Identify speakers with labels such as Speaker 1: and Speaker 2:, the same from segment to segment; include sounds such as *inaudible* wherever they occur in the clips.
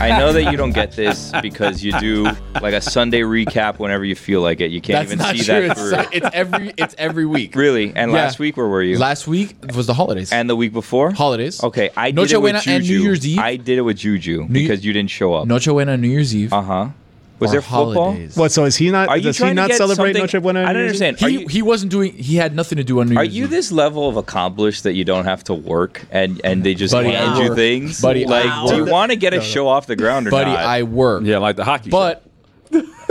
Speaker 1: I know that you don't
Speaker 2: *laughs*
Speaker 1: get this because you do like a Sunday recap whenever you feel like it. You can't
Speaker 2: That's
Speaker 1: even
Speaker 2: not
Speaker 1: see
Speaker 2: true.
Speaker 1: that
Speaker 2: It's,
Speaker 1: through.
Speaker 2: it's every it's
Speaker 1: *laughs*
Speaker 2: every week.
Speaker 1: Really? And
Speaker 2: Yeah.
Speaker 1: last week, where were you?
Speaker 2: Last week was the holidays.
Speaker 1: and the week before?
Speaker 2: Holidays.
Speaker 1: Okay, I did
Speaker 2: Noche
Speaker 1: it with
Speaker 2: Buena
Speaker 1: Juju.
Speaker 2: and New Year's Eve.
Speaker 1: I did it with Juju because you didn't show up.
Speaker 2: Noche Buena, New Year's Eve.
Speaker 1: Uh huh. Was
Speaker 2: or
Speaker 1: there football?
Speaker 2: holidays.
Speaker 3: What? So is he not?
Speaker 1: Are you
Speaker 3: does
Speaker 1: trying
Speaker 3: he
Speaker 1: to
Speaker 3: not
Speaker 1: get
Speaker 3: celebrate
Speaker 1: something?
Speaker 3: Noche Buena?
Speaker 1: I
Speaker 3: and
Speaker 1: don't
Speaker 3: New Year's Eve?
Speaker 1: understand.
Speaker 2: He
Speaker 1: Are you,
Speaker 2: he wasn't doing. He had nothing to do on New
Speaker 1: are
Speaker 2: Year's.
Speaker 1: you
Speaker 2: Eve.
Speaker 1: this level of accomplished that you don't have to work and and they just
Speaker 2: Buddy, I
Speaker 1: hand you
Speaker 2: work.
Speaker 1: things?
Speaker 2: Buddy, I
Speaker 1: like, do you
Speaker 2: work.
Speaker 1: want to get a show off the ground or
Speaker 2: buddy?
Speaker 1: not?
Speaker 2: I work.
Speaker 4: Yeah, like the hockey.
Speaker 2: But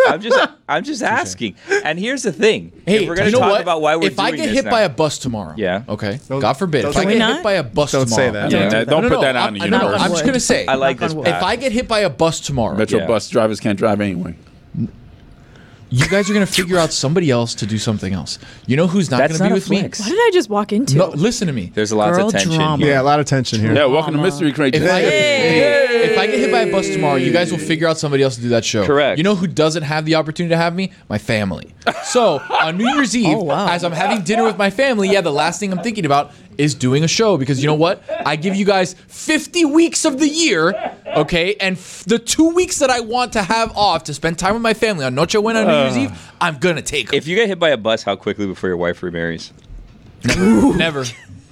Speaker 1: I'm just I'm just asking. And here's the thing:
Speaker 2: hey,
Speaker 1: if we're gonna
Speaker 2: you know
Speaker 1: talk
Speaker 2: what?
Speaker 1: about why we're
Speaker 2: if I
Speaker 1: doing
Speaker 2: get
Speaker 1: this
Speaker 2: hit
Speaker 1: now-
Speaker 2: by a bus tomorrow,
Speaker 1: Yeah.
Speaker 2: okay,
Speaker 3: Don't-
Speaker 2: God forbid,
Speaker 3: don't
Speaker 2: if I
Speaker 3: say
Speaker 2: get
Speaker 5: that.
Speaker 2: hit by a bus
Speaker 3: Don't say
Speaker 2: tomorrow,
Speaker 3: that.
Speaker 4: Yeah,
Speaker 2: No,
Speaker 4: don't put
Speaker 2: no, no,
Speaker 4: that out
Speaker 2: I'm-
Speaker 4: in the
Speaker 2: no,
Speaker 4: universe.
Speaker 2: I'm just gonna say,
Speaker 1: I like this.
Speaker 2: if I get hit by a bus tomorrow,
Speaker 4: Metro
Speaker 1: Yeah.
Speaker 4: bus drivers can't drive anyway.
Speaker 2: you guys are gonna figure out somebody else to do something else. You know who's not
Speaker 1: That's
Speaker 2: gonna be
Speaker 1: not a
Speaker 2: with
Speaker 1: flex.
Speaker 5: What did I just walk into?
Speaker 2: me? No, listen to me.
Speaker 1: There's lots
Speaker 5: Girl
Speaker 1: of tension.
Speaker 5: drama.
Speaker 1: Here.
Speaker 3: Yeah, a lot of tension here.
Speaker 4: Yeah, welcome to
Speaker 5: Mama.
Speaker 4: Mystery Crate.
Speaker 2: If I, if I get hit by a bus tomorrow, you guys will figure out somebody else to do that show.
Speaker 1: Correct.
Speaker 2: You know who doesn't have the opportunity to have me? My family. So on New
Speaker 5: *laughs*
Speaker 2: Year's Eve,
Speaker 5: Oh, wow.
Speaker 2: as I'm having dinner with my family, yeah, the last thing I'm thinking about is doing a show because you know what? I give you guys 50 weeks of the year, okay? And f- the two weeks that I want to have off to spend time with my family on Noche Buena on New Year's Eve, I'm gonna take 'em.
Speaker 1: If you get hit by a bus, how quickly before your wife remarries?
Speaker 2: Never.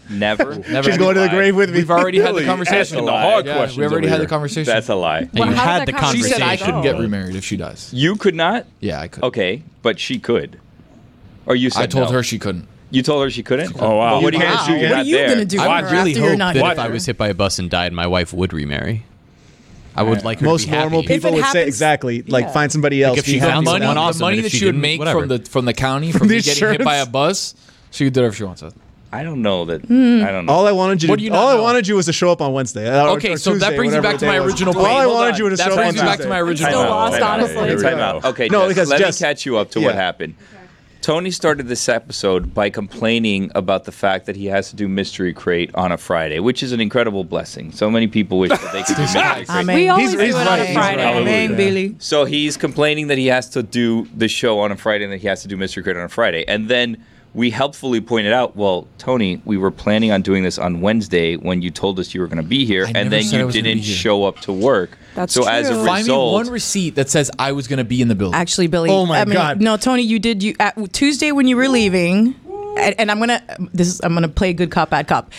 Speaker 1: Never. Never.
Speaker 3: She's going to the grave with me.
Speaker 2: We've already had the
Speaker 4: That's
Speaker 2: conversation.
Speaker 4: the hard
Speaker 2: Yeah,
Speaker 4: question.
Speaker 2: we already had the conversation.
Speaker 1: That's a lie.
Speaker 5: Well,
Speaker 6: You
Speaker 5: how did
Speaker 6: had
Speaker 5: that
Speaker 6: the
Speaker 2: she
Speaker 5: conversation
Speaker 2: said I
Speaker 5: go?
Speaker 2: couldn't get remarried if she dies.
Speaker 1: You could not.
Speaker 2: Yeah, I could.
Speaker 1: Okay, but she could. Or you said
Speaker 2: I told
Speaker 1: no.
Speaker 2: her she couldn't.
Speaker 1: You told her she couldn't.
Speaker 4: Oh, wow.
Speaker 1: But what do you
Speaker 3: Wow.
Speaker 1: gonna do?
Speaker 3: What
Speaker 1: You're
Speaker 3: are
Speaker 1: not
Speaker 5: What are you
Speaker 1: there.
Speaker 5: going to do
Speaker 4: I
Speaker 5: for her
Speaker 4: really
Speaker 5: after you're
Speaker 4: hope
Speaker 5: not
Speaker 2: that
Speaker 6: that
Speaker 5: there?
Speaker 6: if I was hit by a bus and died, my wife would remarry. I would like her
Speaker 3: Most
Speaker 6: to be happy.
Speaker 3: normal people
Speaker 5: it
Speaker 3: would say
Speaker 5: happens-
Speaker 3: exactly like
Speaker 5: Yeah.
Speaker 3: find somebody else.
Speaker 6: if she
Speaker 3: be happy
Speaker 6: found
Speaker 3: with
Speaker 6: someone
Speaker 2: money,
Speaker 3: that.
Speaker 6: one
Speaker 2: the
Speaker 6: awesome,
Speaker 2: money
Speaker 6: and
Speaker 2: that
Speaker 6: if
Speaker 2: she,
Speaker 6: she
Speaker 2: would
Speaker 6: didn't,
Speaker 2: make
Speaker 6: whatever.
Speaker 2: from the from *laughs* the county from me getting hit
Speaker 3: insurance.
Speaker 2: by a bus, she could do whatever she wants.
Speaker 1: I don't know that.
Speaker 5: Hmm.
Speaker 1: I don't know.
Speaker 3: All I wanted you,
Speaker 2: What
Speaker 3: to,
Speaker 2: do you not
Speaker 3: all I
Speaker 2: know?
Speaker 3: wanted you was to show up on Wednesday. or-
Speaker 2: Okay,
Speaker 3: or
Speaker 2: so that
Speaker 3: Tuesday,
Speaker 2: brings me
Speaker 3: whatever
Speaker 2: back to
Speaker 3: day
Speaker 2: my
Speaker 3: it was.
Speaker 2: original
Speaker 3: All
Speaker 2: point.
Speaker 3: I
Speaker 2: Hold
Speaker 3: wanted you was to
Speaker 2: That
Speaker 3: show up on
Speaker 2: brings me
Speaker 3: Tuesday.
Speaker 2: back to my original.
Speaker 5: still
Speaker 1: Time out,
Speaker 5: lost,
Speaker 1: time out,
Speaker 5: honestly.
Speaker 1: time
Speaker 3: Here we
Speaker 1: out.
Speaker 3: go.
Speaker 1: Okay,
Speaker 3: No,
Speaker 1: Jess,
Speaker 3: because
Speaker 1: let
Speaker 3: Jess-
Speaker 1: me catch you up to what
Speaker 3: Yeah.
Speaker 1: happened. Tony started this episode by complaining about the fact that he has to do Mystery Crate on a Friday, which is an incredible blessing. So many people wish that they could do Mystery Crate.
Speaker 5: We always
Speaker 3: He's-
Speaker 5: do
Speaker 3: he's
Speaker 5: it on
Speaker 3: right,
Speaker 5: a
Speaker 3: he's
Speaker 5: Friday.
Speaker 3: right.
Speaker 5: Amen, Billy.
Speaker 1: So he's complaining that he has to do the show on a Friday and that he has to do Mystery Crate on a Friday. And then we helpfully pointed out, well, Tony, we were planning on doing this on Wednesday when you told us you were going to be here,
Speaker 2: I
Speaker 1: and
Speaker 2: never
Speaker 1: then
Speaker 2: said I
Speaker 1: you
Speaker 2: was gonna
Speaker 1: didn't
Speaker 2: be here.
Speaker 1: show up to work.
Speaker 5: That's
Speaker 1: so as a
Speaker 5: true.
Speaker 2: Find me
Speaker 1: result,
Speaker 2: one receipt that says I was going to be in the building.
Speaker 5: Actually, Billy.
Speaker 3: Oh my
Speaker 5: I mean,
Speaker 3: God.
Speaker 5: No, Tony, you did. You at, Tuesday when you were leaving, and, and I'm gonna. This is. I'm gonna play good cop
Speaker 2: *laughs*
Speaker 5: bad cop.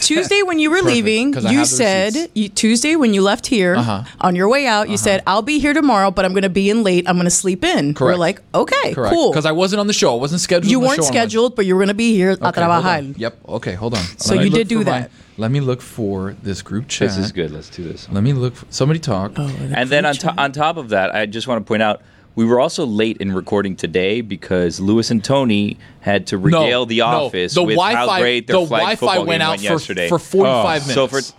Speaker 5: Tuesday when you were leaving,
Speaker 2: 'cause I
Speaker 5: you
Speaker 2: have the
Speaker 5: said
Speaker 2: receipts. Uh-huh.
Speaker 5: you, Tuesday when you left here on your way out, you said I'll be here tomorrow, but I'm gonna be in late. I'm gonna sleep in. We're
Speaker 2: Correct.
Speaker 5: like, okay,
Speaker 2: Correct.
Speaker 5: cool.
Speaker 2: Because I wasn't on the show. I wasn't scheduled.
Speaker 5: you
Speaker 2: on the
Speaker 5: weren't
Speaker 2: show on Wednesday.
Speaker 5: scheduled, but you were gonna be here a
Speaker 2: Okay, hold
Speaker 5: trabajar.
Speaker 2: on. Yep. Okay. Hold on.
Speaker 5: So
Speaker 2: Let me
Speaker 5: you
Speaker 2: look
Speaker 5: did do
Speaker 2: for my-
Speaker 5: that.
Speaker 2: let me look for this group chat.
Speaker 1: this is good. Let's do this.
Speaker 2: Let me look. For, somebody talk.
Speaker 1: And then on, to- on top of that, I just want to point out we were also late in recording today because Lewis and Tony had to
Speaker 2: no,
Speaker 1: regale the
Speaker 2: no,
Speaker 1: office
Speaker 2: The
Speaker 1: with
Speaker 2: Wi-Fi.
Speaker 1: how great their
Speaker 2: the
Speaker 1: flag
Speaker 2: Wi-Fi
Speaker 1: football
Speaker 2: went
Speaker 1: game
Speaker 2: out
Speaker 1: went
Speaker 2: for,
Speaker 1: yesterday.
Speaker 2: for 45 minutes.
Speaker 1: So for it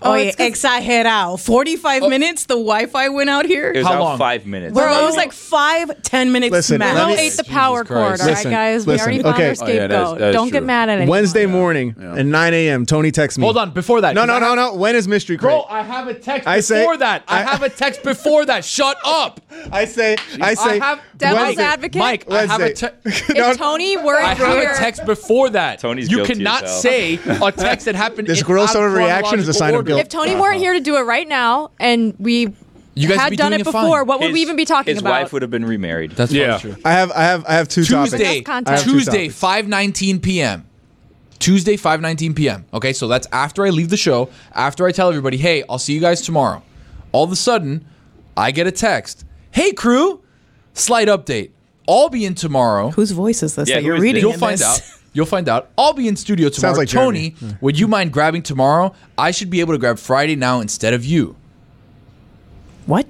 Speaker 5: Oh, yeah, exagerado. 45
Speaker 2: Oh.
Speaker 5: minutes, the Wi Fi went out here.
Speaker 1: was
Speaker 2: How
Speaker 1: out
Speaker 2: long?
Speaker 1: five minutes.
Speaker 5: Bro, it was like five, ten minutes
Speaker 3: Listen,
Speaker 5: max.
Speaker 3: let
Speaker 7: Will
Speaker 3: me-
Speaker 7: ate the power
Speaker 2: Jesus Christ.
Speaker 7: cord. All right,
Speaker 3: Listen,
Speaker 7: guys,
Speaker 3: listen,
Speaker 7: we already found
Speaker 3: okay.
Speaker 7: our
Speaker 3: Oh,
Speaker 4: yeah,
Speaker 7: scapegoat.
Speaker 4: that is- that is
Speaker 7: Don't
Speaker 4: true.
Speaker 7: get mad at it.
Speaker 3: Wednesday morning at 9 a.m. Tony texts me.
Speaker 2: Hold on. Before that.
Speaker 3: No,
Speaker 2: 'cause
Speaker 3: no,
Speaker 2: I
Speaker 3: no,
Speaker 2: have-
Speaker 3: no. When is mystery crate?
Speaker 2: Bro, I have a text
Speaker 3: I say-
Speaker 2: before that. I,
Speaker 3: I-
Speaker 2: have a
Speaker 3: *laughs*
Speaker 2: text before that. Shut up.
Speaker 3: I say, I say,
Speaker 2: I have
Speaker 7: Devil's
Speaker 3: Wednesday-
Speaker 7: advocate?
Speaker 2: Mike, I have a
Speaker 3: Wednesday. *laughs*
Speaker 2: text.
Speaker 7: If Tony were
Speaker 2: I
Speaker 7: here,
Speaker 2: have a text before that.
Speaker 1: Tony's
Speaker 2: you
Speaker 1: guilty
Speaker 2: cannot
Speaker 1: as hell.
Speaker 2: say a text that happened.
Speaker 3: This
Speaker 2: in
Speaker 3: gross
Speaker 2: out
Speaker 3: overreaction is a sign of
Speaker 2: chronological
Speaker 3: guilt.
Speaker 7: if Tony weren't here to do it right now, and we
Speaker 2: You guys
Speaker 7: had
Speaker 2: be
Speaker 7: done
Speaker 2: doing
Speaker 7: it
Speaker 2: it fine.
Speaker 7: before, what would we
Speaker 1: His-
Speaker 7: even be talking
Speaker 1: his
Speaker 7: about?
Speaker 1: wife would have been remarried.
Speaker 2: That's
Speaker 4: Yeah.
Speaker 2: probably true.
Speaker 3: I have, I have, I have two
Speaker 2: Tuesday,
Speaker 3: topics.
Speaker 7: content.
Speaker 3: I have two
Speaker 2: Tuesday,
Speaker 3: topics.
Speaker 2: five nineteen p.m. Tuesday, five nineteen p.m. Okay, so that's after I leave the show. After I tell everybody, "Hey, I'll see you guys tomorrow." All of a sudden, I get a text. "Hey, crew, slight update. I'll be in tomorrow."
Speaker 5: Whose voice is this
Speaker 1: Yeah,
Speaker 5: that
Speaker 1: who
Speaker 5: you're
Speaker 1: is
Speaker 5: reading?
Speaker 1: this?
Speaker 2: You'll
Speaker 5: in
Speaker 2: find
Speaker 5: this?
Speaker 2: out. You'll find out. I'll be in studio tomorrow.
Speaker 3: like
Speaker 2: Tony,
Speaker 3: Jeremy. Hmm.
Speaker 2: would you mind grabbing tomorrow? I should be able to grab Friday now instead of you.
Speaker 5: What?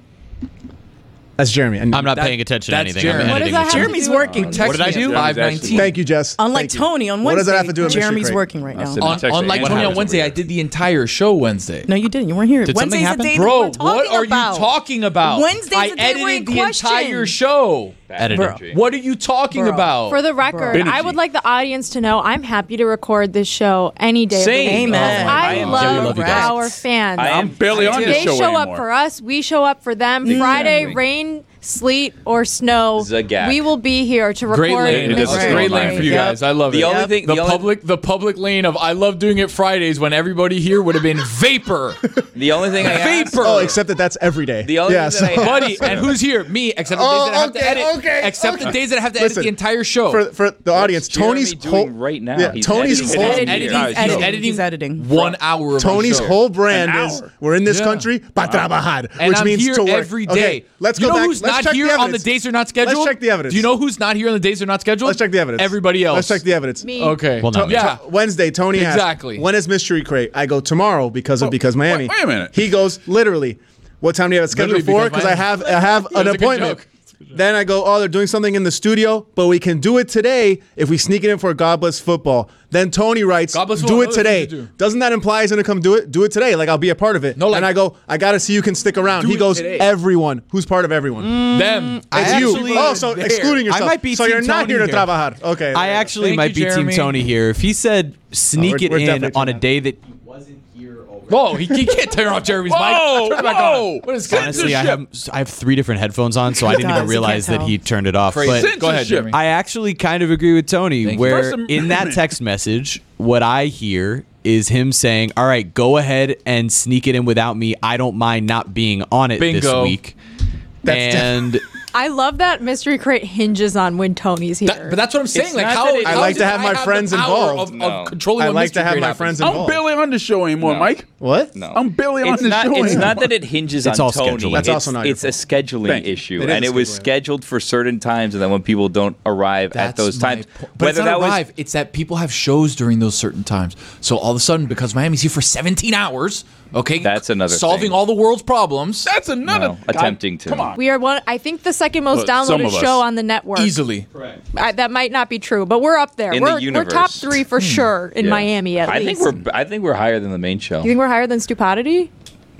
Speaker 3: That's Jeremy. And
Speaker 6: I'm not
Speaker 2: That-
Speaker 6: paying attention to
Speaker 2: that's
Speaker 6: anything.
Speaker 2: Jeremy.
Speaker 6: I'm
Speaker 2: What
Speaker 7: does
Speaker 6: editing
Speaker 7: that
Speaker 6: this.
Speaker 7: have to
Speaker 5: Jeremy's
Speaker 7: do with-
Speaker 5: working.
Speaker 7: What
Speaker 2: Oh, Text
Speaker 1: did I
Speaker 2: me
Speaker 1: do?
Speaker 2: at
Speaker 1: That was actually-
Speaker 2: 5:19.
Speaker 3: Thank you, Jess.
Speaker 5: Unlike
Speaker 3: Thank you.
Speaker 5: Tony on
Speaker 3: What
Speaker 5: Wednesday,
Speaker 3: does that have to do with Mr.
Speaker 5: Jeremy's
Speaker 3: Craig?
Speaker 5: working right now.
Speaker 1: said-
Speaker 2: On,
Speaker 1: Text me.
Speaker 2: unlike
Speaker 1: What
Speaker 2: Tony on
Speaker 1: happened?
Speaker 2: Wednesday, I did the entire show Wednesday.
Speaker 5: No, you didn't. You weren't here.
Speaker 6: Did something
Speaker 5: Wednesday's
Speaker 6: happen?
Speaker 5: the day that
Speaker 2: Bro,
Speaker 5: we're talking
Speaker 2: what are
Speaker 5: about.
Speaker 2: you talking about?
Speaker 5: Wednesday's
Speaker 2: I
Speaker 5: the day
Speaker 2: edited
Speaker 5: we're in
Speaker 2: the
Speaker 5: question.
Speaker 2: entire show.
Speaker 6: Editing.
Speaker 2: What are you talking
Speaker 5: Bro.
Speaker 2: about?
Speaker 7: For the record,
Speaker 1: Energy.
Speaker 7: I would like the audience to know I'm happy to record this show any day. Of the
Speaker 1: Same.
Speaker 7: week.
Speaker 5: Amen.
Speaker 1: Oh my
Speaker 7: I
Speaker 1: God.
Speaker 7: love,
Speaker 6: Yeah, we love you guys.
Speaker 7: our fans.
Speaker 1: I am barely on
Speaker 7: they show, up for us. We show up for them. Friday, rain, sleet, or snow.
Speaker 1: Zagak.
Speaker 7: We will be here to record.
Speaker 2: Great lane.
Speaker 1: It
Speaker 2: This
Speaker 1: is
Speaker 2: is
Speaker 1: a
Speaker 2: a great
Speaker 1: strong
Speaker 2: lane
Speaker 1: line.
Speaker 2: for you
Speaker 1: Yep.
Speaker 2: guys. I love
Speaker 1: The
Speaker 2: it.
Speaker 1: only thing-
Speaker 2: the,
Speaker 1: the only-
Speaker 2: public, the public lane of I love doing it Fridays when everybody here would have been *laughs* vapor,
Speaker 1: The only thing I asked,
Speaker 2: vapor.
Speaker 3: Oh, except that that's every day.
Speaker 1: the only
Speaker 3: yeah,
Speaker 1: thing that I
Speaker 3: *laughs* so-
Speaker 1: asked-
Speaker 2: buddy, and who's here? Me, except the days
Speaker 3: Oh,
Speaker 2: that I have
Speaker 3: okay,
Speaker 2: to edit.
Speaker 3: okay,
Speaker 2: except the days that I have to edit
Speaker 3: Listen,
Speaker 2: the entire show.
Speaker 3: for for the audience,
Speaker 1: Jeremy
Speaker 3: Tony's
Speaker 1: doing
Speaker 3: whole
Speaker 1: right now?
Speaker 3: Yeah,
Speaker 1: He's editing.
Speaker 3: Tony's
Speaker 2: He's
Speaker 1: He's
Speaker 3: whole
Speaker 1: editing.
Speaker 2: editing,
Speaker 1: He's
Speaker 2: he's
Speaker 1: editing.
Speaker 2: editing
Speaker 5: He's editing.
Speaker 2: one hour. of my
Speaker 3: Tony's
Speaker 2: show.
Speaker 3: whole brand is we're in this
Speaker 2: Yeah.
Speaker 3: country, Batra Bahad,
Speaker 2: And
Speaker 3: which
Speaker 2: I'm
Speaker 3: means
Speaker 2: here
Speaker 3: to work
Speaker 2: every day.
Speaker 3: Okay, let's
Speaker 2: you
Speaker 3: go
Speaker 2: know
Speaker 3: back.
Speaker 2: who's
Speaker 3: let's
Speaker 2: not
Speaker 3: check
Speaker 2: here
Speaker 3: the
Speaker 2: on the
Speaker 3: evidence.
Speaker 2: days they're not scheduled?
Speaker 3: check the evidence.
Speaker 2: Do you know who's not here on the days they're not scheduled?
Speaker 3: Let's check the evidence.
Speaker 2: Everybody else.
Speaker 3: Let's check the evidence.
Speaker 7: Me.
Speaker 2: Okay.
Speaker 6: Well, not me.
Speaker 2: yeah.
Speaker 3: Wednesday, Tony asked,
Speaker 2: Exactly. Oh,
Speaker 3: when is Mystery Crate? I go tomorrow because of because Miami.
Speaker 4: wait- wait a minute.
Speaker 3: He goes literally. What time do you have it scheduled
Speaker 2: Literally
Speaker 3: for?
Speaker 2: because
Speaker 3: Because I
Speaker 2: Miami.
Speaker 3: have I have an
Speaker 2: *laughs* That's a good
Speaker 3: appointment.
Speaker 2: joke.
Speaker 3: Then I go, oh, they're doing something in the studio, but we can do it today if we sneak it in for God bless football. Then Tony writes,
Speaker 2: God Bless
Speaker 3: do
Speaker 2: Football,
Speaker 3: it
Speaker 2: another
Speaker 3: today.
Speaker 2: thing to do.
Speaker 3: Doesn't that imply he's gonna come do it? Do it today, like I'll be a part of it.
Speaker 2: No, like-
Speaker 3: and I go, I gotta see you can stick around.
Speaker 2: Do
Speaker 3: He
Speaker 2: it
Speaker 3: goes,
Speaker 2: today.
Speaker 3: everyone. Who's part of everyone?
Speaker 2: Them.
Speaker 3: It's
Speaker 6: I
Speaker 3: you.
Speaker 6: actually-
Speaker 3: oh, so
Speaker 2: there.
Speaker 3: excluding
Speaker 6: I
Speaker 3: yourself.
Speaker 6: might be
Speaker 3: so
Speaker 6: Team
Speaker 3: you're not
Speaker 6: Tony
Speaker 3: here to
Speaker 6: here.
Speaker 3: trabajar. Okay.
Speaker 6: I actually
Speaker 2: Thank
Speaker 6: might
Speaker 2: you,
Speaker 6: be
Speaker 2: Jeremy.
Speaker 6: Team Tony here. If he said sneak
Speaker 3: we're-
Speaker 6: it
Speaker 3: we're
Speaker 6: in
Speaker 3: definitely
Speaker 6: on a
Speaker 3: Team
Speaker 6: day that wasn't here already.
Speaker 2: Whoa, he, he can't turn off Jeremy's
Speaker 4: Whoa,
Speaker 2: mic. Turn it back on.
Speaker 4: whoa.
Speaker 2: What is going on?
Speaker 6: Honestly, I have I have three different headphones on, so I didn't
Speaker 5: Guys,
Speaker 6: even
Speaker 5: you
Speaker 6: realize
Speaker 5: can't
Speaker 6: that he turned it off.
Speaker 2: Crazy.
Speaker 6: But
Speaker 2: Go ahead, Jeremy.
Speaker 6: I actually kind of agree with Tony,
Speaker 2: you.
Speaker 6: where
Speaker 4: First Amendment.
Speaker 6: in *clears throat* that text message, what I hear is him saying, "All right, go ahead and sneak it in without me. I don't mind not being on it
Speaker 2: Bingo.
Speaker 6: this week." and
Speaker 7: I love that Mystery Crate hinges on when Tony's here.
Speaker 2: That- but that's what I'm saying. like
Speaker 1: not
Speaker 2: how
Speaker 1: that it-
Speaker 2: how
Speaker 1: I like
Speaker 2: did
Speaker 3: to have my
Speaker 2: the
Speaker 3: friends
Speaker 2: power
Speaker 3: involved.
Speaker 2: Of, of
Speaker 1: No.
Speaker 2: controlling
Speaker 3: I
Speaker 2: when
Speaker 3: like to
Speaker 2: mystery
Speaker 3: have
Speaker 2: crate
Speaker 3: my
Speaker 2: happens.
Speaker 3: friends
Speaker 4: I'm
Speaker 3: involved.
Speaker 4: barely on the show anymore,
Speaker 1: No.
Speaker 4: Mike.
Speaker 3: What?
Speaker 1: No.
Speaker 4: I'm barely on
Speaker 1: it's
Speaker 4: this
Speaker 1: not,
Speaker 4: show
Speaker 1: It's
Speaker 4: anymore.
Speaker 1: not that it hinges
Speaker 6: It's
Speaker 1: on
Speaker 6: all
Speaker 1: Tony.
Speaker 6: scheduling.
Speaker 3: That's
Speaker 1: it's,
Speaker 3: also not your
Speaker 1: It's a
Speaker 3: fault.
Speaker 1: scheduling
Speaker 4: Thank you.
Speaker 1: issue,
Speaker 3: It is
Speaker 1: and
Speaker 3: a
Speaker 1: it was
Speaker 3: scheduling.
Speaker 1: scheduled for certain times, and then when people don't arrive at those
Speaker 2: my
Speaker 1: times,
Speaker 2: po- but it's not arrive. it's that people have shows during those certain times. So all of a sudden, because Miami's here for 17 hours, okay,
Speaker 1: That's another
Speaker 2: solving
Speaker 1: thing.
Speaker 2: all the world's problems
Speaker 4: That's another
Speaker 1: No, attempting to.
Speaker 4: Come on.
Speaker 7: we are one. I think the second most
Speaker 4: Well, some
Speaker 7: downloaded
Speaker 4: of us.
Speaker 7: show on the network.
Speaker 2: easily.
Speaker 7: I, that might not be true, but we're up there.
Speaker 1: In the
Speaker 7: we're,
Speaker 1: universe.
Speaker 7: we're top three
Speaker 2: Hmm.
Speaker 7: for sure in
Speaker 1: Yeah.
Speaker 7: Miami at
Speaker 1: I
Speaker 7: least.
Speaker 1: think we're I think we're higher than the main show.
Speaker 7: You think we're higher than Stupidity?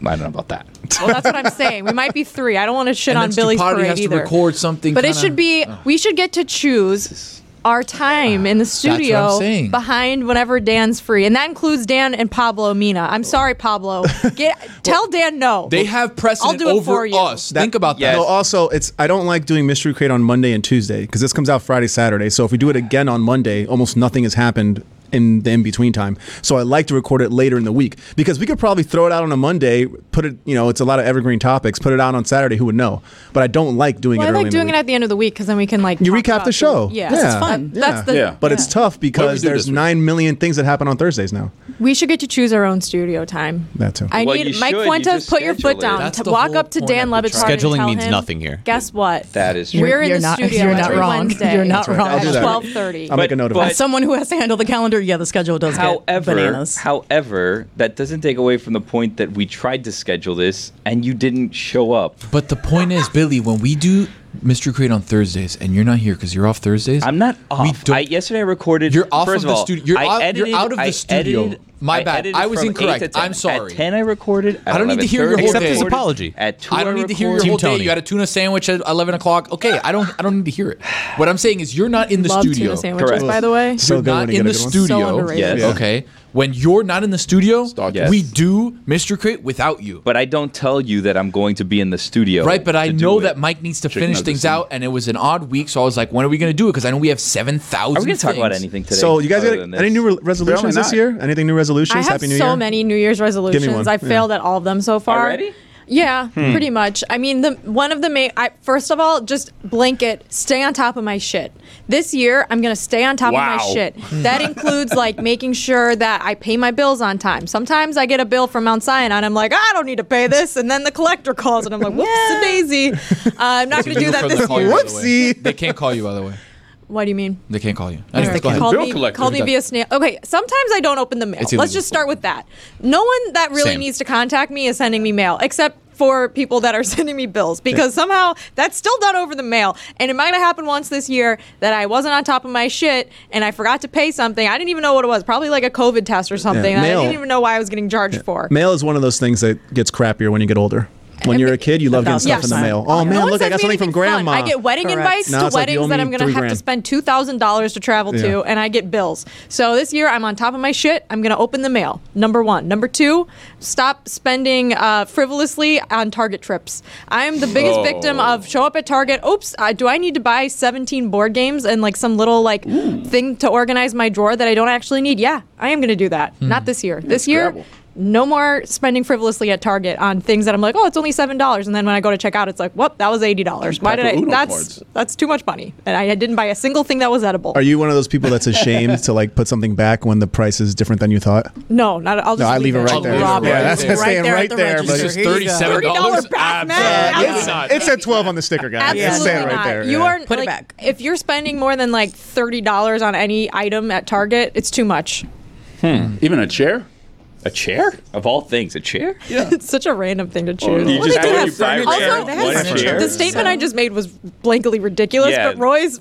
Speaker 1: I don't know about that.
Speaker 7: Well, that's what I'm saying. We might be three. I don't want to shit
Speaker 2: And
Speaker 7: on
Speaker 2: then
Speaker 7: Billy's
Speaker 2: Stupidity
Speaker 7: parade
Speaker 2: has to
Speaker 7: either.
Speaker 2: record something
Speaker 7: but
Speaker 2: kinda- Oh.
Speaker 7: it should be. We should get to choose our time in
Speaker 2: Ah. what
Speaker 7: the
Speaker 2: I'm
Speaker 7: studio
Speaker 2: saying.
Speaker 7: behind whenever Dan's free, and that includes Dan and Pablo Mina. I'm sorry,
Speaker 2: *laughs*
Speaker 7: Pablo. Get tell Dan no.
Speaker 2: They have precedent
Speaker 7: do it
Speaker 2: over
Speaker 7: for you.
Speaker 2: us. Think about
Speaker 1: Yes.
Speaker 3: No,
Speaker 2: that. uh,
Speaker 3: also, it's I don't like doing Mystery Crate on Monday and Tuesday because this comes out Friday, Saturday. So if we do it again on Monday, almost nothing has happened in the in between time. So I like to record it later in the week because we could probably throw it out on a Monday, put it, you know, it's a lot of evergreen topics, put it out on Saturday. Who would know? But I don't like doing
Speaker 7: Well,
Speaker 3: it
Speaker 7: I
Speaker 3: early.
Speaker 7: like
Speaker 3: in the
Speaker 7: doing it
Speaker 3: week.
Speaker 7: at the end of the week because then we can like
Speaker 3: you
Speaker 7: talk
Speaker 3: recap
Speaker 7: about
Speaker 3: the show.
Speaker 7: Yeah,
Speaker 3: yeah.
Speaker 7: fun. That's the.
Speaker 4: Yeah.
Speaker 3: But it's tough because
Speaker 4: do
Speaker 3: there's
Speaker 4: this week?
Speaker 3: nine million things that happen on Thursdays now.
Speaker 7: We should get to choose our own studio time.
Speaker 3: That too.
Speaker 7: I
Speaker 1: Well,
Speaker 7: need
Speaker 1: you
Speaker 7: Mike
Speaker 1: should. You
Speaker 7: Fuentes.
Speaker 1: just
Speaker 7: put your
Speaker 1: schedule
Speaker 7: foot
Speaker 1: it.
Speaker 7: down.
Speaker 2: That's
Speaker 7: To
Speaker 2: the
Speaker 7: walk
Speaker 2: whole
Speaker 7: up to
Speaker 2: point of
Speaker 7: Dan
Speaker 2: the
Speaker 7: Levitar.
Speaker 2: trial.
Speaker 7: and
Speaker 6: Scheduling
Speaker 7: tell
Speaker 6: means
Speaker 7: him,
Speaker 6: nothing here.
Speaker 7: Guess what?
Speaker 1: That is
Speaker 5: You're-
Speaker 1: true.
Speaker 7: We're in
Speaker 5: you're
Speaker 7: the
Speaker 5: not-
Speaker 7: studio
Speaker 5: you're not
Speaker 7: every
Speaker 5: wrong.
Speaker 7: Wednesday.
Speaker 5: You're not That's right. wrong.
Speaker 3: I'll do
Speaker 7: At
Speaker 3: that.
Speaker 7: twelve thirty.
Speaker 3: I'll make a note of
Speaker 1: but-
Speaker 3: it.
Speaker 5: As someone who has to handle the calendar, yeah, the schedule does get
Speaker 1: However,
Speaker 5: bananas.
Speaker 1: however, that doesn't take away from the point that we tried to schedule this and you didn't show up.
Speaker 2: But the point is, Billy, when we do Mystery Crate on Thursdays and you're not here because you're off Thursdays,
Speaker 1: I'm not off.
Speaker 2: We don't-
Speaker 1: I, yesterday I recorded.
Speaker 2: You're off
Speaker 1: first
Speaker 2: of the
Speaker 1: all,
Speaker 2: studio- you're
Speaker 1: I
Speaker 2: out- you're
Speaker 1: edited-
Speaker 2: out of the
Speaker 1: I
Speaker 2: studio.
Speaker 1: edited-
Speaker 2: My bad.
Speaker 1: edited
Speaker 2: I was
Speaker 1: from 8 to
Speaker 2: incorrect.
Speaker 1: 10.
Speaker 2: I'm sorry.
Speaker 1: At ten I recorded. At
Speaker 2: I don't need to hear your
Speaker 1: 11:30
Speaker 2: whole
Speaker 1: I
Speaker 2: day.
Speaker 1: recorded.
Speaker 6: Apology.
Speaker 1: At two
Speaker 2: I don't need to hear your
Speaker 1: recorded.
Speaker 2: whole
Speaker 6: Team
Speaker 2: day.
Speaker 6: Tony.
Speaker 2: You had a tuna sandwich at 11 o'clock. Okay, I don't. I don't need to hear it. What I'm saying is, you're not in the
Speaker 7: Love
Speaker 2: studio.
Speaker 7: tuna sandwiches,
Speaker 1: Correct.
Speaker 7: by the way.
Speaker 3: So
Speaker 2: you're
Speaker 3: good when
Speaker 2: not
Speaker 3: you
Speaker 2: in the
Speaker 3: get a good one.
Speaker 2: studio.
Speaker 7: So underrated.
Speaker 1: Yes.
Speaker 2: Okay. When you're not in the studio,
Speaker 1: Yes.
Speaker 2: we do Mr. Crate without you.
Speaker 1: But I don't tell you that I'm going to be in the studio.
Speaker 2: Right, but I
Speaker 1: to do
Speaker 2: know
Speaker 1: it.
Speaker 2: that Mike needs to finish
Speaker 4: nuggets
Speaker 2: things
Speaker 4: and-
Speaker 2: out, and it was an odd week, so I was like, "When are we going to do it?" Because I know we have seven thousand.
Speaker 1: Are we going to talk about anything today? uh,
Speaker 3: So you guys
Speaker 1: other
Speaker 3: got
Speaker 1: than
Speaker 3: any
Speaker 1: this?
Speaker 3: new re- resolutions this
Speaker 4: not.
Speaker 3: year? Anything new resolutions?
Speaker 7: I have
Speaker 3: Happy New
Speaker 7: so
Speaker 3: Year.
Speaker 7: many New Year's resolutions.
Speaker 3: one.
Speaker 7: I failed at all of them so far.
Speaker 1: Already?
Speaker 7: Yeah, pretty much. I mean, the one of the main. I, first of all, just blanket stay on top of my shit. This year, I'm gonna stay on top of
Speaker 4: Wow.
Speaker 7: my shit. That includes like making sure that I pay my bills on time. Sometimes I get a bill from Mount Sinai, and I'm like, I don't need to pay this, and then the collector calls, and I'm like, whoops, a daisy. Uh, I'm not gonna do that this year.
Speaker 3: Whoopsie.
Speaker 2: They can't call you, by the way.
Speaker 7: What do you mean?
Speaker 2: They can't call you. Anyway,
Speaker 7: Eric
Speaker 2: go ahead.
Speaker 7: called
Speaker 4: Bill
Speaker 7: me,
Speaker 4: collector.
Speaker 7: called me via snail. Okay, sometimes I don't open the mail.
Speaker 2: It's illegal.
Speaker 7: Let's just start with that. No one that really
Speaker 2: Same.
Speaker 7: needs to contact me is sending me mail, except for people that are *laughs* sending me bills because somehow that's still done over the mail. And it might have happened once this year that I wasn't on top of my shit and I forgot to pay something. I didn't even know what it was. Probably like a COVID test or something. that I
Speaker 3: mail-
Speaker 7: didn't even know why I was getting charged for.
Speaker 3: Mail is one of those things that gets crappier when you get older. When you're a kid, you love getting stuff in the
Speaker 5: Yes.
Speaker 3: mail. Oh
Speaker 7: No
Speaker 3: man,
Speaker 7: one
Speaker 3: look, I got
Speaker 7: sends me
Speaker 3: something from
Speaker 7: anything fun.
Speaker 3: grandma.
Speaker 7: I get wedding
Speaker 5: Correct.
Speaker 7: invites
Speaker 3: Now
Speaker 7: to
Speaker 3: it's like, you
Speaker 7: weddings
Speaker 3: owe
Speaker 7: that
Speaker 3: me
Speaker 7: I'm going to
Speaker 3: three
Speaker 7: have to
Speaker 3: grand.
Speaker 7: spend two thousand dollars to travel to,
Speaker 3: Yeah.
Speaker 7: and I get bills. So this year I'm on top of my shit. I'm going to open the mail. Number one. Number two. Stop spending uh, frivolously on Target trips. I'm the biggest
Speaker 1: Oh.
Speaker 7: victim of show up at Target. Oops, uh, do I need to buy 17 board games and like some little like thing to organize my drawer that I don't actually need? Yeah, I am going to do that.
Speaker 4: Hmm.
Speaker 7: Not this year. This year.
Speaker 1: Scrabble.
Speaker 7: No more spending frivolously at Target on things that I'm like, oh, it's only seven dollars, and then when I go to check out, it's like, whoop, that was eighty dollars. Why
Speaker 4: Pack
Speaker 7: did
Speaker 4: of
Speaker 7: I?
Speaker 4: Uno
Speaker 7: That's
Speaker 4: cards.
Speaker 7: that's too much money, and I didn't buy a single thing that was edible.
Speaker 3: Are you one of those people that's ashamed to like put something back when the price is different than you thought?
Speaker 7: no, not. I'll just
Speaker 3: No, I leave it right there.
Speaker 2: Rob
Speaker 3: yeah,
Speaker 2: right
Speaker 3: that's
Speaker 2: there.
Speaker 3: staying right, there.
Speaker 2: This is
Speaker 3: buddy.
Speaker 2: thirty-seven
Speaker 7: $30
Speaker 2: dollars.
Speaker 7: uh, back,
Speaker 2: *laughs*
Speaker 7: man.
Speaker 3: it's,
Speaker 7: Absolutely
Speaker 3: it's at 12 on the sticker, guys.
Speaker 7: Absolutely
Speaker 3: It's staying right
Speaker 7: not.
Speaker 3: there.
Speaker 7: You
Speaker 3: yeah.
Speaker 7: are
Speaker 5: Put it
Speaker 7: like,
Speaker 5: back.
Speaker 7: If you're spending more than like thirty dollars on any item at Target, it's too much.
Speaker 4: Even a chair?
Speaker 1: A chair? Of all things, a chair?
Speaker 4: Yeah.
Speaker 7: *laughs* It's such a random thing to choose.
Speaker 4: you
Speaker 7: Well,
Speaker 4: just
Speaker 7: they do
Speaker 4: buy-
Speaker 7: have
Speaker 4: you buy
Speaker 7: furniture. Also,
Speaker 4: random one
Speaker 7: they have
Speaker 1: chair.
Speaker 7: furniture. the statement I just made was blankly ridiculous,
Speaker 1: Yeah.
Speaker 7: but Roy's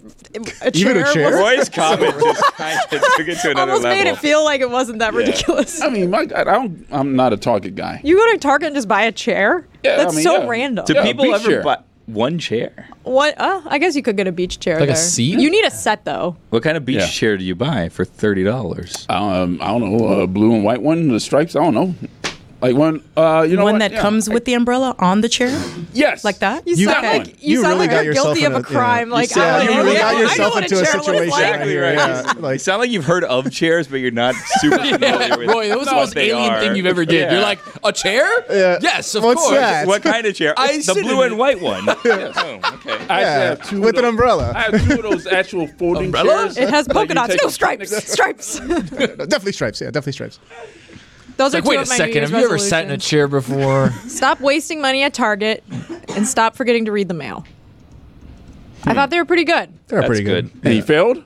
Speaker 7: a chair,
Speaker 3: Even a *laughs* chair?
Speaker 7: was-
Speaker 1: Roy's comment
Speaker 3: *laughs*
Speaker 1: just kind of took it to another
Speaker 7: almost
Speaker 1: level.
Speaker 7: made it feel like it wasn't that ridiculous.
Speaker 4: I mean, my God, I don't, I'm not a Target guy.
Speaker 7: You go to Target and just buy a chair?
Speaker 4: Yeah,
Speaker 7: That's
Speaker 4: I mean,
Speaker 7: so
Speaker 4: yeah.
Speaker 7: random.
Speaker 1: Do
Speaker 4: Yeah, a
Speaker 1: people
Speaker 4: beach
Speaker 1: ever
Speaker 4: chair.
Speaker 1: buy one chair?
Speaker 7: What? Oh, I guess you could get a beach chair.
Speaker 2: Like a
Speaker 7: there.
Speaker 2: seat?
Speaker 7: You need a set though.
Speaker 1: What kind of beach
Speaker 4: Yeah.
Speaker 1: chair do you buy for thirty dollars?
Speaker 4: Um, I don't know, a blue and white one, the stripes. I don't know, like one. Uh, you know,
Speaker 5: One
Speaker 4: what?
Speaker 5: that
Speaker 4: Yeah.
Speaker 5: comes with the umbrella on the chair.
Speaker 4: yes,
Speaker 5: like that?
Speaker 7: You,
Speaker 4: You-
Speaker 7: sound
Speaker 4: That
Speaker 7: like
Speaker 4: one.
Speaker 7: you,
Speaker 3: You
Speaker 7: sound
Speaker 3: really
Speaker 7: like
Speaker 3: got
Speaker 7: you're guilty
Speaker 3: yourself in
Speaker 7: of a
Speaker 3: a- yeah.
Speaker 7: crime.
Speaker 3: You
Speaker 7: Like
Speaker 3: sound-
Speaker 7: I don't
Speaker 3: you
Speaker 7: know.
Speaker 3: really
Speaker 7: Yeah,
Speaker 3: got
Speaker 7: I know
Speaker 3: yourself
Speaker 7: what a
Speaker 3: into a
Speaker 7: chair looks
Speaker 3: situation.
Speaker 7: like.
Speaker 3: Exactly right. Yeah,
Speaker 1: you
Speaker 3: like-
Speaker 1: sound like you've heard of chairs, but you're
Speaker 2: *laughs*
Speaker 1: not super familiar with
Speaker 2: Roy, that was the
Speaker 1: what
Speaker 2: most
Speaker 1: they
Speaker 2: alien
Speaker 1: are.
Speaker 2: thing you've ever did.
Speaker 1: Yeah.
Speaker 2: You're like a chair? Yes, of
Speaker 3: What's
Speaker 2: course.
Speaker 3: that?
Speaker 1: what kind of chair?
Speaker 2: I
Speaker 1: the
Speaker 2: sit
Speaker 1: blue and
Speaker 2: in it.
Speaker 1: white
Speaker 2: *laughs*
Speaker 1: one. Oh, okay.
Speaker 4: I actually
Speaker 3: Yeah,
Speaker 4: have two
Speaker 3: with
Speaker 4: of
Speaker 3: an
Speaker 4: those-
Speaker 3: umbrella.
Speaker 4: I have two of those actual folding
Speaker 2: Umbrella?
Speaker 7: *laughs*
Speaker 4: chairs.
Speaker 7: It has
Speaker 4: Like,
Speaker 7: polka
Speaker 4: you
Speaker 7: dots.
Speaker 4: take
Speaker 7: No
Speaker 4: a-
Speaker 7: stripes. Stripes.
Speaker 3: No, definitely stripes. Yeah, definitely stripes.
Speaker 7: Those are
Speaker 2: Like,
Speaker 7: two
Speaker 2: wait a
Speaker 7: of my New
Speaker 2: second.
Speaker 7: Year's
Speaker 2: Have you ever sat in a
Speaker 7: resolutions.
Speaker 2: chair before?
Speaker 7: Stop wasting money at Target, and stop forgetting to read the mail. I thought they were pretty good.
Speaker 3: They're
Speaker 1: That's
Speaker 3: pretty good.
Speaker 1: good.
Speaker 4: And he failed.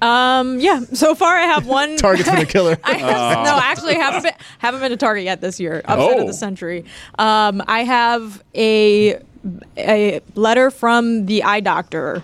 Speaker 7: Um, yeah. So far,
Speaker 3: *laughs*
Speaker 7: I have one.
Speaker 3: Target's been a killer.
Speaker 7: *laughs* I have, no, actually, haven't been haven't been to Target yet this year. Upset of
Speaker 4: Oh.
Speaker 7: the century. Um, I have a a letter from the eye doctor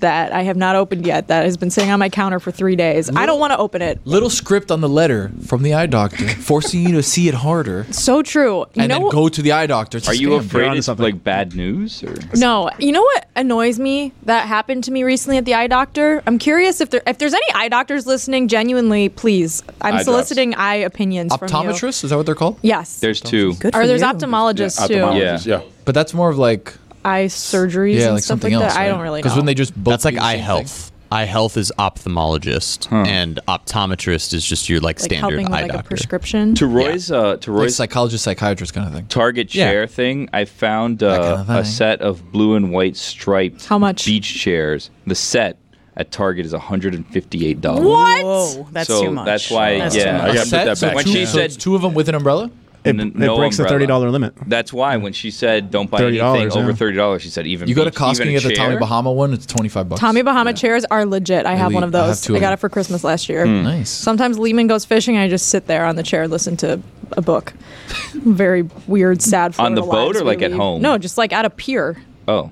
Speaker 7: that I have not opened yet. That has been sitting on my counter for three days. I don't want to open it.
Speaker 2: Little script on the letter from the eye doctor,
Speaker 7: *laughs*
Speaker 2: forcing you to see it harder,
Speaker 7: So true. You
Speaker 2: and
Speaker 7: know,
Speaker 2: then go to the eye doctor. It's a
Speaker 1: Are you
Speaker 2: scam.
Speaker 1: afraid
Speaker 3: onto
Speaker 1: it's
Speaker 3: something.
Speaker 1: like bad news or?
Speaker 7: no. You know what annoys me that happened to me recently at the eye doctor. I'm curious if there if there's any eye doctors listening. Genuinely, please. I'm
Speaker 4: drops.
Speaker 7: soliciting eye opinions from you.
Speaker 2: Optometrist? Is that what they're called?
Speaker 7: Yes.
Speaker 1: There's two.
Speaker 5: Good
Speaker 7: or
Speaker 5: for
Speaker 7: there's
Speaker 5: you.
Speaker 7: optomologists too.
Speaker 4: Ophthalmologist,
Speaker 1: Yeah.
Speaker 4: Oh, Yeah.
Speaker 2: But that's more of like
Speaker 7: eye surgeries
Speaker 2: yeah,
Speaker 7: and
Speaker 2: like
Speaker 7: stuff
Speaker 2: something
Speaker 7: like
Speaker 2: else.
Speaker 7: that. I
Speaker 2: right?
Speaker 7: don't really know.
Speaker 2: Because when they just both
Speaker 6: That's like
Speaker 2: do the
Speaker 6: eye
Speaker 2: same thing.
Speaker 6: health. Eye health is ophthalmologist, and optometrist is just your like,
Speaker 7: like
Speaker 6: standard
Speaker 7: helping with
Speaker 6: eye
Speaker 7: like a
Speaker 6: doctor.
Speaker 7: prescription.
Speaker 1: To Roy's, uh, to
Speaker 2: Like
Speaker 1: Roy's
Speaker 2: psychologist, psychiatrist kind of thing.
Speaker 1: Target
Speaker 6: Yeah.
Speaker 1: chair thing, I found uh,
Speaker 2: kinda
Speaker 1: a
Speaker 2: thing.
Speaker 1: set of blue and white striped
Speaker 7: How much?
Speaker 1: beach chairs. The set at Target is $158.
Speaker 7: What?
Speaker 5: Whoa, that's
Speaker 1: So
Speaker 5: too much.
Speaker 1: that's why-
Speaker 5: That's
Speaker 1: yeah.
Speaker 5: too much.
Speaker 4: I
Speaker 2: A
Speaker 4: gotta put
Speaker 2: set?
Speaker 4: that
Speaker 2: So
Speaker 4: back.
Speaker 1: When
Speaker 2: two-
Speaker 1: she
Speaker 2: so
Speaker 1: said-
Speaker 2: it's two of them with an umbrella.
Speaker 3: It,
Speaker 1: And
Speaker 3: it
Speaker 1: no
Speaker 3: breaks
Speaker 1: umbrella.
Speaker 3: the $30 limit.
Speaker 1: That's why when she said don't buy
Speaker 3: $30,
Speaker 1: anything over
Speaker 3: yeah.
Speaker 1: thirty dollars, she said even
Speaker 2: You go to
Speaker 1: beach- even
Speaker 2: Costco and
Speaker 1: a
Speaker 2: get the Tommy
Speaker 1: chair?
Speaker 2: Bahama one. It's twenty five bucks.
Speaker 7: Tommy Bahama chairs are legit. I have one of
Speaker 2: Elite. I have
Speaker 7: those.
Speaker 2: two
Speaker 7: I,
Speaker 2: of
Speaker 7: got
Speaker 2: them.
Speaker 7: it for Christmas last year.
Speaker 1: Hmm.
Speaker 2: Nice.
Speaker 7: Sometimes Lehman goes fishing. and I just sit there on the chair and listen to
Speaker 2: *laughs*
Speaker 7: a book. Very weird, sad.
Speaker 1: On the
Speaker 7: Florida
Speaker 1: boat
Speaker 7: lives
Speaker 1: or,
Speaker 7: we
Speaker 1: like, at
Speaker 7: lead.
Speaker 1: home?
Speaker 7: No, just like at a pier.
Speaker 1: Oh,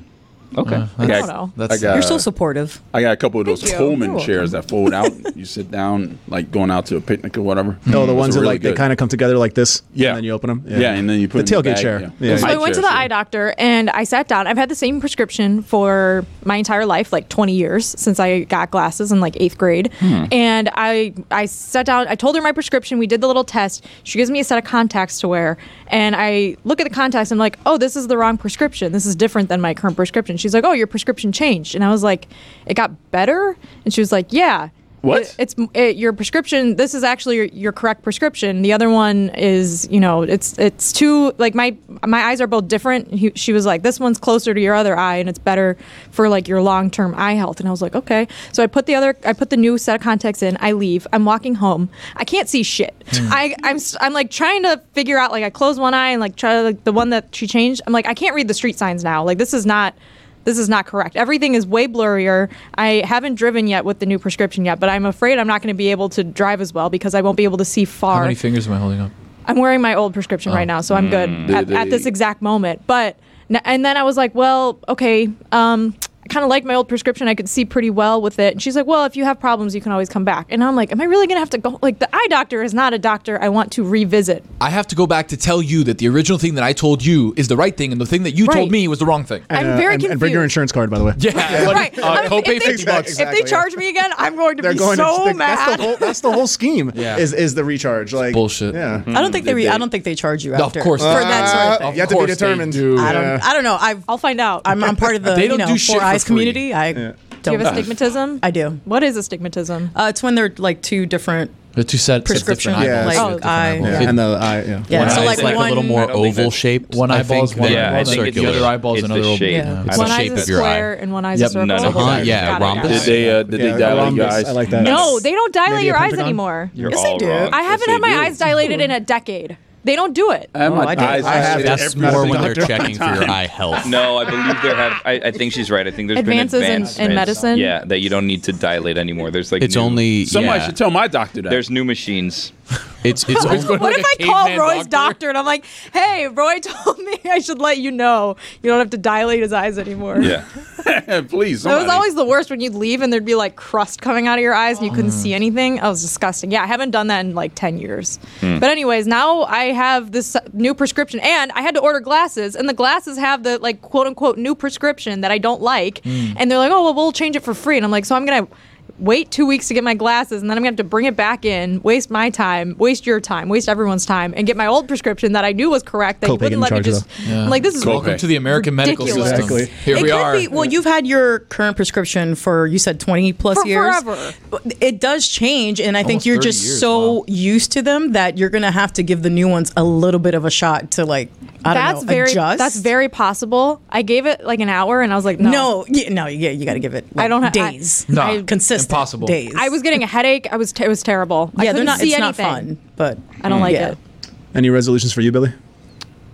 Speaker 1: okay.
Speaker 7: I
Speaker 1: Okay.
Speaker 7: don't know.
Speaker 2: That's
Speaker 4: I got-
Speaker 5: You're
Speaker 4: Uh,
Speaker 5: so supportive.
Speaker 4: I got a couple of those
Speaker 7: Thank you.
Speaker 4: Coleman
Speaker 5: You're
Speaker 4: chairs that fold out. you sit down, like going out to a picnic or whatever.
Speaker 3: No, the
Speaker 4: Those
Speaker 3: ones that
Speaker 4: are really
Speaker 3: like they
Speaker 4: good.
Speaker 3: kind of come together like this.
Speaker 4: Yeah.
Speaker 3: And then you open them.
Speaker 4: Yeah, and then you put
Speaker 3: the
Speaker 4: it in the
Speaker 3: tailgate
Speaker 4: bag,
Speaker 3: chair.
Speaker 4: yeah.
Speaker 3: Yeah.
Speaker 7: So
Speaker 4: My
Speaker 7: I went to
Speaker 4: chair,
Speaker 7: the
Speaker 4: so-
Speaker 7: eye doctor and I sat down. I've had the same prescription for my entire life, like 20 years since I got glasses in like eighth grade. And I I sat down. I told her my prescription. We did the little test. She gives me a set of contacts to wear, and I look at the contacts. I'm like, oh, this is the wrong prescription. This is different than my current prescription. She's like, oh, your prescription changed. And I was like, it got better. And she was like, yeah.
Speaker 4: What?
Speaker 7: It- it's it, your prescription. This is actually your, your correct prescription. The other one is, you know, it's it's too like my my eyes are both different. He, she was like, this one's closer to your other eye, and it's better for like your long term eye health. And I was like, okay. So I put the other, I put the new set of contacts in. I leave. I'm walking home. I can't see shit. I I'm s- I'm like trying to figure out like I close one eye and like try to like the one that she changed. I'm like I can't read the street signs now. Like this is not this is not correct. Everything is way blurrier. I haven't driven yet with the new prescription yet, but I'm afraid I'm not going to be able to drive as well because I won't be able to see
Speaker 2: How
Speaker 7: far.
Speaker 2: many fingers am I holding up?
Speaker 7: I'm wearing my old prescription right now, so I'm good
Speaker 2: Mm.
Speaker 7: at, at this
Speaker 4: they-
Speaker 7: exact moment. But n- and then I was like, well, okay, um, I kind of like my old prescription. I could see pretty well with it. And she's like, well, if you have problems, you can always come back. And I'm like, am I really gonna have to go? Like the eye doctor is not a doctor I want to revisit.
Speaker 2: I have to go back to tell you that the original thing that I told you is the right thing, and the thing that you told
Speaker 7: Right.
Speaker 2: me was the wrong thing.
Speaker 1: *laughs*
Speaker 7: I'm
Speaker 3: Uh,
Speaker 7: very
Speaker 3: and,
Speaker 7: confused.
Speaker 3: and bring your insurance card, by the way.
Speaker 2: Yeah, like,
Speaker 7: Right.
Speaker 2: uh,
Speaker 7: I mean,
Speaker 2: copay
Speaker 7: if they-
Speaker 2: fifty bucks.
Speaker 7: If they charge me again, I'm going to
Speaker 3: They're
Speaker 7: be
Speaker 3: going
Speaker 7: so
Speaker 3: to,
Speaker 7: mad.
Speaker 3: That's the whole. That's the whole scheme.
Speaker 2: *laughs* Yeah.
Speaker 3: Is is the recharge like
Speaker 2: bullshit.
Speaker 3: Yeah.
Speaker 5: I don't think they. Re- I don't think they charge you
Speaker 2: Mm, Of
Speaker 5: after.
Speaker 2: course
Speaker 5: for
Speaker 2: they
Speaker 5: that sort of
Speaker 3: Uh,
Speaker 5: thing.
Speaker 3: You have to be
Speaker 2: course they
Speaker 3: determined.
Speaker 2: do.
Speaker 5: I don't. I don't know. I've,
Speaker 7: I'll find out.
Speaker 5: I'm, I'm part of the
Speaker 2: They
Speaker 5: you
Speaker 2: don't
Speaker 5: know
Speaker 2: do shit
Speaker 5: four
Speaker 2: for
Speaker 5: eyes
Speaker 2: free.
Speaker 5: community. I
Speaker 7: do you
Speaker 5: don't.
Speaker 7: have astigmatism?
Speaker 5: I do.
Speaker 7: What is astigmatism?
Speaker 5: Uh, it's when they're like two different.
Speaker 2: The two sets
Speaker 5: Prescription,
Speaker 2: of different
Speaker 3: yeah,
Speaker 2: eyeballs.
Speaker 3: like,
Speaker 2: with different
Speaker 5: eye-
Speaker 2: eyeballs.
Speaker 3: Yeah. And the Oh, I yeah.
Speaker 5: Yeah,
Speaker 6: One
Speaker 5: so
Speaker 6: eye's
Speaker 5: like,
Speaker 6: like
Speaker 5: one,
Speaker 6: a little
Speaker 1: I
Speaker 6: more
Speaker 1: don't think
Speaker 6: oval
Speaker 1: that-
Speaker 6: shaped.
Speaker 2: One
Speaker 6: I
Speaker 2: eyeball
Speaker 6: think
Speaker 2: is one,
Speaker 6: that-
Speaker 1: Yeah, I
Speaker 2: one
Speaker 1: think
Speaker 2: circular.
Speaker 1: it's-
Speaker 2: The other eyeball is
Speaker 1: it's the
Speaker 2: another oval.
Speaker 1: shape.
Speaker 5: Yeah.
Speaker 6: It's
Speaker 7: One
Speaker 6: the
Speaker 7: eye
Speaker 6: shape
Speaker 7: is a
Speaker 6: of your
Speaker 7: square
Speaker 6: eye.
Speaker 7: and one eye is
Speaker 2: Yep.
Speaker 7: a circle.
Speaker 1: No, no,
Speaker 7: Got it,
Speaker 1: uh-huh,
Speaker 7: got it,
Speaker 6: yeah,
Speaker 7: got it,
Speaker 6: rhombus.
Speaker 4: Did
Speaker 7: got it.
Speaker 4: they? Uh, did
Speaker 3: Yeah,
Speaker 4: they dilate your
Speaker 3: rhombus.
Speaker 4: eyes?
Speaker 3: I like that.
Speaker 7: No, they don't dilate
Speaker 3: Maybe
Speaker 7: your
Speaker 3: a
Speaker 7: eyes
Speaker 3: pentagon?
Speaker 7: anymore.
Speaker 1: You're
Speaker 5: Yes, they
Speaker 1: all
Speaker 5: do.
Speaker 1: wrong.
Speaker 7: I
Speaker 1: Yes,
Speaker 7: haven't
Speaker 1: they
Speaker 7: had my
Speaker 1: do.
Speaker 7: eyes dilated in a decade. They don't do it.
Speaker 4: I have
Speaker 5: Oh,
Speaker 4: my
Speaker 5: I did.
Speaker 4: eyes.
Speaker 5: I
Speaker 4: actually-
Speaker 3: have-
Speaker 6: That's
Speaker 3: Every
Speaker 6: more
Speaker 3: single
Speaker 6: when they're
Speaker 3: doctor.
Speaker 6: checking for your eye health.
Speaker 1: No, I believe there have. I, I think she's right. I think there's
Speaker 7: Advances in-
Speaker 1: been
Speaker 7: in
Speaker 1: advancements.
Speaker 7: medicine?
Speaker 1: Yeah, that you don't need to dilate anymore. There's like
Speaker 6: It's
Speaker 1: new-
Speaker 6: only
Speaker 4: Somebody
Speaker 6: yeah.
Speaker 4: should tell my doctor that. *laughs*
Speaker 1: There's new machines.
Speaker 6: It's it's only,
Speaker 7: What
Speaker 2: like
Speaker 7: if
Speaker 2: a
Speaker 7: I call
Speaker 2: caveman
Speaker 7: Roy's
Speaker 2: doctor?
Speaker 7: doctor? and I'm like, hey, Roy told *laughs* me I should let you know you don't have to dilate his eyes anymore.
Speaker 1: Yeah.
Speaker 4: please.
Speaker 7: That was
Speaker 4: somebody.
Speaker 7: always the worst when you'd leave and there'd be like crust coming out of your eyes and you couldn't see anything. I was disgusting. Yeah, I haven't done that in like 10 years. But, anyways, now I have this new prescription and I had to order glasses and the glasses have the like quote unquote new prescription that I don't like. And they're like, oh, well, we'll change it for free. And I'm like, so I'm going to wait two weeks to get my glasses and then I'm going to have to bring it back in, waste my time, waste your time, waste everyone's time, and get my old prescription that I knew was correct that
Speaker 3: Copay
Speaker 7: you wouldn't
Speaker 3: getting
Speaker 7: let me
Speaker 3: charged,
Speaker 7: just. I'm like, this is
Speaker 4: Copay.
Speaker 2: Welcome to the American medical
Speaker 7: Ridiculous.
Speaker 2: system.
Speaker 3: Exactly.
Speaker 2: Here
Speaker 5: it
Speaker 2: we
Speaker 5: could
Speaker 2: are.
Speaker 5: be. Well, you've had your current prescription for you said twenty plus
Speaker 7: For
Speaker 5: years.
Speaker 7: forever.
Speaker 5: It does change, and I
Speaker 2: Almost
Speaker 5: think you're
Speaker 2: 30
Speaker 5: just
Speaker 2: years,
Speaker 5: so
Speaker 2: wow.
Speaker 5: used to them that you're gonna have to give the new ones a little bit of a shot to like. I don't
Speaker 7: that's
Speaker 5: know,
Speaker 7: very
Speaker 5: adjust.
Speaker 7: that's very possible. I gave it like an hour and I was like, no.
Speaker 5: No, yeah, no, yeah, you got to give it. Like,
Speaker 7: I don't ha- I-
Speaker 5: days.
Speaker 2: No, I-
Speaker 5: consistent.
Speaker 2: impossible.
Speaker 5: days.
Speaker 7: I was getting a headache. I was t- it was terrible. I
Speaker 5: Yeah, they're
Speaker 7: couldn't
Speaker 5: not.
Speaker 7: see
Speaker 5: It's
Speaker 7: anything.
Speaker 5: not fun, but
Speaker 7: I don't like
Speaker 5: Yeah.
Speaker 7: it.
Speaker 3: Any resolutions for you, Billy?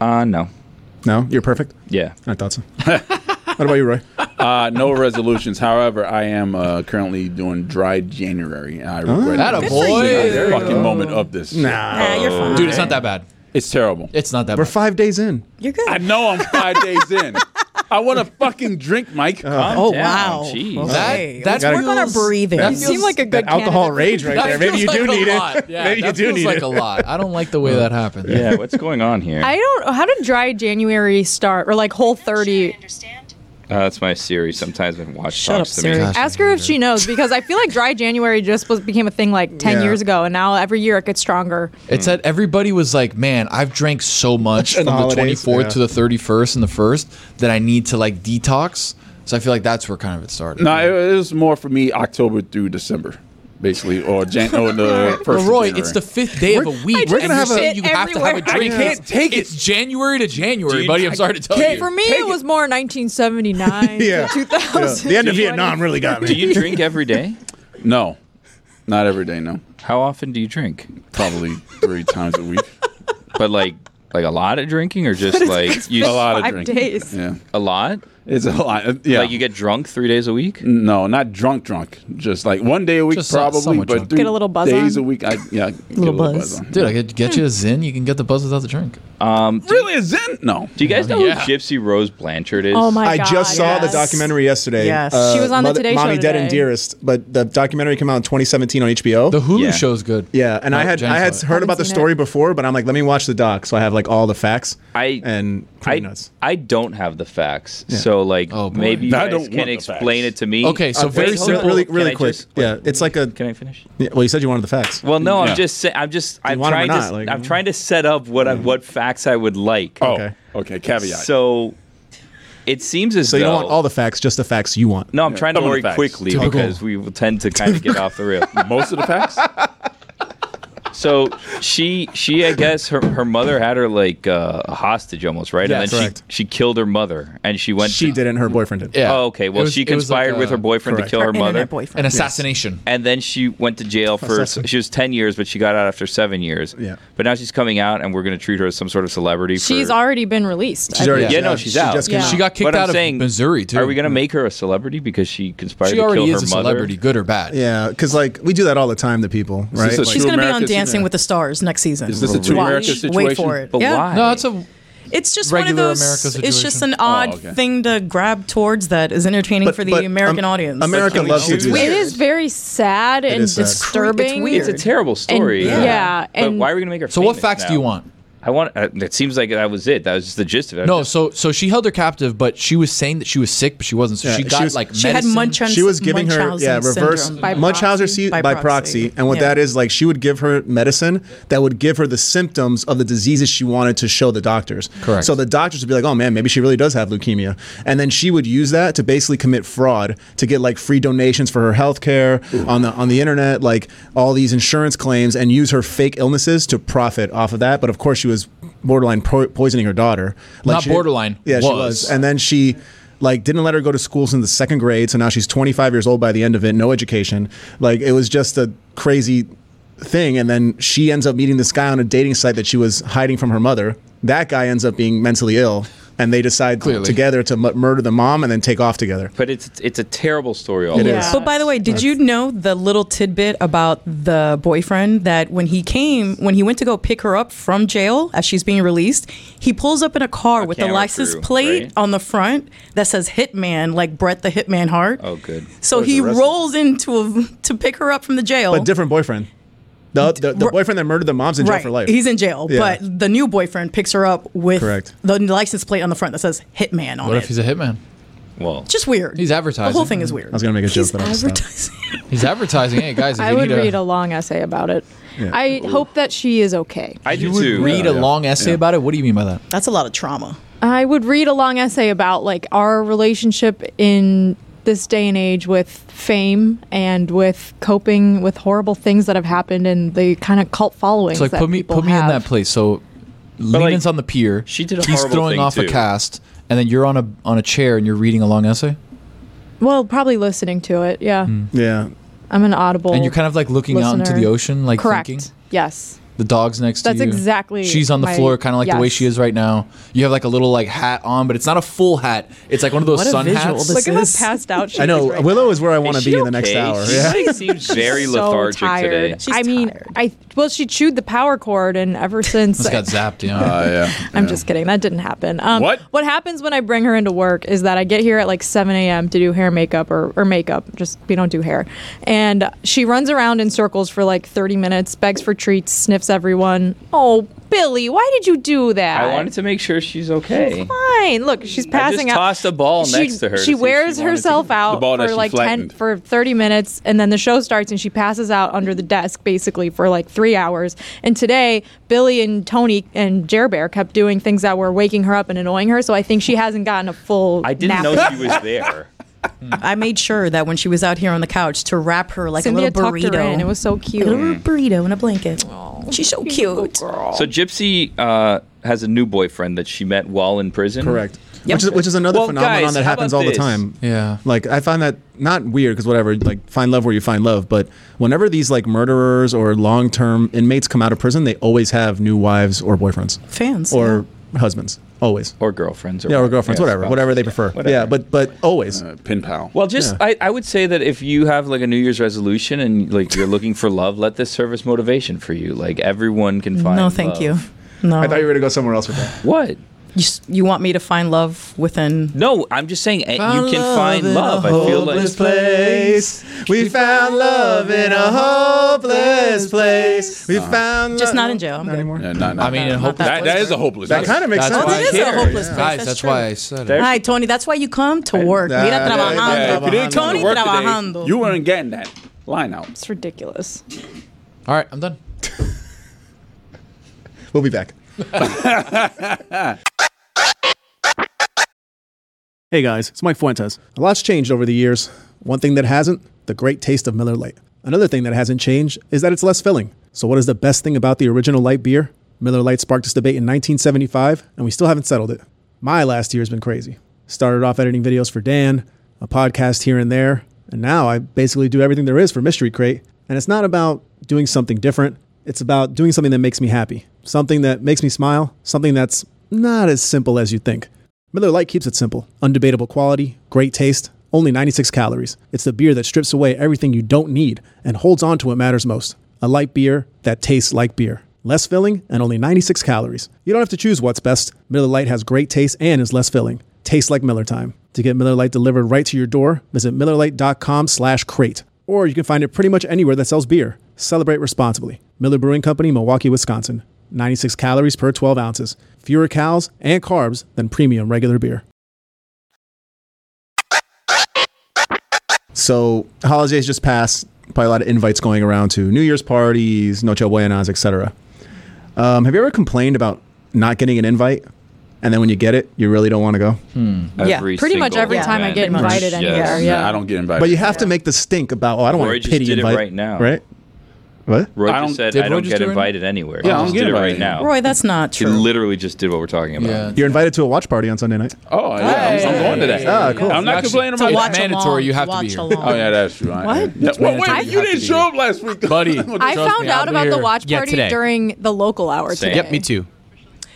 Speaker 1: Uh no.
Speaker 3: No, you're perfect.
Speaker 1: Yeah.
Speaker 3: I
Speaker 2: *laughs*
Speaker 3: thought so. what about you, Roy?
Speaker 4: Uh, no resolutions. However, I am uh, currently doing dry January. and I regret
Speaker 2: Atta
Speaker 4: this
Speaker 2: boy. There you
Speaker 4: fucking moment of this.
Speaker 3: Oh. Nah,
Speaker 7: Uh,
Speaker 5: Nah, you're fine.
Speaker 2: Oh, Dude, it's not that bad.
Speaker 4: It's terrible.
Speaker 2: It's not that
Speaker 3: we're
Speaker 2: bad.
Speaker 3: five days in.
Speaker 5: You're good.
Speaker 4: I know I'm five days in. I want a fucking drink,
Speaker 2: Uh,
Speaker 4: Mike.
Speaker 5: oh
Speaker 1: Damn,
Speaker 5: wow.
Speaker 1: Jeez.
Speaker 2: That-
Speaker 5: Okay.
Speaker 2: that
Speaker 5: Let's work on our
Speaker 2: feels-
Speaker 5: breathing.
Speaker 2: that
Speaker 5: You
Speaker 2: feels-
Speaker 5: seem like a
Speaker 3: That
Speaker 7: good
Speaker 3: alcohol
Speaker 7: candidate.
Speaker 3: rage right
Speaker 2: That
Speaker 3: there. Maybe
Speaker 2: feels
Speaker 3: you do
Speaker 2: like a
Speaker 3: need it.
Speaker 2: lot. Yeah,
Speaker 3: *laughs* Maybe you
Speaker 2: that
Speaker 3: do
Speaker 2: feels
Speaker 3: need
Speaker 2: like
Speaker 3: it.
Speaker 2: a lot. I don't like the way that happened.
Speaker 1: Yeah. What's going on here?
Speaker 7: I don't. How did dry January start or like whole thirty?
Speaker 1: Uh, that's my series. Sometimes when watch
Speaker 5: Shut
Speaker 1: talks
Speaker 5: up,
Speaker 1: to me.
Speaker 5: Siri.
Speaker 6: Gosh,
Speaker 7: Ask her if she knows because I feel like dry January just was became a thing like ten
Speaker 3: Yeah.
Speaker 7: years ago and now every year it gets stronger.
Speaker 2: It said everybody was like, "Man, I've drank so much from
Speaker 3: the
Speaker 2: the twenty
Speaker 3: holidays,
Speaker 2: fourth
Speaker 3: yeah.
Speaker 2: to the thirty first and the first that I need to like detox." So I feel like that's where kind of it started.
Speaker 4: No, it, it was more for me October through December, basically, or Jan- or the first.
Speaker 2: But
Speaker 4: of
Speaker 2: Roy,
Speaker 4: January.
Speaker 2: it's the fifth day of a week,
Speaker 7: just
Speaker 2: and you're
Speaker 3: have a-
Speaker 2: saying you have to have a
Speaker 7: everywhere.
Speaker 2: drink.
Speaker 4: I can't take
Speaker 2: it's January to January, buddy. I'm sorry to tell you.
Speaker 7: For me, it was more
Speaker 4: *laughs*
Speaker 7: 1979
Speaker 3: Yeah.
Speaker 5: *laughs*
Speaker 7: to 2000.
Speaker 3: The end of Vietnam really got
Speaker 1: Do
Speaker 3: me.
Speaker 1: you drink every day?
Speaker 4: no, not every day. No,
Speaker 1: How often do you drink?
Speaker 4: probably three times a week.
Speaker 1: But like, like a lot of drinking, or just like you
Speaker 4: A lot of
Speaker 7: Five
Speaker 4: drinking.
Speaker 7: days.
Speaker 4: Yeah,
Speaker 1: a lot.
Speaker 4: it's a lot. Yeah,
Speaker 1: Like you get drunk three days a week.
Speaker 4: No, not drunk, drunk. Just like one day a week,
Speaker 2: Just so-
Speaker 4: probably.
Speaker 2: somewhat
Speaker 4: But
Speaker 2: drunk.
Speaker 4: three
Speaker 7: Get a little buzz
Speaker 4: days
Speaker 7: on.
Speaker 4: a week. I yeah, get a
Speaker 5: Little buzz.
Speaker 4: on.
Speaker 3: Hmm.
Speaker 2: Dude, I could get you a zin. You can get the buzz without the drink.
Speaker 4: Really, a zen? No.
Speaker 1: Do you guys know
Speaker 2: Yeah.
Speaker 1: who Gypsy Rose Blanchard is?
Speaker 7: Oh my
Speaker 3: I
Speaker 7: god!
Speaker 3: just saw the
Speaker 5: yes.
Speaker 3: documentary yesterday.
Speaker 5: Yes.
Speaker 3: uh,
Speaker 7: She was on the
Speaker 3: Mother-
Speaker 7: Today Show
Speaker 3: Mommy Dead and
Speaker 7: today.
Speaker 3: Dearest, but the documentary came out in 2017 on HBO.
Speaker 2: The Hulu
Speaker 1: Yeah.
Speaker 2: show's good.
Speaker 3: yeah, and I
Speaker 2: Oh,
Speaker 3: had
Speaker 2: Jen
Speaker 3: I had
Speaker 2: saw it.
Speaker 3: heard about the
Speaker 7: seen it.
Speaker 3: story before, but I'm like, let me watch the doc, so I have like all the facts.
Speaker 1: I-
Speaker 3: and
Speaker 1: I,
Speaker 3: pretty nuts.
Speaker 1: I don't have the facts, so like
Speaker 2: Oh, boy.
Speaker 1: maybe you
Speaker 4: I
Speaker 1: guys
Speaker 4: don't want
Speaker 1: can
Speaker 4: the
Speaker 1: explain
Speaker 4: facts.
Speaker 1: it to me.
Speaker 2: Okay, so
Speaker 1: Uh,
Speaker 2: very
Speaker 1: wait, hold on.
Speaker 2: simple-
Speaker 3: really,
Speaker 1: Can
Speaker 3: really
Speaker 1: I
Speaker 3: quick.
Speaker 1: just-
Speaker 3: yeah, it's like a.
Speaker 1: Can I finish?
Speaker 3: Yeah, well, you said you wanted the facts.
Speaker 1: Well, no,
Speaker 4: Yeah.
Speaker 1: I'm just saying. I'm just. I'm
Speaker 3: want 'em or
Speaker 1: trying to.
Speaker 3: not? Like-
Speaker 1: I'm trying to set up what I, what facts I would like.
Speaker 4: Oh,
Speaker 3: Okay.
Speaker 4: okay. Caveat.
Speaker 1: So it seems as
Speaker 3: so you
Speaker 1: though
Speaker 3: don't want all the facts, just the facts you want.
Speaker 1: No, I'm trying to
Speaker 4: some of the
Speaker 1: worry
Speaker 4: facts.
Speaker 1: quickly
Speaker 2: Typical.
Speaker 1: because we will tend to kind of get off the rail.
Speaker 4: *laughs* most of the facts.
Speaker 1: So she she I guess her, her mother had her like uh, a hostage almost right, and
Speaker 2: Yes.
Speaker 1: then
Speaker 3: Correct.
Speaker 1: she she killed her mother and she went.
Speaker 3: She
Speaker 1: to-
Speaker 3: didn't. Her boyfriend did.
Speaker 2: Yeah.
Speaker 1: Oh, okay. Well,
Speaker 2: It was-
Speaker 1: she
Speaker 2: it was
Speaker 1: conspired
Speaker 2: like
Speaker 1: with
Speaker 2: a-
Speaker 1: her boyfriend
Speaker 3: correct.
Speaker 1: to kill her, mother,
Speaker 5: Internet boyfriend.
Speaker 2: An assassination.
Speaker 1: and then she went to jail for
Speaker 3: Assassin.
Speaker 1: she was ten years, but she got out after seven years.
Speaker 3: Yeah.
Speaker 1: But now she's coming out, and we're going to treat her as some sort of celebrity.
Speaker 7: She's
Speaker 1: for,
Speaker 7: already been released.
Speaker 3: She's
Speaker 7: I
Speaker 3: already,
Speaker 1: Yeah, no, she's out.
Speaker 3: She just came
Speaker 7: Yeah.
Speaker 3: out.
Speaker 2: She got kicked
Speaker 1: But I'm
Speaker 2: out of
Speaker 1: saying,
Speaker 2: Missouri too.
Speaker 1: Are we going to make her a celebrity because she conspired
Speaker 2: She
Speaker 1: to kill
Speaker 2: already
Speaker 1: her
Speaker 2: is a
Speaker 1: mother?
Speaker 2: celebrity, good or bad.
Speaker 3: Yeah, because like we do that all the time to people, right?
Speaker 4: It's a
Speaker 3: Like,
Speaker 4: true
Speaker 5: gonna be on
Speaker 4: America, it's
Speaker 5: Dancing with the Stars next season.
Speaker 4: Is this a two
Speaker 5: Watch.
Speaker 4: America
Speaker 5: Wait
Speaker 4: situation?
Speaker 5: for it.
Speaker 1: But
Speaker 5: yeah.
Speaker 1: why?
Speaker 2: No, it's a
Speaker 5: It's just one of
Speaker 2: Regular
Speaker 5: those.
Speaker 2: America
Speaker 5: It's just
Speaker 2: situation.
Speaker 5: an odd
Speaker 4: Oh, okay.
Speaker 5: thing to grab towards that is entertaining
Speaker 3: But-
Speaker 5: for the
Speaker 3: but, um,
Speaker 5: American audience.
Speaker 3: America
Speaker 4: Like,
Speaker 3: loves to
Speaker 4: it's
Speaker 3: do
Speaker 5: weird.
Speaker 7: It
Speaker 3: that.
Speaker 7: is very sad and
Speaker 3: is sad. It's
Speaker 5: cre- it's
Speaker 7: disturbing.
Speaker 5: weird.
Speaker 1: It's a terrible story.
Speaker 7: yeah, yeah,
Speaker 1: But
Speaker 7: and-
Speaker 1: why are we going to make her
Speaker 2: So what
Speaker 1: famous
Speaker 2: facts
Speaker 1: now?
Speaker 2: do you want?
Speaker 1: I want. Uh, it seems like that was it. That was just the gist of it.
Speaker 2: No, so so she held her captive, but she was saying that she was sick, but she wasn't. So
Speaker 3: Yeah,
Speaker 2: she
Speaker 3: she
Speaker 2: got
Speaker 3: was-
Speaker 2: like
Speaker 5: she had
Speaker 2: medicine.
Speaker 5: Munchausen.
Speaker 3: She was giving her yeah
Speaker 5: Munchausen
Speaker 3: reverse
Speaker 5: syndrome. By
Speaker 3: Munchausen
Speaker 7: proxy?
Speaker 3: se-
Speaker 5: By
Speaker 3: by,
Speaker 5: proxy.
Speaker 3: proxy. and what
Speaker 5: Yeah.
Speaker 3: that is like, she would give her medicine that would give her the symptoms of the diseases she wanted to show the doctors.
Speaker 2: Correct.
Speaker 3: So the doctors would be like, "Oh man, maybe she really does have leukemia," and then she would use that to basically commit fraud to get like free donations for her health care on the on the internet, like all these insurance claims, and use her fake illnesses to profit off of that. But of course, she was borderline pro- poisoning her daughter. Like
Speaker 2: Not
Speaker 3: she didn't-
Speaker 2: borderline,
Speaker 3: Yeah, she
Speaker 2: was.
Speaker 3: was. And then she like didn't let her go to school since the second grade. So now she's 25 years old by the end of it, no education. Like it was just a crazy thing. And then she ends up meeting this guy on a dating site that she was hiding from her mother. That guy ends up being mentally ill, and they decide
Speaker 2: Clearly.
Speaker 3: together to mu- murder the mom and then take off together.
Speaker 1: But it's it's a terrible story. All it
Speaker 3: is.
Speaker 5: But by the way, did you know the little tidbit about the boyfriend that when he came, when he went to go pick her up from jail as she's being released, he pulls up in a car with the
Speaker 1: camera
Speaker 5: license
Speaker 1: crew,
Speaker 5: plate
Speaker 1: right?
Speaker 5: on the front that says Hitman, like Brett the Hitman Hart.
Speaker 1: Oh, good.
Speaker 5: So
Speaker 3: Or is
Speaker 5: he
Speaker 3: arrested.
Speaker 5: rolls into a, to pick her up from the jail.
Speaker 3: But different boyfriend. The, the, the boyfriend that murdered the mom's in jail
Speaker 5: right.
Speaker 3: for life.
Speaker 5: He's in jail,
Speaker 3: Yeah.
Speaker 5: but the new boyfriend picks her up with
Speaker 3: Correct.
Speaker 5: the license plate on the front that says Hitman on
Speaker 2: What
Speaker 5: it.
Speaker 2: if he's a hitman?
Speaker 1: Well,
Speaker 5: just weird.
Speaker 2: He's advertising.
Speaker 5: The whole thing is weird. I
Speaker 3: was gonna make a joke,
Speaker 5: He's
Speaker 3: but I'll stop.
Speaker 5: advertising.
Speaker 2: He's advertising. Hey guys, if
Speaker 7: *laughs* I
Speaker 2: you
Speaker 7: would
Speaker 2: need
Speaker 7: read a long essay about it. I hope that she is okay.
Speaker 1: I do
Speaker 2: you would
Speaker 1: too.
Speaker 2: read a long essay about it. What do you mean by that?
Speaker 5: That's a lot of trauma.
Speaker 7: I would read a long essay about like our relationship in this day and age with fame and with coping with horrible things that have happened and the kind of cult following.
Speaker 2: It's like put me put me in that place. So Lennon's
Speaker 1: like,
Speaker 2: on the pier.
Speaker 1: she did a
Speaker 2: He's
Speaker 1: horrible
Speaker 2: throwing
Speaker 1: thing,
Speaker 2: off a
Speaker 1: too.
Speaker 2: cast, and then you're on a on a chair and you're reading a long essay,
Speaker 7: Well, probably listening to it. Yeah,
Speaker 3: yeah.
Speaker 7: I'm an audible.
Speaker 2: Hmm. and you're kind of like looking out into
Speaker 7: listener.
Speaker 2: the ocean, like
Speaker 7: correct.
Speaker 2: thinking.
Speaker 7: Yes.
Speaker 2: The dog's next
Speaker 7: That's
Speaker 2: to you.
Speaker 7: exactly
Speaker 2: She's on the
Speaker 7: my-
Speaker 2: floor, kind of like the way
Speaker 7: yes.
Speaker 2: she is right now. You have like a little like hat on, but it's not a full hat. It's like one of those
Speaker 5: What a
Speaker 2: sun
Speaker 5: visual.
Speaker 2: hats.
Speaker 5: This
Speaker 7: Look at how
Speaker 5: is-
Speaker 7: passed out she
Speaker 3: I know.
Speaker 5: *laughs*
Speaker 7: is right
Speaker 3: Willow is where I want
Speaker 1: Is
Speaker 3: to
Speaker 1: she
Speaker 3: be in the next
Speaker 1: okay?
Speaker 3: hour.
Speaker 1: She
Speaker 3: Yeah.
Speaker 1: seems very
Speaker 7: so
Speaker 1: lethargic
Speaker 7: tired.
Speaker 1: today.
Speaker 5: She's
Speaker 7: I mean,
Speaker 5: tired.
Speaker 7: I well, she chewed the power cord, and
Speaker 2: *laughs*
Speaker 7: ever since
Speaker 2: Just got zapped. Yeah.
Speaker 5: *laughs*
Speaker 4: Uh, yeah.
Speaker 7: I'm just kidding. That didn't happen. Um,
Speaker 4: What?
Speaker 7: happens when I bring her into work is that I get here at like 7 a.m. to do hair and makeup or, or makeup. Just we don't do hair. And she runs around in circles for like 30 minutes, begs for treats, sniffs everyone. Oh, Billy, why did you do that?
Speaker 1: I wanted to make sure she's okay.
Speaker 7: Fine. Look, she's passing out.
Speaker 1: tossed a ball
Speaker 7: she,
Speaker 1: next to her to see
Speaker 7: She
Speaker 1: if she
Speaker 7: wears
Speaker 1: wanted
Speaker 7: herself
Speaker 1: to-
Speaker 7: out
Speaker 4: The ball that
Speaker 7: for
Speaker 4: she
Speaker 7: like
Speaker 4: flattened.
Speaker 7: ten for thirty minutes, and then the show starts, and she passes out under the desk basically for like three hours. And today, Billy and Tony and Jer Bear kept doing things that were waking her up and annoying her. So I think she hasn't gotten a full.
Speaker 1: I didn't *laughs*
Speaker 7: nap.
Speaker 1: know she was there.
Speaker 5: I made sure that when she was out here on the couch to wrap her like
Speaker 7: Cynthia
Speaker 5: a little
Speaker 7: tucked
Speaker 5: burrito.
Speaker 7: her in. It was so
Speaker 5: a little
Speaker 7: cute.
Speaker 1: Mm.
Speaker 5: burrito in a blanket. She's so cute.
Speaker 1: So Gypsy uh, has a new boyfriend that she met while in prison.
Speaker 3: Correct. Which is which is another
Speaker 1: Well,
Speaker 3: phenomenon
Speaker 1: guys,
Speaker 3: that
Speaker 1: how
Speaker 3: happens
Speaker 1: about
Speaker 3: all the
Speaker 1: this?
Speaker 3: time.
Speaker 2: Yeah.
Speaker 3: Like I find that not weird because whatever. Like find love where you find love. But whenever these like murderers or long term inmates come out of prison, they always have new wives or boyfriends
Speaker 5: Fans.
Speaker 3: or husbands. Always.
Speaker 1: Or girlfriends. Or
Speaker 3: Yeah, or girlfriends.
Speaker 1: yeah,
Speaker 3: whatever.
Speaker 1: spouses,
Speaker 3: Whatever they
Speaker 1: yeah,
Speaker 3: prefer.
Speaker 1: whatever.
Speaker 3: Yeah. But but always.
Speaker 4: Uh, pin pal.
Speaker 1: Well, just I, I would say that if you have like a New Year's resolution and like you're looking for love, let this serve as motivation for you. Like everyone can find.
Speaker 5: no, thank
Speaker 1: love.
Speaker 5: you. No.
Speaker 3: I thought you were gonna go somewhere else with that.
Speaker 1: What?
Speaker 5: you, s- you want me to find love within.
Speaker 1: No, I'm just saying eh, you can
Speaker 2: love in
Speaker 1: find
Speaker 2: a
Speaker 1: love. I feel like
Speaker 2: hopeless place.
Speaker 3: We found love in a hopeless place. We found
Speaker 5: Just
Speaker 3: lo-
Speaker 5: not in jail. I'm
Speaker 3: Not
Speaker 5: good.
Speaker 3: anymore.
Speaker 4: Yeah, not, not,
Speaker 2: I mean, in hope
Speaker 4: that, that is a hopeless.
Speaker 3: That kind of makes
Speaker 2: That's
Speaker 3: sense.
Speaker 2: why I
Speaker 5: That is a
Speaker 2: care.
Speaker 5: hopeless place.
Speaker 2: Guys,
Speaker 5: that's,
Speaker 2: that's,
Speaker 5: true.
Speaker 2: why I said
Speaker 1: There-
Speaker 2: it.
Speaker 5: Hi, Tony. That's why you come to work.
Speaker 3: Nah,
Speaker 5: Mira
Speaker 3: yeah,
Speaker 5: trabajando.
Speaker 3: yeah,
Speaker 4: if you didn't come
Speaker 5: Tony
Speaker 4: to work
Speaker 5: trabajando.
Speaker 4: today, you weren't getting that line out.
Speaker 7: It's ridiculous.
Speaker 2: All right, I'm done.
Speaker 3: We'll be back. hey guys, it's Mike Fuentes. A lot's changed over the years. One thing that hasn't, the great taste of Miller Lite. Another thing that hasn't changed is that it's less filling. So what is the best thing about the original light beer? Miller Lite sparked this debate in 1975, and we still haven't settled it. My last year has been crazy. Started off editing videos for Dan, a podcast here and there, and now I basically do everything there is for Mystery Crate. And it's not about doing something different, it's about doing something that makes me happy, something that makes me smile, something that's not as simple as you think. Miller Lite keeps it simple. Undebatable quality, great taste, only 96 calories. It's the beer that strips away everything you don't need and holds on to what matters most. a light beer that tastes like beer. Less filling and only 96 calories. You don't have to choose what's best. Miller Lite has great taste and is less filling. Tastes like Miller time. To get Miller Lite delivered right to your door, visit MillerLite.com slash crate. Or you can find it pretty much anywhere that sells beer. Celebrate responsibly. Miller Brewing Company, Milwaukee, Wisconsin. 96 calories per 12 ounces. Fewer calories and carbs than premium regular beer. So holidays just passed. Probably a lot of invites going around to New Year's parties, Noche Buenas, etc. Um, have you ever complained about not getting an invite, and then when you get it, you really don't want to go?
Speaker 5: Yeah,
Speaker 1: Every
Speaker 7: pretty much
Speaker 1: single
Speaker 7: every
Speaker 5: time I
Speaker 1: event.
Speaker 5: get invited
Speaker 1: Yes.
Speaker 7: anywhere,
Speaker 4: No,
Speaker 7: yeah.
Speaker 4: I don't get invited.
Speaker 3: But you have to make the stink about. Oh, I don't
Speaker 1: Roy
Speaker 3: want to
Speaker 1: just
Speaker 3: pity
Speaker 1: did it
Speaker 3: invite
Speaker 1: right now.
Speaker 3: Right? What?
Speaker 1: Roy
Speaker 4: I
Speaker 1: just
Speaker 4: don't-
Speaker 1: said,
Speaker 2: Did
Speaker 1: I
Speaker 2: Roy
Speaker 1: don't
Speaker 2: just
Speaker 1: get
Speaker 2: do it?
Speaker 1: invited anywhere.
Speaker 4: Yeah, I
Speaker 1: He
Speaker 4: don't
Speaker 1: just
Speaker 4: get
Speaker 1: did it right
Speaker 4: invited.
Speaker 1: now.
Speaker 5: Roy, that's not
Speaker 1: He
Speaker 5: true.
Speaker 1: literally just did what we're talking about.
Speaker 2: Yeah.
Speaker 3: You're invited to a watch party on Sunday night.
Speaker 4: Oh, yeah, I'm- I'm, going to that.
Speaker 3: Ah, cool.
Speaker 4: I'm not
Speaker 2: Actually,
Speaker 4: complaining
Speaker 2: to
Speaker 4: about
Speaker 2: watch
Speaker 4: that.
Speaker 2: It's mandatory, you have to be here.
Speaker 4: Oh yeah, that's true. I-
Speaker 5: What?
Speaker 4: yeah.
Speaker 5: It's
Speaker 4: Well,
Speaker 7: mandatory,
Speaker 4: wait,
Speaker 7: you
Speaker 4: you
Speaker 2: have
Speaker 4: didn't
Speaker 2: to
Speaker 4: show
Speaker 2: be
Speaker 4: up last week,
Speaker 2: Buddy.
Speaker 7: I
Speaker 2: Trust
Speaker 7: found
Speaker 2: me, I'll
Speaker 7: out
Speaker 2: be
Speaker 7: about the
Speaker 2: here.
Speaker 7: watch
Speaker 6: Yeah,
Speaker 7: party
Speaker 6: today.
Speaker 7: during the local hour
Speaker 1: Same.
Speaker 7: today.
Speaker 6: Yep, me too.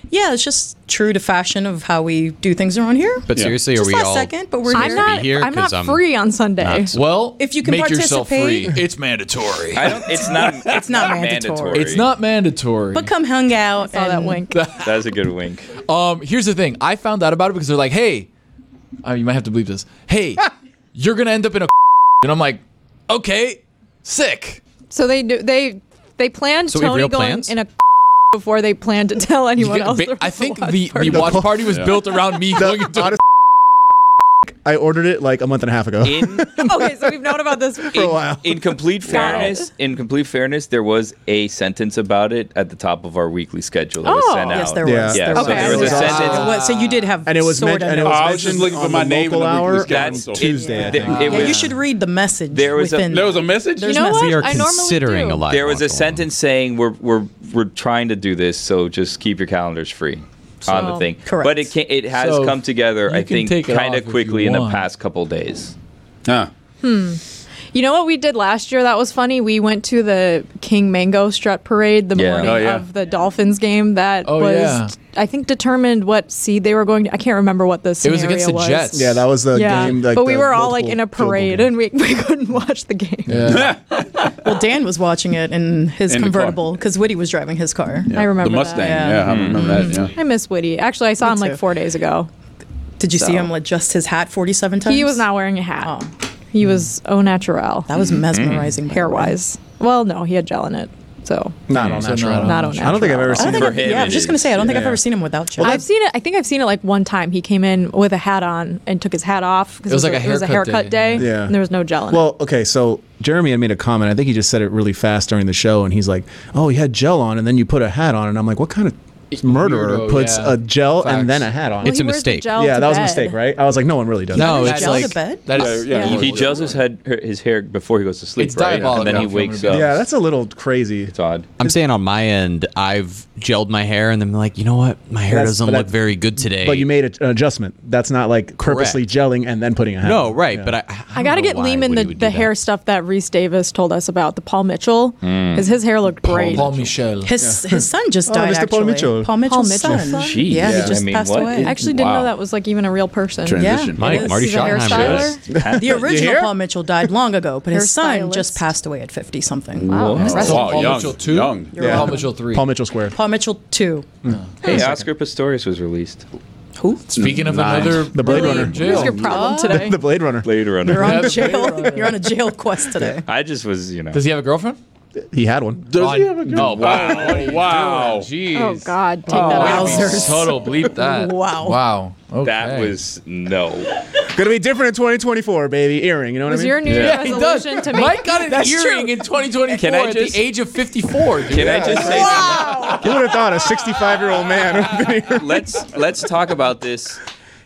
Speaker 5: Yeah, it's just true to fashion of how we do things around here.
Speaker 6: But
Speaker 4: Yeah.
Speaker 6: seriously, are
Speaker 5: just
Speaker 6: we
Speaker 5: last
Speaker 6: all?
Speaker 5: second, but we're
Speaker 7: I'm
Speaker 6: supposed to
Speaker 5: here.
Speaker 6: be
Speaker 7: not.
Speaker 6: here
Speaker 7: I'm
Speaker 6: 'Cause
Speaker 7: not free on Sunday.
Speaker 6: not-
Speaker 2: Well,
Speaker 5: If you can
Speaker 2: make yourself free.
Speaker 5: participate-
Speaker 2: It's mandatory.
Speaker 1: I don't, it's
Speaker 5: *laughs*
Speaker 1: not. It's, *laughs*
Speaker 5: not
Speaker 1: mandatory.
Speaker 5: mandatory.
Speaker 2: It's not mandatory.
Speaker 5: But come hung out.
Speaker 7: Saw that
Speaker 5: and-
Speaker 7: wink.
Speaker 1: That's a good wink.
Speaker 2: Um, here's the thing. I found out about it because they're like, "Hey, uh, you might have to believe this. Hey, you're gonna end up in a," *laughs* and I'm like, "Okay, sick."
Speaker 7: So they do. They they planned
Speaker 6: So we have
Speaker 7: Tony
Speaker 6: real
Speaker 7: going
Speaker 6: plans?
Speaker 7: in a *laughs* before they planned to tell anyone else.
Speaker 2: Ba-
Speaker 7: there
Speaker 2: I
Speaker 7: was a
Speaker 2: think
Speaker 7: watch
Speaker 2: the,
Speaker 7: party.
Speaker 2: the watch party was built around me going into
Speaker 3: Honest- *laughs* I ordered it like a month and a half ago.
Speaker 1: In
Speaker 7: *laughs* okay, so we've known about
Speaker 1: *laughs*
Speaker 7: this.
Speaker 3: for a while.
Speaker 1: in complete fairness, in complete fairness, there was a sentence about it at the top of our weekly schedule that was
Speaker 7: Oh.
Speaker 1: sent out.
Speaker 5: Yes, there was.
Speaker 3: Yeah.
Speaker 1: Yeah,
Speaker 5: There
Speaker 1: so
Speaker 5: was.
Speaker 7: there was
Speaker 3: a
Speaker 5: There
Speaker 3: sentence-
Speaker 5: There was- so you did have
Speaker 3: And it was
Speaker 5: sort
Speaker 3: men- and it
Speaker 5: of.
Speaker 3: was
Speaker 4: I was
Speaker 3: mentioned
Speaker 4: just looking
Speaker 3: on
Speaker 4: for my
Speaker 3: the
Speaker 4: name
Speaker 3: local
Speaker 4: in the
Speaker 3: hour.
Speaker 4: weekly schedule.
Speaker 1: That's
Speaker 4: so-
Speaker 1: it-
Speaker 3: Tuesday, I
Speaker 1: th-
Speaker 3: think.
Speaker 1: it
Speaker 5: yeah, you
Speaker 1: was-
Speaker 5: should read the message.
Speaker 1: There was a-
Speaker 5: within
Speaker 4: There was a message.
Speaker 7: You know
Speaker 5: message.
Speaker 7: what?
Speaker 6: We are
Speaker 7: I normally
Speaker 6: considering
Speaker 7: do.
Speaker 6: a lot.
Speaker 1: There was a sentence saying we're we're we're trying to do this, so just keep your calendars free on the
Speaker 5: So-
Speaker 1: thing.
Speaker 5: Correct.
Speaker 1: But it can, it has
Speaker 2: So
Speaker 1: come together,
Speaker 2: you
Speaker 1: I
Speaker 2: can
Speaker 1: think,
Speaker 2: take it
Speaker 1: kind
Speaker 2: off if
Speaker 1: of
Speaker 2: you
Speaker 1: quickly in the
Speaker 2: want.
Speaker 1: past couple days.
Speaker 4: Huh.
Speaker 7: You know what we did last year? That was funny. We went to the King Mango Strut Parade the
Speaker 1: Yeah.
Speaker 7: morning
Speaker 4: Oh, yeah.
Speaker 7: of the Dolphins game. That
Speaker 2: Oh,
Speaker 7: was,
Speaker 2: yeah.
Speaker 7: I think, determined what seed they were going. to. I can't remember what the
Speaker 2: It
Speaker 7: scenario
Speaker 2: was against the Jets.
Speaker 3: Yeah, that was the
Speaker 7: yeah,
Speaker 3: game. Like,
Speaker 7: but we
Speaker 3: the
Speaker 7: were all like
Speaker 3: multiple
Speaker 7: in a
Speaker 3: field goal
Speaker 7: parade
Speaker 3: game.
Speaker 7: and we, *laughs* we couldn't watch the game.
Speaker 5: Well, Dan was watching it in his
Speaker 4: In the car.
Speaker 5: convertible because Woody was driving his car.
Speaker 4: Yeah.
Speaker 7: I remember that,
Speaker 4: the Mustang.
Speaker 5: yeah.
Speaker 4: Yeah, I remember that. Yeah.
Speaker 7: I miss Woody. Actually, I saw
Speaker 5: Me
Speaker 7: him like
Speaker 5: too.
Speaker 7: four days ago.
Speaker 5: Did you see
Speaker 7: So-
Speaker 5: him adjust his hat 47 times?
Speaker 7: He was not wearing a hat. He was au naturel,
Speaker 5: That was mesmerizing. by the
Speaker 7: hair
Speaker 5: way.
Speaker 7: wise. Well, no, he had gel in it. So
Speaker 3: Not on
Speaker 2: So
Speaker 3: that
Speaker 2: not on
Speaker 7: Not
Speaker 2: that
Speaker 7: on
Speaker 3: Oh, I don't think I've ever
Speaker 5: I
Speaker 3: seen
Speaker 5: don't think
Speaker 1: For
Speaker 5: I've-
Speaker 1: him,
Speaker 5: yeah, I
Speaker 1: it
Speaker 5: was just going to
Speaker 1: is.
Speaker 5: say, I don't think I've
Speaker 3: Yeah.
Speaker 5: ever seen him without gel.
Speaker 7: I've seen it. I think I've seen it like one time. He came in with a hat on and took his hat off because
Speaker 2: It was like a
Speaker 7: it was a
Speaker 2: haircut
Speaker 7: haircut
Speaker 2: day.
Speaker 7: day.
Speaker 3: Yeah.
Speaker 7: and there was no gel in it.
Speaker 3: Well, okay, so Jeremy had made a comment. I think he just said it really fast during the show, and he's like, "Oh, you had gel on, and then you put a hat on," and I'm like, "What kind of murderer
Speaker 2: Weirdo,
Speaker 3: puts
Speaker 2: yeah.
Speaker 3: a gel
Speaker 2: Facts.
Speaker 3: and then a hat on?"
Speaker 7: Well,
Speaker 6: It's
Speaker 7: he
Speaker 6: a
Speaker 7: wears the
Speaker 6: mistake.
Speaker 7: gel
Speaker 3: yeah,
Speaker 7: to
Speaker 3: that was a
Speaker 7: bed.
Speaker 3: mistake, right? I was like, "No one really does."
Speaker 6: No,
Speaker 5: Wears
Speaker 6: it's
Speaker 5: gel
Speaker 6: like
Speaker 5: to bed?
Speaker 2: that
Speaker 4: Yeah,
Speaker 2: is
Speaker 4: yeah,
Speaker 5: Yeah.
Speaker 4: yeah.
Speaker 1: He gels his head his hair before he goes to sleep,
Speaker 2: It's
Speaker 1: right?
Speaker 2: diabolical.
Speaker 1: And then he
Speaker 2: Yeah.
Speaker 1: wakes up.
Speaker 3: Yeah, that's a little crazy.
Speaker 1: it's
Speaker 2: *laughs*
Speaker 1: odd.
Speaker 6: I'm saying on my end, I've gelled my hair and then like, you know what? My hair
Speaker 3: That's-
Speaker 6: doesn't
Speaker 3: but
Speaker 6: look
Speaker 3: that-
Speaker 6: very good today.
Speaker 3: But you made a, an adjustment. That's not like purposely gelling and then putting a hat.
Speaker 6: no
Speaker 3: on.
Speaker 6: right,
Speaker 3: Yeah.
Speaker 6: but I I,
Speaker 7: I
Speaker 6: don't
Speaker 7: gotta
Speaker 6: know
Speaker 7: get
Speaker 6: why
Speaker 7: Lehman
Speaker 6: Woody
Speaker 7: the,
Speaker 6: would
Speaker 7: the
Speaker 6: do that.
Speaker 7: hair stuff that Reese Davis told us about the Paul Mitchell
Speaker 3: Hmm.
Speaker 7: because his hair looked great.
Speaker 2: Paul Michel.
Speaker 5: His, his son just
Speaker 3: Oh, Mr.
Speaker 5: died.
Speaker 3: Paul
Speaker 5: actually.
Speaker 3: Mitchell.
Speaker 5: Paul
Speaker 7: Paul
Speaker 5: Mitchell's
Speaker 7: Mitchell's
Speaker 5: son.
Speaker 7: son?
Speaker 1: Jeez.
Speaker 5: Yeah,
Speaker 1: Yeah.
Speaker 5: he just
Speaker 1: I mean,
Speaker 5: passed
Speaker 1: what
Speaker 5: away.
Speaker 1: is-
Speaker 7: I actually didn't
Speaker 4: Wow.
Speaker 7: know that was like even a real person.
Speaker 4: Transition.
Speaker 5: yeah,
Speaker 6: Mike,
Speaker 5: it is.
Speaker 6: Marty
Speaker 7: He's a
Speaker 6: Schottenheimer.
Speaker 7: hairstylist.
Speaker 5: The original Paul Mitchell died long ago, but his son
Speaker 7: Hairstylist.
Speaker 5: just passed away at 50 something.
Speaker 7: Wow. Rest-
Speaker 4: Wow,
Speaker 2: Paul
Speaker 4: young,
Speaker 2: Mitchell two.
Speaker 4: young.
Speaker 2: You're Paul Mitchell three.
Speaker 3: Paul Mitchell Square.
Speaker 5: Paul Mitchell, too.
Speaker 1: Hey, Oscar Pistorius was released.
Speaker 5: Who?
Speaker 2: Speaking of
Speaker 4: Nice.
Speaker 2: another,
Speaker 3: The Blade Runner.
Speaker 7: What's your
Speaker 2: jail.
Speaker 7: problem today?
Speaker 3: *laughs* The Blade Runner.
Speaker 1: Blade
Speaker 5: You're
Speaker 1: Runner.
Speaker 5: on jail. *laughs* You're on a jail quest today.
Speaker 1: I just was, you know.
Speaker 2: Does he have a girlfriend?
Speaker 3: He had one.
Speaker 4: Does he
Speaker 2: Oh,
Speaker 4: have a good?
Speaker 2: no, wow.
Speaker 4: wow! Wow!
Speaker 2: Jeez.
Speaker 7: Oh God, take that out.
Speaker 5: Wowzers.
Speaker 2: Total bleep
Speaker 7: *laughs*
Speaker 2: that.
Speaker 5: Wow.
Speaker 2: Wow. Okay.
Speaker 1: that was no.
Speaker 3: Gonna be different in 2024, baby. Earring. You know what
Speaker 7: Was
Speaker 3: I mean?
Speaker 7: your New Year's
Speaker 2: Yeah, he does.
Speaker 7: resolution to make
Speaker 2: Mike got an
Speaker 7: That's
Speaker 2: earring
Speaker 7: true.
Speaker 2: in 2024
Speaker 1: Can I
Speaker 2: at
Speaker 1: just-
Speaker 2: the age of 54. Dude.
Speaker 1: Can I just
Speaker 5: *laughs*
Speaker 1: say
Speaker 3: Who would have thought a 65 year old man? would have been here?
Speaker 1: let's let's talk about this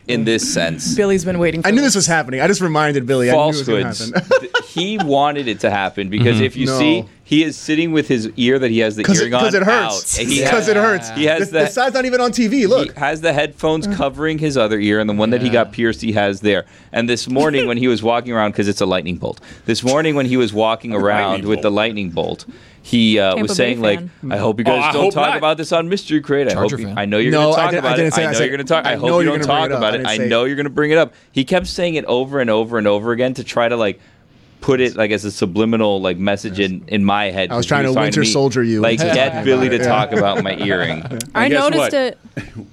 Speaker 1: in this sense.
Speaker 5: Billy's been waiting for
Speaker 3: I knew this was happening. I just reminded Billy. I
Speaker 1: falsehoods.
Speaker 3: knew it was gonna
Speaker 1: *laughs*
Speaker 3: happen. Mm-hmm.
Speaker 1: Th- he wanted it to happen because if you
Speaker 3: No.
Speaker 1: see, he is sitting with his ear that he has the
Speaker 3: Because
Speaker 1: earring
Speaker 3: it,
Speaker 1: on
Speaker 3: 'cause it hurts.
Speaker 1: out. And he
Speaker 3: Because
Speaker 1: has-
Speaker 3: it hurts.
Speaker 1: He has
Speaker 3: the, the
Speaker 1: the,
Speaker 3: side's not even on TV. Look. Mm.
Speaker 1: he has the headphones covering his other ear, and the one that he got pierced, he has there. And this morning when he was walking around, because it's a lightning bolt. This morning when he was walking around
Speaker 4: lightning
Speaker 1: with the
Speaker 4: bolt.
Speaker 1: lightning bolt. He uh,
Speaker 7: Tampa
Speaker 1: was
Speaker 7: Bay
Speaker 1: saying, like,
Speaker 7: fan.
Speaker 1: I hope you
Speaker 4: Oh,
Speaker 1: guys
Speaker 4: I
Speaker 1: don't
Speaker 4: hope
Speaker 1: talk
Speaker 4: not.
Speaker 1: about this on Mystery Crate. I
Speaker 2: Charger
Speaker 1: hope you,
Speaker 2: fan.
Speaker 1: I know you're
Speaker 3: No,
Speaker 1: going to
Speaker 3: I
Speaker 1: talk
Speaker 3: didn't- I
Speaker 1: about
Speaker 3: didn't
Speaker 1: it.
Speaker 3: say-
Speaker 1: I
Speaker 3: I
Speaker 1: know
Speaker 3: said-
Speaker 1: you're going to talk. I,
Speaker 3: I know
Speaker 1: hope you
Speaker 3: you're
Speaker 1: don't
Speaker 3: gonna
Speaker 1: talk
Speaker 3: bring it up.
Speaker 1: about
Speaker 3: I
Speaker 1: it.
Speaker 3: didn't
Speaker 1: I
Speaker 3: say-
Speaker 1: know you're going to bring it up. He kept saying it over and over and over again to try to like put it like as a subliminal like message in in my head.
Speaker 3: I
Speaker 1: 'cause
Speaker 3: was
Speaker 1: he
Speaker 3: trying to
Speaker 1: talking
Speaker 3: winter
Speaker 1: me.
Speaker 3: soldier you *laughs*
Speaker 1: Like
Speaker 3: into
Speaker 1: get
Speaker 3: talking
Speaker 1: Billy
Speaker 3: about
Speaker 1: to
Speaker 3: it.
Speaker 1: talk about my earring.
Speaker 3: *laughs*
Speaker 7: I
Speaker 4: guess
Speaker 7: noticed
Speaker 4: what?
Speaker 7: it.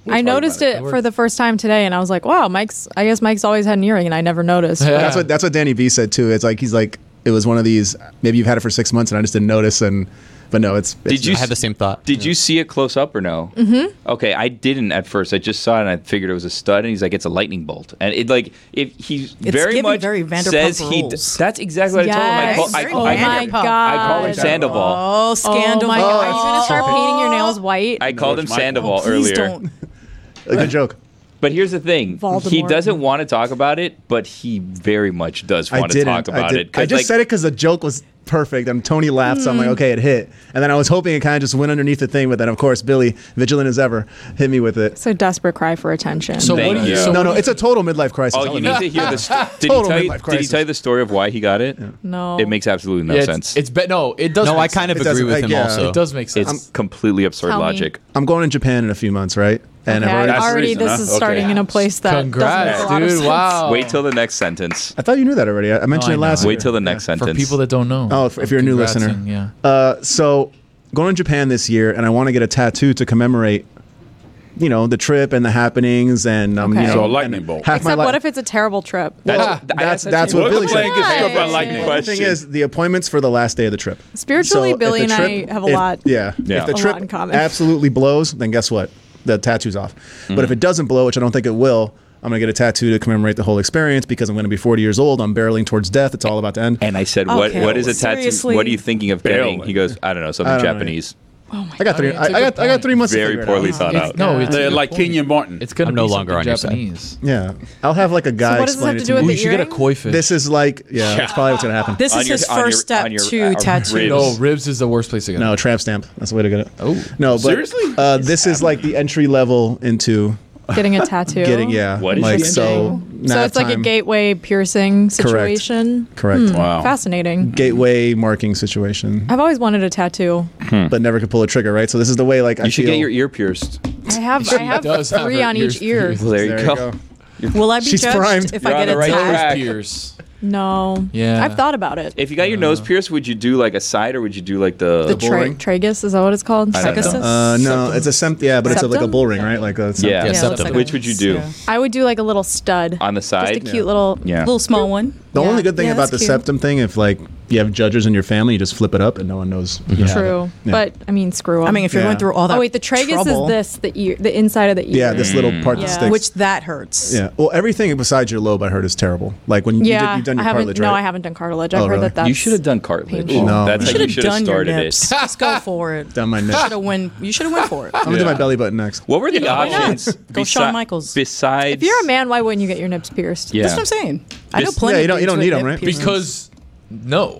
Speaker 7: I
Speaker 4: about
Speaker 7: noticed
Speaker 4: it.
Speaker 7: it for the first time today, and I was like, "Wow, Mike's." I guess Mike's always had an earring, and I never noticed.
Speaker 2: Yeah.
Speaker 3: *laughs* That's what that's what Danny V said too. It's like he's like it was one of these. Maybe you've had it for six months and I just didn't notice. And but no, it's, it's
Speaker 1: Did you
Speaker 6: I had the same thought.
Speaker 1: Did you see it close up or no? Mm-hmm. Okay, I didn't at first. I just saw it and I figured it was a stud. And he's like, it's a lightning bolt. And it like if he very
Speaker 5: giving
Speaker 1: much
Speaker 5: very Vanderpump
Speaker 1: says he. d-
Speaker 5: Rules.
Speaker 1: That's exactly what I told him. I
Speaker 7: Yes.
Speaker 1: call,
Speaker 7: Oh
Speaker 1: I, I,
Speaker 7: my
Speaker 1: I, call him
Speaker 7: God.
Speaker 1: Sandoval.
Speaker 5: Oh,
Speaker 7: Oh
Speaker 5: scandal! Oh.
Speaker 7: my god! Oh. Are you gonna start painting your nails white?
Speaker 1: I called
Speaker 4: it's
Speaker 1: him
Speaker 4: my
Speaker 1: Sandoval
Speaker 4: fault.
Speaker 5: Please
Speaker 1: earlier.
Speaker 5: don't.
Speaker 3: a good joke.
Speaker 1: But here's the thing: he
Speaker 7: Voldemort.
Speaker 1: doesn't want to talk about it, but he very much does
Speaker 3: I
Speaker 1: want to
Speaker 3: didn't.
Speaker 1: talk
Speaker 3: I,
Speaker 1: about
Speaker 3: did,
Speaker 1: it. 'cause,
Speaker 3: I just
Speaker 1: like, Mm.
Speaker 3: said it because the joke was perfect and Tony laughed. So I'm like, okay, it hit. And then I was hoping it kind of just went underneath the thing. But then of course Billy, vigilant as ever, hit me with it.
Speaker 7: It's a desperate cry for attention.
Speaker 2: So
Speaker 1: Thank
Speaker 2: what do you?
Speaker 1: you.
Speaker 2: So
Speaker 3: No, no, it's a total midlife crisis.
Speaker 1: Oh, you need to
Speaker 3: *laughs*
Speaker 1: hear the. St- did, he
Speaker 3: Total
Speaker 1: tell you,
Speaker 3: midlife
Speaker 1: did he tell you the story of why he got it?
Speaker 7: No.
Speaker 1: It makes absolutely no
Speaker 2: yeah,
Speaker 1: sense.
Speaker 2: It's, it's be- no, it does.
Speaker 6: No,
Speaker 2: make
Speaker 6: I kind of
Speaker 3: It
Speaker 6: agree
Speaker 3: doesn't-
Speaker 6: with
Speaker 3: like,
Speaker 6: him
Speaker 3: yeah.
Speaker 6: also.
Speaker 2: Sense. It does make sense.
Speaker 1: It's completely absurd
Speaker 7: Tell me.
Speaker 1: logic.
Speaker 3: I'm going to Japan in a few months, right? And
Speaker 7: okay,
Speaker 3: I've already.
Speaker 7: already,
Speaker 4: That's the reason,
Speaker 7: this
Speaker 4: huh?
Speaker 7: is
Speaker 4: Okay.
Speaker 7: starting in a place that doesn't make a
Speaker 2: Congrats,
Speaker 7: lot of
Speaker 2: dude!
Speaker 7: sense. *laughs*
Speaker 2: Wow.
Speaker 1: Wait till the next sentence.
Speaker 3: I thought you knew that already. I, I mentioned
Speaker 2: I
Speaker 3: it
Speaker 2: know.
Speaker 3: last.
Speaker 2: Wait
Speaker 3: year.
Speaker 1: Wait till the next
Speaker 2: for
Speaker 1: sentence.
Speaker 2: people that don't know.
Speaker 3: Oh, if, if you're a new listener,
Speaker 2: Congratsing, yeah.
Speaker 3: Uh, so going to Japan this year, and I want to get a tattoo to commemorate, you know, the trip and the happenings, and um,
Speaker 7: Okay.
Speaker 3: you know,
Speaker 4: So a
Speaker 3: and
Speaker 4: lightning bolt.
Speaker 3: Half my
Speaker 7: Except
Speaker 3: li-
Speaker 7: what if it's a terrible trip?
Speaker 3: Well, that's
Speaker 1: I-
Speaker 3: that's what
Speaker 4: What
Speaker 3: Billy
Speaker 4: the
Speaker 3: said.
Speaker 4: plane
Speaker 7: plan
Speaker 4: gets struck by
Speaker 7: Why?
Speaker 4: lightning?
Speaker 3: The thing
Speaker 4: Question.
Speaker 3: is, the appointments for the last day of the trip.
Speaker 7: Spiritually,
Speaker 3: if
Speaker 7: Billy
Speaker 3: the
Speaker 7: and I have a
Speaker 3: if-
Speaker 7: lot-
Speaker 3: Yeah.
Speaker 1: Yeah.
Speaker 3: If the
Speaker 1: A
Speaker 7: lot in
Speaker 3: trip
Speaker 7: common.
Speaker 3: absolutely blows, then guess what? The tattoo's off. But if it doesn't blow, which I don't think it will, I'm gonna get a tattoo to commemorate the whole experience because I'm gonna be 40 years old. I'm barreling towards death. It's all about to end.
Speaker 1: And I said, "What?
Speaker 5: Okay.
Speaker 1: What is a tattoo?
Speaker 5: Seriously?
Speaker 1: What are you thinking of getting?"
Speaker 4: Barely.
Speaker 1: He goes, "I don't know, something
Speaker 3: I don't know.
Speaker 1: Japanese."
Speaker 3: I got three.
Speaker 2: it's
Speaker 3: I,
Speaker 2: a
Speaker 3: I
Speaker 2: good
Speaker 3: got. I got
Speaker 2: point.
Speaker 3: three months. to
Speaker 1: Very
Speaker 3: figure it
Speaker 1: poorly
Speaker 3: out.
Speaker 1: thought
Speaker 2: It's,
Speaker 1: out.
Speaker 2: no,
Speaker 7: uh,
Speaker 2: it's a
Speaker 4: They're
Speaker 2: good
Speaker 4: like
Speaker 2: point.
Speaker 4: Kenyon Barton.
Speaker 2: It's gonna
Speaker 6: I'm
Speaker 2: be
Speaker 6: no longer
Speaker 2: something
Speaker 6: on your side.
Speaker 2: Japanese.
Speaker 3: Yeah, I'll have like a guy.
Speaker 7: what does this
Speaker 3: explain
Speaker 7: have
Speaker 3: it
Speaker 7: to
Speaker 3: to
Speaker 7: do
Speaker 3: me.
Speaker 7: with
Speaker 2: Ooh,
Speaker 7: the
Speaker 2: you should get a
Speaker 7: earring?
Speaker 2: koi fish.
Speaker 3: This is like, yeah, that's probably what's gonna happen.
Speaker 5: This
Speaker 1: On
Speaker 5: is
Speaker 1: your-
Speaker 5: his
Speaker 1: on your-
Speaker 5: first step
Speaker 1: on your,
Speaker 5: to
Speaker 1: uh,
Speaker 5: tattoo.
Speaker 1: ribs.
Speaker 2: no ribs is the worst place to go.
Speaker 3: no, tramp stamp. That's the way to go.
Speaker 2: Oh.
Speaker 3: no, but
Speaker 4: Seriously?
Speaker 3: uh, this is like the entry level into
Speaker 7: Getting a tattoo.
Speaker 3: getting. Yeah,
Speaker 1: What is
Speaker 3: like
Speaker 1: this
Speaker 3: so?
Speaker 7: So
Speaker 3: nav
Speaker 7: it's like a Hmm.
Speaker 3: time-
Speaker 7: gateway piercing situation.
Speaker 3: Correct.
Speaker 4: Wow.
Speaker 7: Fascinating.
Speaker 3: Gateway marking situation,
Speaker 7: I've always wanted a tattoo.
Speaker 3: but never could pull a trigger. Right. So this is the way. Like I
Speaker 1: Hmm. You should
Speaker 3: feel.
Speaker 1: get your ear
Speaker 3: *laughs*
Speaker 1: pierced.
Speaker 7: I have I have
Speaker 2: does have
Speaker 7: three
Speaker 2: her
Speaker 7: on each
Speaker 1: *laughs*
Speaker 2: ears
Speaker 7: ear.
Speaker 2: pierced.
Speaker 1: Well, there,
Speaker 3: There
Speaker 1: you
Speaker 3: you
Speaker 1: go.
Speaker 3: go.
Speaker 5: Will I be
Speaker 3: She's
Speaker 5: judged
Speaker 3: primed.
Speaker 5: if
Speaker 1: You're
Speaker 5: I
Speaker 1: on
Speaker 5: get
Speaker 1: the right
Speaker 5: attacked?
Speaker 1: track.
Speaker 2: Pierce.
Speaker 7: No.
Speaker 2: Yeah.
Speaker 7: I've thought about it.
Speaker 1: If you got your nose pierced, would you do like a side or would you do like the?
Speaker 7: the tra-
Speaker 3: Uh, boring.
Speaker 7: tragus is that what it's called?
Speaker 1: I don't know.
Speaker 7: Tragus?
Speaker 3: Uh, no, it's a semt. Yeah, but it's a, like a
Speaker 7: Septum?
Speaker 3: bull ring, right? Like a septum.
Speaker 1: yeah.
Speaker 6: Yeah,
Speaker 5: it looks
Speaker 6: septum.
Speaker 5: like a-
Speaker 1: Which would you do?
Speaker 5: Yeah.
Speaker 7: I would do like a little stud.
Speaker 1: On the
Speaker 7: Just a
Speaker 1: side.
Speaker 7: cute little.
Speaker 1: Yeah.
Speaker 5: Little small one.
Speaker 3: The
Speaker 7: Yeah.
Speaker 3: only good thing
Speaker 5: Yeah,
Speaker 3: about the
Speaker 5: that's cute.
Speaker 3: septum thing, if like you have judges in your family, you just flip it up and no one knows. you have it.
Speaker 7: True.
Speaker 3: Yeah.
Speaker 7: But I mean, screw 'em.
Speaker 5: I mean, if you're
Speaker 3: Yeah.
Speaker 5: going through all that.
Speaker 7: oh wait, the tragus
Speaker 5: trouble,
Speaker 7: is this the ear, the inside of the ear.
Speaker 3: yeah, this
Speaker 1: Mm.
Speaker 3: little part that
Speaker 7: Yeah.
Speaker 3: sticks.
Speaker 5: which that hurts.
Speaker 3: Yeah. Well, everything besides your lobe, I heard, is terrible. Like when
Speaker 7: Yeah,
Speaker 3: you did, you've done
Speaker 7: I
Speaker 3: your
Speaker 7: haven't.
Speaker 3: cartilage,
Speaker 7: No,
Speaker 3: right?
Speaker 7: I haven't done cartilage. I've
Speaker 3: Oh,
Speaker 7: heard
Speaker 3: really?
Speaker 7: that that's.
Speaker 1: you should have done cartilage.
Speaker 7: painful.
Speaker 3: No,
Speaker 1: That's
Speaker 3: man.
Speaker 1: how you
Speaker 5: You
Speaker 1: should
Speaker 5: should
Speaker 1: have
Speaker 5: done your
Speaker 1: started it. *laughs*
Speaker 5: nips. Just go for it.
Speaker 3: Down my neck.
Speaker 5: Should have win. You should have went *laughs* for it.
Speaker 3: I'm gonna do my belly button next.
Speaker 1: What were the options?
Speaker 5: Go Shawn
Speaker 1: besi-
Speaker 5: Michaels.
Speaker 1: Besides,
Speaker 7: If you're a man, why wouldn't you get your nips pierced?
Speaker 1: yeah.
Speaker 5: That's what I'm saying. I know
Speaker 1: Just-
Speaker 5: plenty.
Speaker 3: Yeah, you don't-
Speaker 5: of
Speaker 3: you don't
Speaker 5: dudes
Speaker 3: need
Speaker 5: with Mm-hmm.
Speaker 3: 'em,
Speaker 5: nip
Speaker 3: right?
Speaker 5: piercings.
Speaker 2: Because no.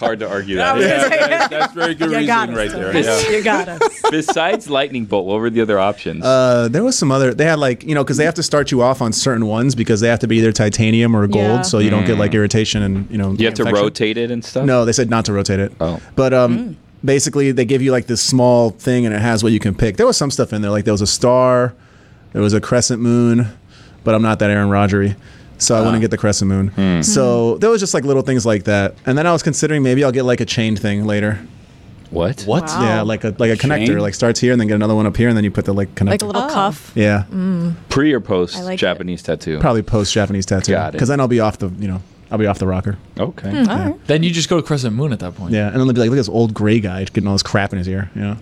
Speaker 1: hard to argue that.
Speaker 4: Yeah, *laughs* that's, that's very good
Speaker 5: You got
Speaker 4: reasoning
Speaker 5: us.
Speaker 4: right there.
Speaker 5: Thomas.
Speaker 4: Yeah.
Speaker 5: You got us.
Speaker 1: Besides lightning bolt, what were the other options?
Speaker 3: Uh, there was some other. They had like you know because they have to start you off on certain ones because they have to be either titanium or gold,
Speaker 7: Yeah.
Speaker 3: so you don't get like irritation and you know.
Speaker 1: Mm. you have to
Speaker 3: infection.
Speaker 1: rotate it and stuff.
Speaker 3: No, they said not to rotate it.
Speaker 1: Oh.
Speaker 3: But um,
Speaker 7: Mm.
Speaker 3: basically they give you like this small thing and it has what you can pick. There was some stuff in there like there was a star, there was a crescent moon, but I'm not that Aaron Rodgery. So I
Speaker 1: Ah.
Speaker 3: wouldn't get the crescent moon.
Speaker 1: Hmm.
Speaker 3: So there was just like little things like that, and then I was considering maybe I'll get like a chain thing later.
Speaker 1: What?
Speaker 6: What?
Speaker 7: Wow.
Speaker 3: Yeah, like a like a connector,
Speaker 4: Chain?
Speaker 3: like starts here and then get another one up here, and then you put the like connector.
Speaker 7: Like a little
Speaker 5: Oh.
Speaker 1: Oh.
Speaker 7: Mm. cuff.
Speaker 3: yeah,
Speaker 1: Pre or post
Speaker 7: I like it.
Speaker 1: Japanese tattoo?
Speaker 3: probably post Japanese tattoo.
Speaker 1: Got it.
Speaker 3: Because then I'll be off the you know I'll be off the rocker.
Speaker 1: Okay.
Speaker 7: Hmm.
Speaker 2: Then you just go to Crescent Moon at that point.
Speaker 3: Yeah, and then they'll be like, look at this old gray guy getting all this crap in his ear. You know,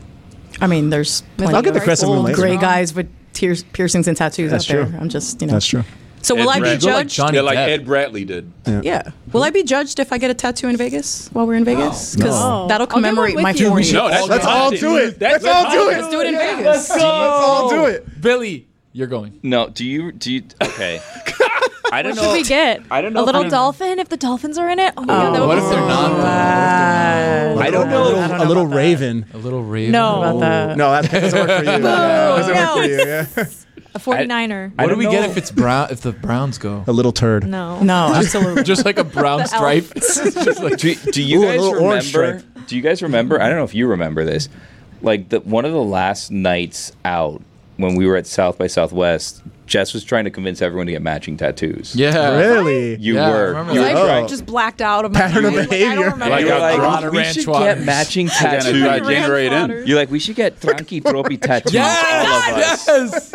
Speaker 5: I mean, there's plenty
Speaker 3: I'll get the
Speaker 5: of
Speaker 3: Crescent Moon
Speaker 5: old
Speaker 3: later.
Speaker 5: gray guys with tears, piercings and tattoos
Speaker 3: That's
Speaker 5: out there.
Speaker 3: true.
Speaker 5: I'm just, you know.
Speaker 3: that's true.
Speaker 5: So will
Speaker 4: Ed
Speaker 5: I be
Speaker 4: Brad-
Speaker 5: judged?
Speaker 4: You're
Speaker 2: like Johnny
Speaker 4: Yeah, like
Speaker 2: Depp.
Speaker 4: Ed Bratley did.
Speaker 5: Yeah. Will I be judged if I get a tattoo in Vegas while we're in Vegas? Because
Speaker 3: No.
Speaker 7: No. I'll
Speaker 5: that'll
Speaker 7: get one
Speaker 5: commemorate
Speaker 7: with
Speaker 5: my
Speaker 7: you.
Speaker 5: former.
Speaker 4: No, that's
Speaker 3: Let's all do it.
Speaker 4: That's
Speaker 3: Let's all do it.
Speaker 5: Let's do it in Vegas.
Speaker 3: I'll do it.
Speaker 2: Billy, you're going.
Speaker 1: No. Do you? Do you?
Speaker 3: *laughs*
Speaker 1: Okay. I don't
Speaker 7: Should
Speaker 1: know.
Speaker 7: we get
Speaker 1: I don't know
Speaker 7: a
Speaker 1: if
Speaker 7: little
Speaker 1: I'm-
Speaker 7: dolphin if the dolphins are in it? Oh my god, that would
Speaker 2: What
Speaker 7: be
Speaker 2: if
Speaker 7: so
Speaker 2: they're not?
Speaker 7: cool.
Speaker 1: I don't
Speaker 3: A
Speaker 1: know.
Speaker 3: little, a little raven.
Speaker 2: A little raven.
Speaker 7: No, about that.
Speaker 3: No, that doesn't work for you. Yeah, doesn't work for you. Yeah.
Speaker 7: *laughs* a 49er.
Speaker 1: I
Speaker 2: What do
Speaker 1: don't
Speaker 2: we
Speaker 1: know.
Speaker 2: get if it's brown? If the Browns
Speaker 7: *laughs*
Speaker 2: go,
Speaker 3: A little turd.
Speaker 7: no.
Speaker 3: *laughs*
Speaker 5: No, absolutely.
Speaker 2: just like a brown
Speaker 7: *laughs*
Speaker 2: stripe. Just like-
Speaker 1: Do, do you
Speaker 3: Ooh, a
Speaker 1: guys
Speaker 3: little orange
Speaker 1: remember?
Speaker 3: stripe.
Speaker 1: Do you guys remember? I don't know if you remember this. Like the one of the last nights out when we were at South by Southwest, Jess was trying to convince everyone to get matching tattoos.
Speaker 2: Yeah.
Speaker 3: Really?
Speaker 1: You
Speaker 2: Yeah, I
Speaker 1: were.
Speaker 2: remember
Speaker 1: You
Speaker 2: that.
Speaker 1: were
Speaker 7: I
Speaker 1: trying.
Speaker 7: just blacked out of my
Speaker 3: Pattern of
Speaker 7: mind. Like, I
Speaker 3: behavior.
Speaker 7: don't remember.
Speaker 4: Like
Speaker 1: you were
Speaker 4: a
Speaker 1: like,
Speaker 2: Toronto
Speaker 1: we
Speaker 2: ranch
Speaker 1: should
Speaker 2: waters.
Speaker 1: get *laughs* matching
Speaker 4: Trying to try
Speaker 1: tattoos.
Speaker 4: January it in.
Speaker 7: Grandfathers.
Speaker 1: You're like, we should get Tranky Tropy tattoos. All
Speaker 2: *laughs*
Speaker 1: of us.
Speaker 2: Yes. Yes.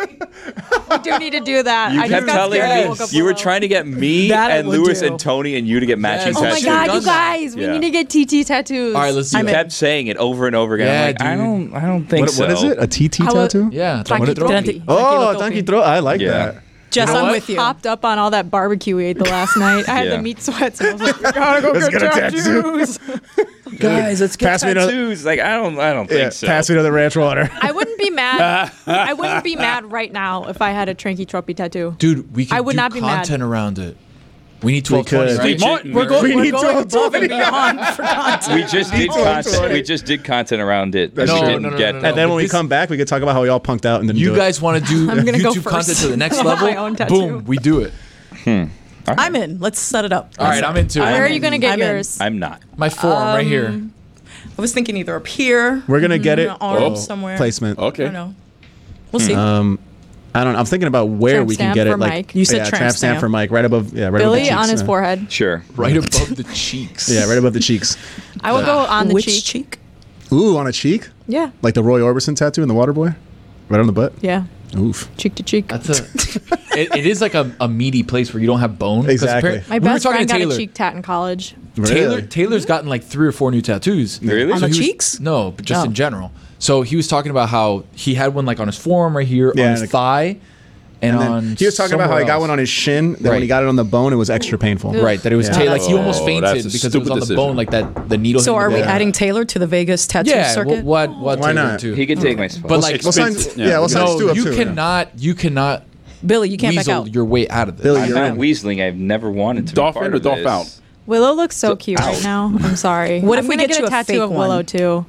Speaker 7: I do need to do that.
Speaker 1: You
Speaker 7: I
Speaker 1: kept
Speaker 7: just got
Speaker 1: telling
Speaker 7: scared. and
Speaker 1: me
Speaker 7: woke up
Speaker 1: you were
Speaker 7: alone.
Speaker 1: trying to get me
Speaker 5: That I
Speaker 1: and
Speaker 5: would
Speaker 1: Lewis
Speaker 5: do.
Speaker 1: and Tony and you to get matching
Speaker 2: Yes.
Speaker 7: Oh my
Speaker 1: tattoos.
Speaker 7: god,
Speaker 2: done
Speaker 7: you
Speaker 2: that.
Speaker 7: guys, we
Speaker 1: Yeah.
Speaker 7: need to get TT tattoos.
Speaker 2: All right, let's do
Speaker 1: You
Speaker 2: it.
Speaker 1: kept saying it over and over again.
Speaker 2: Yeah,
Speaker 1: I'm like, I
Speaker 2: dude.
Speaker 1: don't, I don't think
Speaker 3: What,
Speaker 1: so.
Speaker 3: what is it? A TT
Speaker 7: I will-
Speaker 3: tattoo?
Speaker 2: Yeah.
Speaker 7: Tranky
Speaker 2: Don't-
Speaker 7: Tropy.
Speaker 5: Dante-
Speaker 3: Oh,
Speaker 5: Dante
Speaker 3: donkey
Speaker 5: Lopi.
Speaker 3: throw. I like
Speaker 1: Yeah.
Speaker 3: that.
Speaker 5: Jess,
Speaker 2: You know
Speaker 5: I'm
Speaker 2: what?
Speaker 5: with you.
Speaker 7: Hopped up on all that barbecue we ate the last night. I had
Speaker 1: Yeah.
Speaker 7: the meat sweats. And I was like, we gotta go
Speaker 3: Let's
Speaker 7: get,
Speaker 3: get a
Speaker 7: tattoos.
Speaker 1: Guys, let's get
Speaker 3: Pass me another-
Speaker 1: tattoos. Like, I don't, I don't
Speaker 3: Yeah,
Speaker 1: think so.
Speaker 3: Pass me another ranch water.
Speaker 7: I wouldn't be mad. I wouldn't be mad right now if I had a Tranky Tropy tattoo.
Speaker 2: Dude, we can
Speaker 7: I would
Speaker 2: do
Speaker 7: not be mad.
Speaker 2: content around it. We need
Speaker 3: We
Speaker 2: 1220.
Speaker 3: could.
Speaker 2: Right?
Speaker 4: Martin,
Speaker 5: We're, go-
Speaker 3: We
Speaker 5: we're
Speaker 3: need
Speaker 5: going
Speaker 3: to-
Speaker 5: above and beyond
Speaker 1: *laughs*
Speaker 5: for content.
Speaker 1: we just did content. We just did content around it. that
Speaker 3: No,
Speaker 1: we
Speaker 3: no,
Speaker 1: didn't
Speaker 2: no, no,
Speaker 1: get
Speaker 2: no, no.
Speaker 1: that.
Speaker 3: and then when we
Speaker 2: This-
Speaker 3: come back, we could talk about how we all punked out and didn't
Speaker 2: You
Speaker 3: do it.
Speaker 2: guys want to do
Speaker 7: *laughs* I'm gonna go
Speaker 2: YouTube
Speaker 7: first.
Speaker 2: content to the next
Speaker 7: I want
Speaker 2: level?
Speaker 7: *laughs* my own tattoo.
Speaker 2: Boom, we do it.
Speaker 5: I'm in. Let's set it up.
Speaker 2: All right, I'm into it.
Speaker 7: Where are you Um,
Speaker 5: in.
Speaker 7: gonna get
Speaker 5: I'm in.
Speaker 7: yours?
Speaker 1: I'm not.
Speaker 2: My forearm right here.
Speaker 5: I was thinking either up here.
Speaker 3: We're gonna get
Speaker 5: mm,
Speaker 3: it.
Speaker 5: Arm
Speaker 4: Oh,
Speaker 5: somewhere.
Speaker 3: Placement.
Speaker 5: I
Speaker 4: Okay.
Speaker 5: don't know. We'll see.
Speaker 3: I don't. know. I'm thinking about where
Speaker 7: Tramp
Speaker 3: we can
Speaker 7: stamp
Speaker 3: get it.
Speaker 7: for
Speaker 3: like
Speaker 7: Mike.
Speaker 5: You said
Speaker 3: yeah,
Speaker 5: tramp
Speaker 3: stamp
Speaker 5: stamp.
Speaker 3: for Mike, right above. Yeah, right above the
Speaker 7: Billy
Speaker 3: cheeks,
Speaker 7: on his
Speaker 3: yeah.
Speaker 7: forehead.
Speaker 1: Sure.
Speaker 2: Right above the cheeks.
Speaker 3: Yeah, right above the cheeks.
Speaker 7: I would go on the
Speaker 5: Which
Speaker 7: cheek.
Speaker 5: cheek?
Speaker 3: Ooh, on a cheek,
Speaker 7: Yeah,
Speaker 3: like the Roy Orbison tattoo in the Waterboy, right on the butt.
Speaker 7: yeah,
Speaker 3: Oof.
Speaker 7: cheek to cheek.
Speaker 2: That's a. it, it is like a, a meaty place where you don't have bone. 'Cause
Speaker 3: Exactly.
Speaker 2: apparent-
Speaker 7: My
Speaker 2: we were
Speaker 7: best
Speaker 2: talking
Speaker 7: friend
Speaker 2: to
Speaker 7: got
Speaker 2: Taylor.
Speaker 7: a cheek tat in college.
Speaker 2: Taylor
Speaker 3: Really?
Speaker 2: Taylor's gotten like three or four new tattoos.
Speaker 1: Really? On
Speaker 2: So
Speaker 5: the
Speaker 2: he was-
Speaker 5: cheeks?
Speaker 2: no, but just
Speaker 5: Oh.
Speaker 2: in general. So he was talking about how he had one like on his forearm right here,
Speaker 3: Yeah,
Speaker 2: on his
Speaker 3: like-
Speaker 2: thigh, and,
Speaker 3: And then
Speaker 2: on.
Speaker 3: he was talking about how he
Speaker 2: somewhere
Speaker 3: got
Speaker 2: else.
Speaker 3: one on his shin. Then
Speaker 2: Right.
Speaker 3: when he got it on the bone, it was extra painful.
Speaker 2: Right, that it was
Speaker 3: Yeah.
Speaker 2: Taylor. Like he almost
Speaker 4: Oh,
Speaker 2: fainted
Speaker 4: that's a
Speaker 2: because it was
Speaker 4: stupid
Speaker 2: on the
Speaker 4: decision.
Speaker 2: bone, like that. The needle.
Speaker 5: So
Speaker 2: hit
Speaker 5: are
Speaker 2: the
Speaker 5: we
Speaker 2: bone.
Speaker 5: adding Taylor to the Vegas tattoo
Speaker 2: Yeah.
Speaker 5: circuit?
Speaker 2: What? What? what
Speaker 3: Why
Speaker 2: Taylor
Speaker 3: not?
Speaker 2: Too?
Speaker 1: He can take my spot.
Speaker 2: but like,
Speaker 3: We'll sign,
Speaker 4: Expensive.
Speaker 3: yeah,
Speaker 4: Yeah,
Speaker 3: we'll sign
Speaker 2: no,
Speaker 3: Stu up
Speaker 2: you
Speaker 3: too.
Speaker 2: cannot. You cannot
Speaker 5: Billy, you can't
Speaker 2: weasel
Speaker 5: back out.
Speaker 2: your way out of this.
Speaker 3: Billy,
Speaker 1: I'm
Speaker 3: you're
Speaker 1: not
Speaker 3: in.
Speaker 1: weaseling. I've never wanted to.
Speaker 4: Dolph
Speaker 1: be part
Speaker 4: in or
Speaker 1: of
Speaker 4: Dolph
Speaker 1: this.
Speaker 4: out?
Speaker 7: Willow looks so cute right now. I'm sorry. *laughs*
Speaker 5: What
Speaker 7: I'm
Speaker 5: if we
Speaker 7: gonna
Speaker 5: get you
Speaker 7: a
Speaker 5: a
Speaker 7: tattoo
Speaker 5: fake
Speaker 7: of Willow
Speaker 5: one?
Speaker 7: too?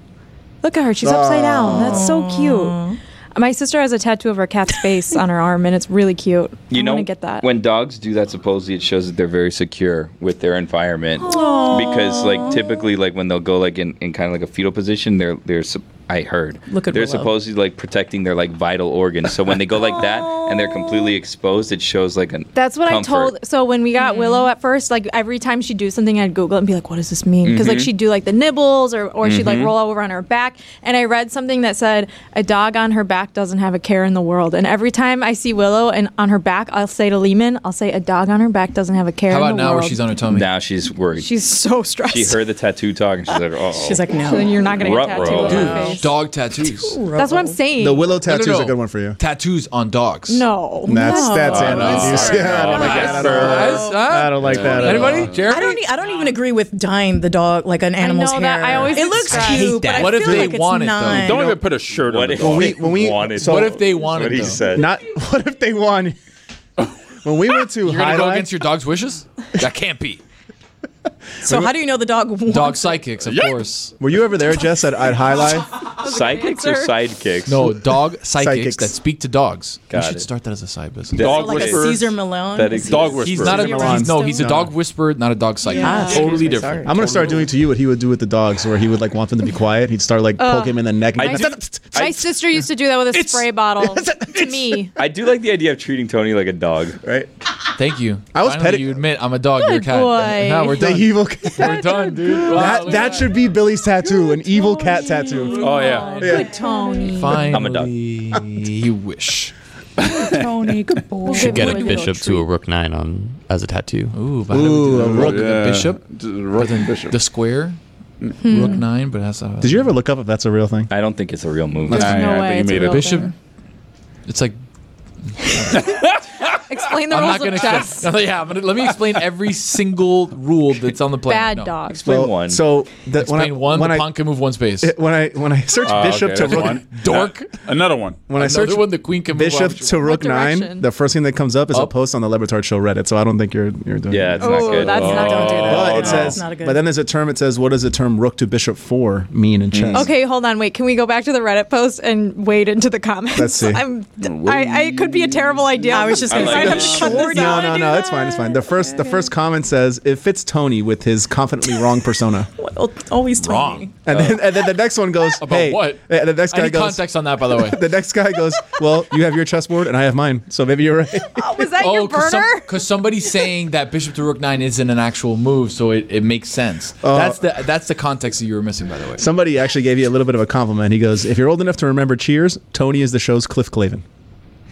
Speaker 7: Look at her. She's upside down. That's so cute. My sister has a tattoo of her *laughs* cat's face on her arm, and it's really cute.
Speaker 1: You
Speaker 7: I
Speaker 1: know,
Speaker 7: want to get that.
Speaker 1: when dogs do that, supposedly it shows that they're very secure with their environment. Because, like, typically, like when they'll go like in, in kind of like a fetal position, they're they're sup- I heard
Speaker 5: Look at
Speaker 1: they're
Speaker 5: Willow.
Speaker 1: supposedly like protecting their like vital organs. So when they go like that and they're completely exposed, it shows like an
Speaker 7: That's what
Speaker 1: comfort.
Speaker 7: I told. So when we got Willow at first, like every time she'd do something, I'd Google it and be like, "What does this mean?" Because like
Speaker 1: Mm-hmm.
Speaker 7: she'd do like the nibbles, or or she'd like roll over on her back. And I read something that said a dog on her back doesn't have a care in the world. And every time I see Willow and on her back, I'll say to Lehman, "I'll say a dog on her back doesn't have a care
Speaker 2: How
Speaker 7: in
Speaker 2: about
Speaker 7: the
Speaker 2: now
Speaker 7: world."
Speaker 2: where she's on her tummy?
Speaker 1: Now she's worried.
Speaker 7: She's so *laughs* stressed.
Speaker 1: she heard the tattoo talk and she's like, oh.
Speaker 5: She's like, no.
Speaker 7: So then you're not gonna get
Speaker 1: Ruh-roh.
Speaker 7: tattooed on
Speaker 2: Dude,
Speaker 7: your face.
Speaker 2: dog tattoos.
Speaker 7: That's what I'm saying.
Speaker 3: The willow tattoo is
Speaker 2: No, no, no.
Speaker 3: a good one for you.
Speaker 2: Tattoos on dogs.
Speaker 7: no, Oh,
Speaker 3: That's that's
Speaker 7: No.
Speaker 3: animal abuse.
Speaker 7: Sorry.
Speaker 3: Yeah, I don't like that. at all.
Speaker 2: Guys, huh?
Speaker 3: Uh, I don't like that. at all.
Speaker 2: Anybody? Jeremy?
Speaker 5: I don't. e- I don't even agree with dyeing the dog like an animal's
Speaker 7: know
Speaker 5: hair.
Speaker 7: that. I always
Speaker 5: it looks
Speaker 7: describe- I
Speaker 6: hate
Speaker 5: cute, but
Speaker 6: that.
Speaker 5: I
Speaker 2: What
Speaker 5: feel
Speaker 2: if they
Speaker 5: like it's
Speaker 2: want it, though?
Speaker 5: not.
Speaker 4: Don't even put a shirt on
Speaker 1: What
Speaker 4: the
Speaker 1: if
Speaker 4: dog.
Speaker 3: we- when we-
Speaker 1: wanted
Speaker 3: so-
Speaker 2: what if they wanted
Speaker 1: what he
Speaker 2: though?
Speaker 1: said?
Speaker 3: Not *laughs* what if they won? When we went to
Speaker 2: You're gonna go
Speaker 3: highlight,
Speaker 2: against your dog's wishes? That can't be.
Speaker 5: So how do you know the dog?
Speaker 2: *laughs*
Speaker 5: Wants
Speaker 2: Dog psychics, of
Speaker 4: Yeah.
Speaker 2: course.
Speaker 3: were you ever there, Jess? At, at highlight,
Speaker 1: Psychics or
Speaker 7: answer.
Speaker 1: sidekicks?
Speaker 2: No,
Speaker 3: *laughs*
Speaker 2: dog psychics,
Speaker 3: Psychics.
Speaker 2: that speak to dogs. We
Speaker 1: Got
Speaker 2: should
Speaker 1: it.
Speaker 2: start that as a side business.
Speaker 1: That
Speaker 4: Dog
Speaker 5: like a
Speaker 4: whisperer.
Speaker 5: Caesar Malone?
Speaker 1: That
Speaker 5: Is he-
Speaker 4: Dog
Speaker 2: He's
Speaker 4: whisperer.
Speaker 2: not a
Speaker 7: Caesar
Speaker 2: he's, no, he's a
Speaker 3: No.
Speaker 2: dog whisperer, not a dog psychic.
Speaker 5: Yeah.
Speaker 2: Totally different.
Speaker 3: I'm gonna start doing to you what he would do with the dogs, where he would like want them to be quiet. He'd start like poke him in the neck. And
Speaker 1: I do-
Speaker 7: My sister used to do that with a spray bottle to me.
Speaker 1: I do like the idea of treating Tony like a dog.
Speaker 3: right?
Speaker 2: Thank you.
Speaker 3: I was
Speaker 2: Finally,
Speaker 3: petting-
Speaker 2: you admit I'm a dog, you're a
Speaker 7: Good
Speaker 2: cat.
Speaker 7: boy.
Speaker 2: Now we're
Speaker 3: The
Speaker 2: done.
Speaker 3: evil. *laughs*
Speaker 2: we're done, dude. Wow,
Speaker 3: That,
Speaker 2: look
Speaker 3: that
Speaker 2: at
Speaker 3: should be Billy's tattoo, an evil cat tattoo.
Speaker 4: Oh yeah.
Speaker 7: Good Tony.
Speaker 2: Finally,
Speaker 1: I'm a dog.
Speaker 2: you wish.
Speaker 7: We'll
Speaker 8: Should
Speaker 7: give
Speaker 8: get a
Speaker 7: Willow
Speaker 8: bishop
Speaker 7: treat.
Speaker 8: to a rook nine on as a tattoo.
Speaker 2: Ooh, but how do we do
Speaker 3: Ooh,
Speaker 2: the
Speaker 3: a
Speaker 2: rook,
Speaker 4: Yeah.
Speaker 2: the bishop,
Speaker 4: D- Rook and bishop.
Speaker 2: the square, rook nine, but that's not.
Speaker 3: Hmm. Did you ever look up if that's a real thing?
Speaker 1: I don't think it's a real movie.
Speaker 4: Nah,
Speaker 7: no
Speaker 4: yeah,
Speaker 7: way,
Speaker 4: I
Speaker 7: it's
Speaker 4: think you
Speaker 7: a
Speaker 4: made it.
Speaker 7: real-
Speaker 2: bishop? It's like
Speaker 7: Explain the
Speaker 2: I'm
Speaker 7: rules
Speaker 2: not gonna
Speaker 7: of chess.
Speaker 2: explain. *laughs* yeah, I'm gonna, let me explain every single
Speaker 7: *laughs*
Speaker 2: rule that's on the planet.
Speaker 7: Bad
Speaker 2: No.
Speaker 7: dog.
Speaker 1: Explain one.
Speaker 3: So that when I
Speaker 2: Explain one.
Speaker 3: when
Speaker 2: the
Speaker 3: I
Speaker 2: pawn can move one space.
Speaker 3: it- when I when I search
Speaker 4: Oh, okay,
Speaker 3: bishop
Speaker 4: that's
Speaker 3: to rook
Speaker 4: one.
Speaker 3: *laughs*
Speaker 2: Dork.
Speaker 4: Another one.
Speaker 3: when I
Speaker 2: Another
Speaker 3: search
Speaker 2: one. The queen can move.
Speaker 3: bishop
Speaker 2: one-
Speaker 3: to rook nine,
Speaker 7: direction?
Speaker 3: the first thing that comes up is a
Speaker 2: Up.
Speaker 3: post on the Lebertard Show Reddit. So I don't think you're you're doing.
Speaker 1: yeah,
Speaker 3: it.
Speaker 1: it's not good.
Speaker 7: Oh, that's not
Speaker 4: Don't do that.
Speaker 3: But
Speaker 4: Oh,
Speaker 3: it
Speaker 4: no.
Speaker 3: says,
Speaker 5: Not a good-
Speaker 3: but then there's a term. It says, what does the term rook to bishop four mean in chess?
Speaker 7: Okay, hold on. Wait, can we go back to the Reddit post and wade into the comments?
Speaker 3: Let's see.
Speaker 7: *laughs* I'm, I, I it could be a terrible idea.
Speaker 5: I was just gonna
Speaker 1: I like it.
Speaker 7: *laughs*
Speaker 5: say I'm Sure,
Speaker 3: No, no, no. It's fine. It's fine. The first, the first comment says it fits Tony with his confidently wrong
Speaker 7: *laughs*
Speaker 3: persona,
Speaker 5: Always Tony.
Speaker 2: Wrong.
Speaker 3: and then and then the next one goes
Speaker 2: About
Speaker 3: hey,
Speaker 2: what?
Speaker 3: And the next guy
Speaker 2: Any
Speaker 3: goes.
Speaker 2: context on that, by the
Speaker 3: *laughs*
Speaker 2: way?
Speaker 3: The next guy goes. Well, you have your chessboard and I have mine, so maybe you're right.
Speaker 7: *laughs* Oh, was that your burner?
Speaker 2: because somebody's saying that bishop to rook nine isn't an actual move, so it, it makes sense.
Speaker 3: Uh,
Speaker 2: that's the that's the context that you were missing, by the way.
Speaker 3: Somebody actually gave you a little bit of a compliment. He goes, "If you're old enough to remember Cheers, Tony is the show's Cliff Clavin."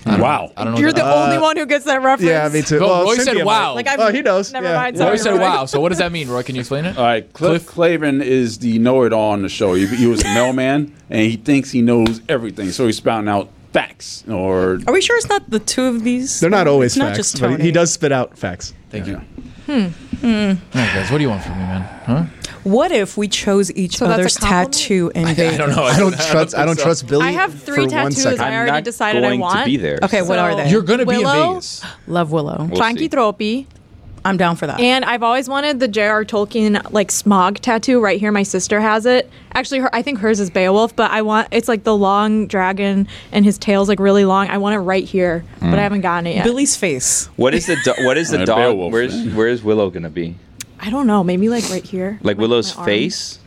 Speaker 4: Wow.
Speaker 2: I don't know.
Speaker 7: *laughs* You're
Speaker 2: what
Speaker 7: the
Speaker 2: that-
Speaker 7: only one who gets that reference.
Speaker 3: Yeah, me too.
Speaker 2: Go-
Speaker 3: well,
Speaker 2: Roy said
Speaker 3: Cynthia might.
Speaker 2: wow. Like,
Speaker 5: I've-
Speaker 3: oh, he knows.
Speaker 7: Never
Speaker 3: yeah.
Speaker 7: mind.
Speaker 2: Roy
Speaker 7: Sorry,
Speaker 2: said,
Speaker 7: *laughs* Roy.
Speaker 2: "Wow." So what does that mean, Roy? Can you explain it?
Speaker 4: All right, Cliff, Clavin is the know-it-all on the show. He, he was a mailman, and he thinks he knows everything, so he's spouting out facts or
Speaker 5: Are we sure it's not the two of these?
Speaker 3: They're not always
Speaker 5: It's not
Speaker 3: facts,
Speaker 5: just
Speaker 3: but
Speaker 5: Tony.
Speaker 3: he does spit out facts.
Speaker 2: Thank you. All right, guys. What do you want from me, man? Huh?
Speaker 5: What if we chose each
Speaker 7: So that's a
Speaker 5: other's
Speaker 7: compliment?
Speaker 5: tattoo and
Speaker 2: I don't know.
Speaker 3: I don't trust. I don't trust Billy.
Speaker 7: I have three
Speaker 3: for one
Speaker 7: tattoos.
Speaker 3: second.
Speaker 7: I
Speaker 1: I'm
Speaker 7: already
Speaker 1: not
Speaker 7: decided I
Speaker 1: going
Speaker 7: want.
Speaker 1: to be there.
Speaker 5: Okay, what are they?
Speaker 2: You're gonna be in
Speaker 7: Willow?
Speaker 2: Vegas.
Speaker 5: Love Willow.
Speaker 1: We'll
Speaker 7: Frankie
Speaker 1: see.
Speaker 7: Troppi.
Speaker 5: I'm down for that.
Speaker 7: And I've always wanted the J.R. Tolkien like smog tattoo right here. My sister has it. Actually, her, I think hers is Beowulf, but I want it's like the long dragon and his tail's like really long. I want it right here,
Speaker 2: Mm.
Speaker 7: but I haven't gotten it yet.
Speaker 5: Billy's face.
Speaker 1: What is the do- what is *laughs* the
Speaker 4: Uh,
Speaker 1: dog?
Speaker 4: Beowulf,
Speaker 1: where's
Speaker 4: man.
Speaker 1: where's Willow gonna be?
Speaker 7: I don't know, maybe like right here.
Speaker 1: Like
Speaker 7: my-
Speaker 1: Willow's
Speaker 7: my arm.
Speaker 1: face?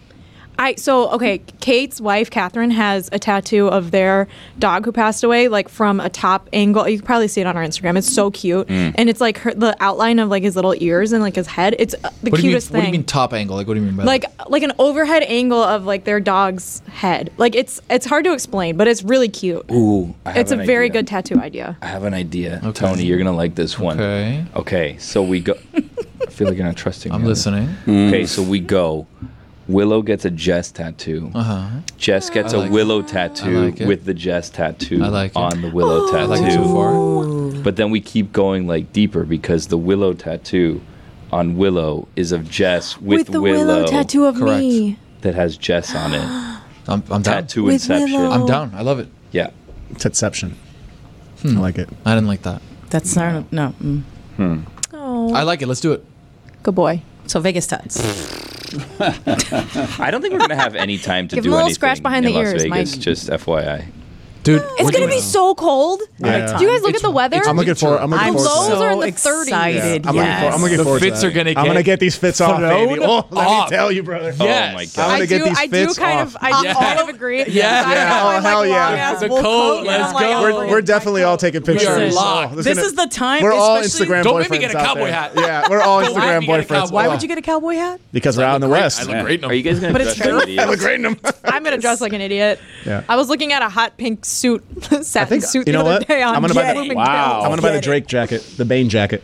Speaker 7: I so okay. Kate's wife Catherine has a tattoo of their dog who passed away, like from a top angle. You can probably see it on our Instagram. It's so cute,
Speaker 2: Mm.
Speaker 7: and it's like her, the outline of like his little ears and like his head. It's uh, the
Speaker 2: What do you mean?
Speaker 7: cutest
Speaker 2: What do you
Speaker 7: thing.
Speaker 2: mean top angle? Like what do you mean by
Speaker 7: like
Speaker 2: that?
Speaker 7: like an overhead angle of like their dog's head. Like it's it's hard to explain, but it's really cute.
Speaker 1: Ooh, I have
Speaker 7: it's a
Speaker 1: an
Speaker 7: very
Speaker 1: idea.
Speaker 7: good tattoo idea.
Speaker 1: I have an idea, Tony. You're gonna like this one.
Speaker 2: Okay.
Speaker 1: Okay, so we
Speaker 7: *laughs*
Speaker 1: go. I feel like you're not trusting me.
Speaker 2: I'm
Speaker 1: on this.
Speaker 2: listening.
Speaker 1: Okay, so we go. Willow gets a Jess tattoo. Uh-huh. Jess gets
Speaker 7: Ah.
Speaker 2: I like
Speaker 1: a
Speaker 2: it.
Speaker 1: Willow tattoo
Speaker 2: like it.
Speaker 1: with the Jess tattoo
Speaker 2: I like it.
Speaker 1: on the Willow
Speaker 2: I
Speaker 7: Oh.
Speaker 1: tattoo.
Speaker 2: like it so far.
Speaker 1: But then we keep going like deeper because the Willow tattoo on Willow is of Jess with,
Speaker 7: With the willow, tattoo of
Speaker 2: Correct.
Speaker 7: me.
Speaker 1: that has Jess on
Speaker 7: *gasps*
Speaker 1: it.
Speaker 2: I'm, I'm down.
Speaker 1: tattoo
Speaker 7: With
Speaker 1: Inception.
Speaker 7: Willow.
Speaker 2: I'm down. I love it.
Speaker 1: Yeah.
Speaker 3: Tetception.
Speaker 7: Hmm.
Speaker 3: I like it.
Speaker 2: I didn't like that.
Speaker 5: That's not no. mm.
Speaker 7: Oh,
Speaker 2: I like it. Let's do it.
Speaker 7: good boy.
Speaker 5: So Vegas tats.
Speaker 1: I don't think we're gonna have any time to
Speaker 7: Give
Speaker 1: do
Speaker 7: him a little
Speaker 1: anything
Speaker 7: scratch behind
Speaker 1: in
Speaker 7: the
Speaker 1: Las
Speaker 7: ears,
Speaker 1: Vegas.
Speaker 7: Mike.
Speaker 1: Just FYI.
Speaker 2: Dude,
Speaker 7: It's
Speaker 2: we're
Speaker 7: gonna
Speaker 2: doing
Speaker 7: be
Speaker 2: it.
Speaker 7: so cold.
Speaker 3: Yeah.
Speaker 7: Do you guys look at the weather?
Speaker 3: I'm looking forward. I'm looking
Speaker 5: I'm
Speaker 3: forward. to
Speaker 7: Lows
Speaker 3: that.
Speaker 7: are in
Speaker 5: so
Speaker 7: the 30s.
Speaker 3: Yeah,
Speaker 5: excited.
Speaker 3: I'm looking, for, I'm
Speaker 5: yes.
Speaker 3: looking
Speaker 2: The
Speaker 3: forward.
Speaker 2: fits
Speaker 3: to that.
Speaker 2: are gonna
Speaker 3: I'm gonna
Speaker 2: get
Speaker 3: get these fits off, baby.
Speaker 2: thrown
Speaker 3: Oh, let
Speaker 2: off.
Speaker 3: me tell you, brother.
Speaker 2: Yes.
Speaker 1: Oh my god.
Speaker 3: I'm
Speaker 7: I
Speaker 3: gonna get
Speaker 7: do,
Speaker 3: these
Speaker 7: I do
Speaker 3: fits
Speaker 7: kind
Speaker 3: off.
Speaker 7: of, I
Speaker 2: Yeah.
Speaker 7: kind of
Speaker 3: *laughs*
Speaker 7: agree.
Speaker 2: Yeah.
Speaker 7: I
Speaker 2: Yeah.
Speaker 7: got my,
Speaker 3: Oh, hell yeah.
Speaker 7: long-ass
Speaker 2: The
Speaker 7: wool
Speaker 2: coat,
Speaker 7: and I'm
Speaker 2: let's
Speaker 7: like, "Oh,
Speaker 2: go.
Speaker 7: I'm
Speaker 2: We're-
Speaker 7: like,
Speaker 3: We're definitely all taking pictures.
Speaker 2: are
Speaker 3: Oh,
Speaker 2: locked.
Speaker 3: this
Speaker 5: This
Speaker 3: gonna-
Speaker 5: is the time.
Speaker 3: We're all
Speaker 5: especially-
Speaker 3: Instagram
Speaker 2: Don't make me
Speaker 3: boyfriends
Speaker 2: get a
Speaker 3: out
Speaker 2: cowboy
Speaker 3: there.
Speaker 2: hat.
Speaker 3: Yeah, we're all
Speaker 2: Don't make
Speaker 3: Instagram
Speaker 2: me get a
Speaker 3: boyfriends.
Speaker 2: cowboy
Speaker 5: Why
Speaker 2: hat.
Speaker 3: Oh,
Speaker 5: would you get a cowboy hat?
Speaker 3: Because we're out in the
Speaker 2: I
Speaker 3: west.
Speaker 2: look great. in
Speaker 1: Are you guys gonna
Speaker 5: But
Speaker 1: dress
Speaker 5: it's true.
Speaker 1: like idiots?
Speaker 3: great in them.
Speaker 7: I'm gonna dress like an idiot.
Speaker 3: Yeah.
Speaker 7: I was looking at a hot pink suit, *laughs* satin
Speaker 3: think-
Speaker 7: suit
Speaker 3: you know
Speaker 7: the other
Speaker 3: what?
Speaker 7: day on
Speaker 3: I'm gonna buy the-
Speaker 7: Bloomingdale's.
Speaker 4: Wow.
Speaker 3: I'm gonna buy the Drake jacket, the Bane jacket,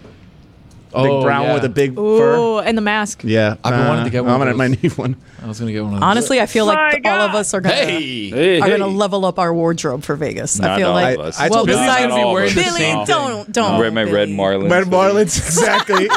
Speaker 2: Oh,
Speaker 3: big brown with a big fur.
Speaker 7: Ooh, and the mask.
Speaker 3: Yeah,
Speaker 2: I've been wanting to get one
Speaker 3: I'm
Speaker 2: of
Speaker 3: gonna
Speaker 2: those.
Speaker 3: might need one.
Speaker 2: I was gonna get one of those.
Speaker 5: Honestly, I feel like th- all of us are gonna
Speaker 2: hey,
Speaker 4: Hey,
Speaker 5: are
Speaker 4: hey.
Speaker 5: gonna level up our wardrobe for Vegas. I
Speaker 1: Not
Speaker 5: feel
Speaker 1: all
Speaker 5: like
Speaker 1: of us.
Speaker 3: I
Speaker 5: well
Speaker 3: told you
Speaker 4: Not
Speaker 5: besides
Speaker 4: all of us.
Speaker 2: the
Speaker 5: Billy,
Speaker 2: same
Speaker 4: No.
Speaker 2: thing.
Speaker 5: don't don't
Speaker 1: Wear my red
Speaker 5: Billy.
Speaker 1: Marlins.
Speaker 3: Red
Speaker 1: hoodie.
Speaker 3: Marlins, exactly.